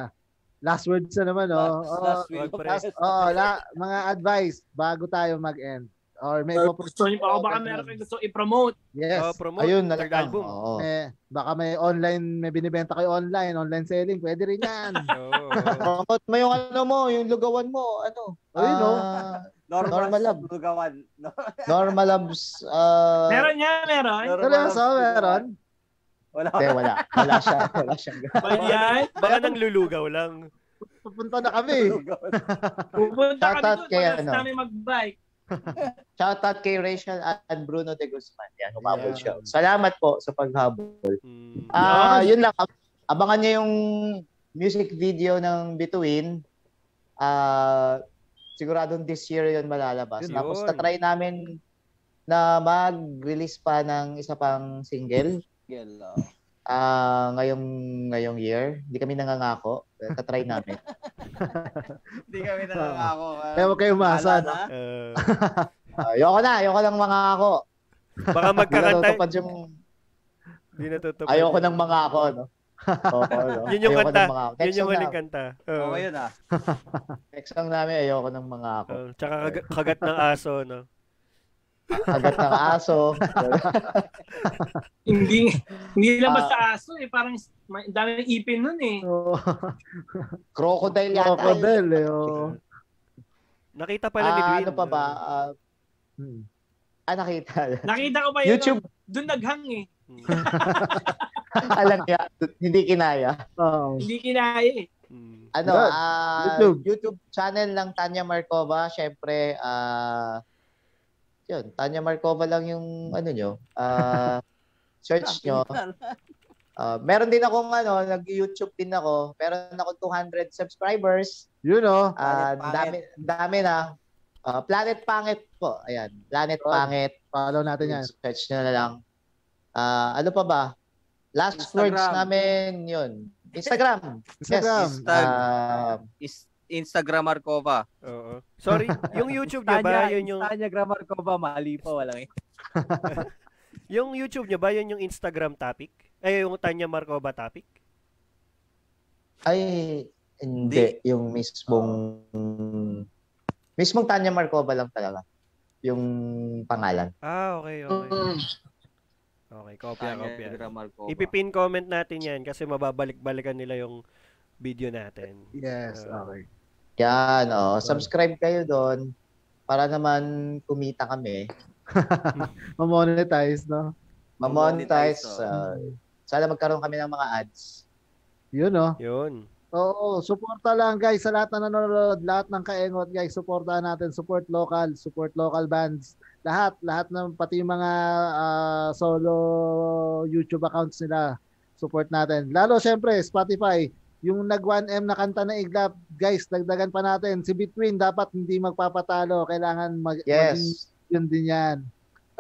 last words na naman, oh.
Last-
Oo,
last will
Wag
of
pre.
us.
oo, la, mga advice bago tayo mag-end. Or may
Uh,
ipopromote
gusto niyo pa ako baka
ka
meron
naman.
kayo gusto i-promote.
Yes.
Oh, promote.
Ayun na
third
lang.
album.
Oo.
Eh, baka may online, may binibenta kayo online, online selling, pwede rin
*laughs*
yan.
Oo.
*laughs*
Promote mo yung ano mo, yung lugawan mo, ano.
Ayun, no?
Ah,
Normal,
Normal lab.
Lugawan. No,
Normal Labs.
Ah.
Uh,
Meron niya, meron.
Seryoso, meron?
Wala.
Hindi, wala. Wala siya. *laughs* Wala siya.
Ba yan?
Baka nang lulugaw lang.
Pupunta na kami. *laughs*
Lugawan.
Pupunta
Shout
kami
out
doon.
kay
Kaya,
ano.
namin mag-bike.
Shout out kay Rachel and Bruno de Guzman. Yan, humabol
Yeah.
siya. Salamat po sa paghabol.
Mm.
Ah, yun lang. Ab- Abangan niyo yung music video ng Between. Ah, siguradong this year yun malalabas.
Yun.
Tapos na-try namin na mag-release pa ng isa pang single
Girl, oh.
ah ngayong ngayong year. Hindi kami nangangako. Tatry
*laughs*
namin.
Hindi kami nangangako. Ah,
Eh, huwag Oh. kayo umasa,
bahala na.
Ah,
Ah, ayoko na. Ayoko lang mangako.
baka
*laughs* Hindi na
magkakanta.
natutupad yung...
Hindi natutupad.
Ayoko ng mangako,
*laughs*
no? Oo, no?
Yun yung
ayoko
kanta.
ng mangako. Next
Yun yung
song
huling
namin.
kanta. Oo.
Oo, yun ah.
Next song namin, ayoko ng mangako.
Oo, tsaka kag- kagat ng aso, no?
Agad ng
*laughs*
aso.
Hindi, hindi lang
Ah.
basta aso eh. Parang may- daming ipin nun eh.
*laughs* Oo.
Crocodile yata.
Crocodile, eh, oo.
Nakita pala ni
Ah,
Dwayne.
ano pa ba? Ah,
Hmm.
ah, nakita.
Nakita ko pa yun.
YouTube,
Doon naghang eh.
Mm.
alam niya, hindi kinaya.
Oo.
Hindi kinaya eh.
Mm.
Ano,
Yan.
ah,
YouTube.
YouTube. channel lang Tanya Markova. Siyempre, ah, yun, Tanya Markova lang yung, ano nyo, ah, search nyo. Ah, meron din akong, ano, nag-YouTube din ako. Meron ako 200 subscribers.
Yun, oh.
Ah,
Planet Pangit.
dami, dami na. Ah, Planet Pangit po. Ayan. Planet
Oh,
Pangit.
Follow natin yan.
Search nyo na lang. Ah, ano pa ba? Last words
Instagram.
namin yun. Instagram.
Instagram.
Yes. Ah,
*laughs* Is- Instagram Markova.
Oo. Sorry, yung YouTube niya ba, yun yung,
Tanya Gramarkova, mali pa, walang eh.
yung YouTube niya ba, yun yung Instagram topic? Eh, yung Tanya Markova topic?
ay, hindi. Yung mismong, mismong Tanya Markova lang talaga. Yung pangalan.
Ah, okay, okay.
Mm.
Okay, kopya, kopya.
Tanya Gramarkova.
Ipipin comment natin yan kasi mababalik-balikan nila yung video natin.
Yes, okay.
Yan, oh. Subscribe kayo doon para naman kumita kami.
Mamonetize, no? Uh,
Mamonetize,
Mamonetize. ah, sana magkaroon kami ng mga ads.
Yun, oh.
Yun.
Oo, suporta lang guys sa lahat na nanonood, lahat ng kaengot guys, suportahan natin, support local, support local bands, lahat, lahat ng pati yung mga ah, solo YouTube accounts nila, support natin. Lalo syempre Spotify, yung nag 1M na kanta na iglap, guys, dagdagan pa natin. Si Between dapat hindi magpapatalo, kailangan mag maging
Yes.
yun din yan.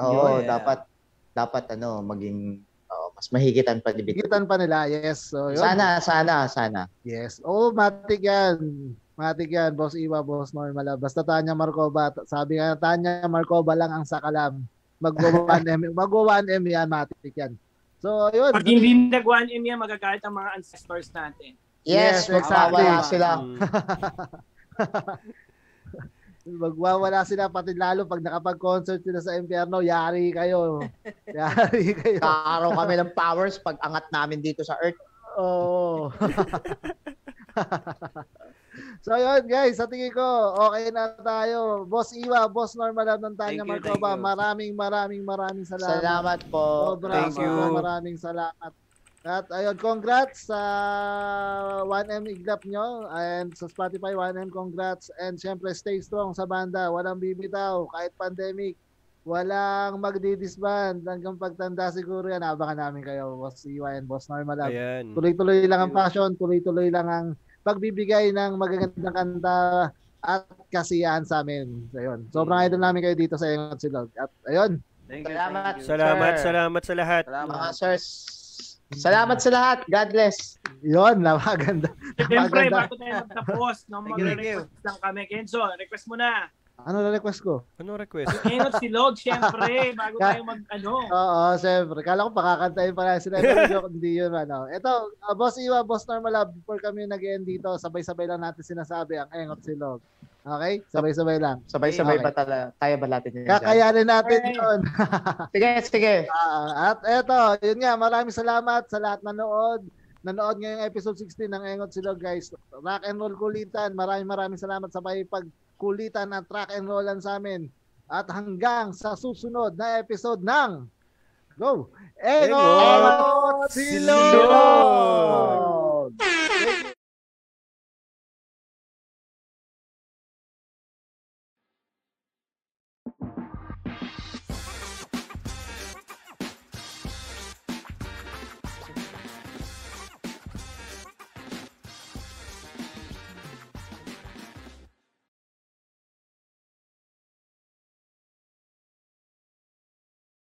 Oo,
Yun.
dapat dapat ano, maging oo, mas mahigitan pa dibit.
Gitan pa nila, yes. So, yun.
Sana, sana, sana.
Yes. Oh, matik yan. Matik yan, Boss Iwa, Boss Normal. Basta Tanya Markova. t- Sabi nga, Tanya Markova lang ang sakalam. Mag-1M.
*laughs*
Mag-1M yan, matik yan. So, yun.
Pag hindi nag-1M yan, magagalit ang mga ancestors natin.
Yes,
Yes, exactly.
magpapawala sila.
Mm.
Magwawala sila, pati lalo pag nakapag-concert sila sa impyerno, yari
*laughs*
kayo. yari kayo.
Kakaroon kami ng powers pag angat namin dito sa Earth.
*laughs*
Oo. so yun guys, sa tingin ko, okay na tayo. Boss Iwa, Boss Normal at ng Tanya
Thank you,
Marcova,
thank you.
maraming maraming maraming salamat.
Salamat po.
Sobra,
Thank you.
sobra, Maraming salamat. At ayun, congrats sa 1M Iglap nyo and sa Spotify 1M congrats and syempre stay strong sa banda. Walang bibitaw kahit pandemic. Walang magdi-disband hanggang pagtanda siguro yan. Abangan namin kayo, Boss Iwa and Boss Normal. Lab.
Ayan.
*laughs*
Tuloy-tuloy lang ang passion, tuloy-tuloy lang ang pagbibigay ng magagandang kanta at kasiyahan sa amin. So, Ayun. Sobrang idol namin kayo dito sa Ingot Silog. At ayun,
Thank you.
Salamat.
thank you.
Salamat,
sir.
salamat sa lahat.
Mga
Salamat.
sirs, salamat sa lahat. God bless.
yun, napaganda.
Siyempre,
Napaganda.
bago tayo magtapos, no,
Thank you, thank you.
magre-request lang kami. Kenzo, request mo na.
Ano na request ko?
Ano request?
Ingot si Log, siyempre, bago tayo mag, ano.
Oo, syempre. Kala ko pakakantayin pa lang sila. *laughs* Pero joke, hindi yun. Ano. Ito, ah, Boss Iwa, Boss Normal Lab, before kami nag-end dito, sabay-sabay lang natin sinasabi ang Engot Silog. Okay? Sabay-sabay lang.
Sabay-sabay
Okay.
ba tala, kaya ba natin yun? Jack?
Kakayanin natin
Okay.
yun.
Sige, sige.
Ah, at eto, yun nga, maraming salamat sa lahat nanood. Nanood ngayong episode 16 ng Engot Silog, guys. Rock and roll kulitan. Maraming maraming salamat sa pagkulitan at rock and rollan sa amin. At hanggang sa susunod na episode ng Go! Engot
Engot
Silog!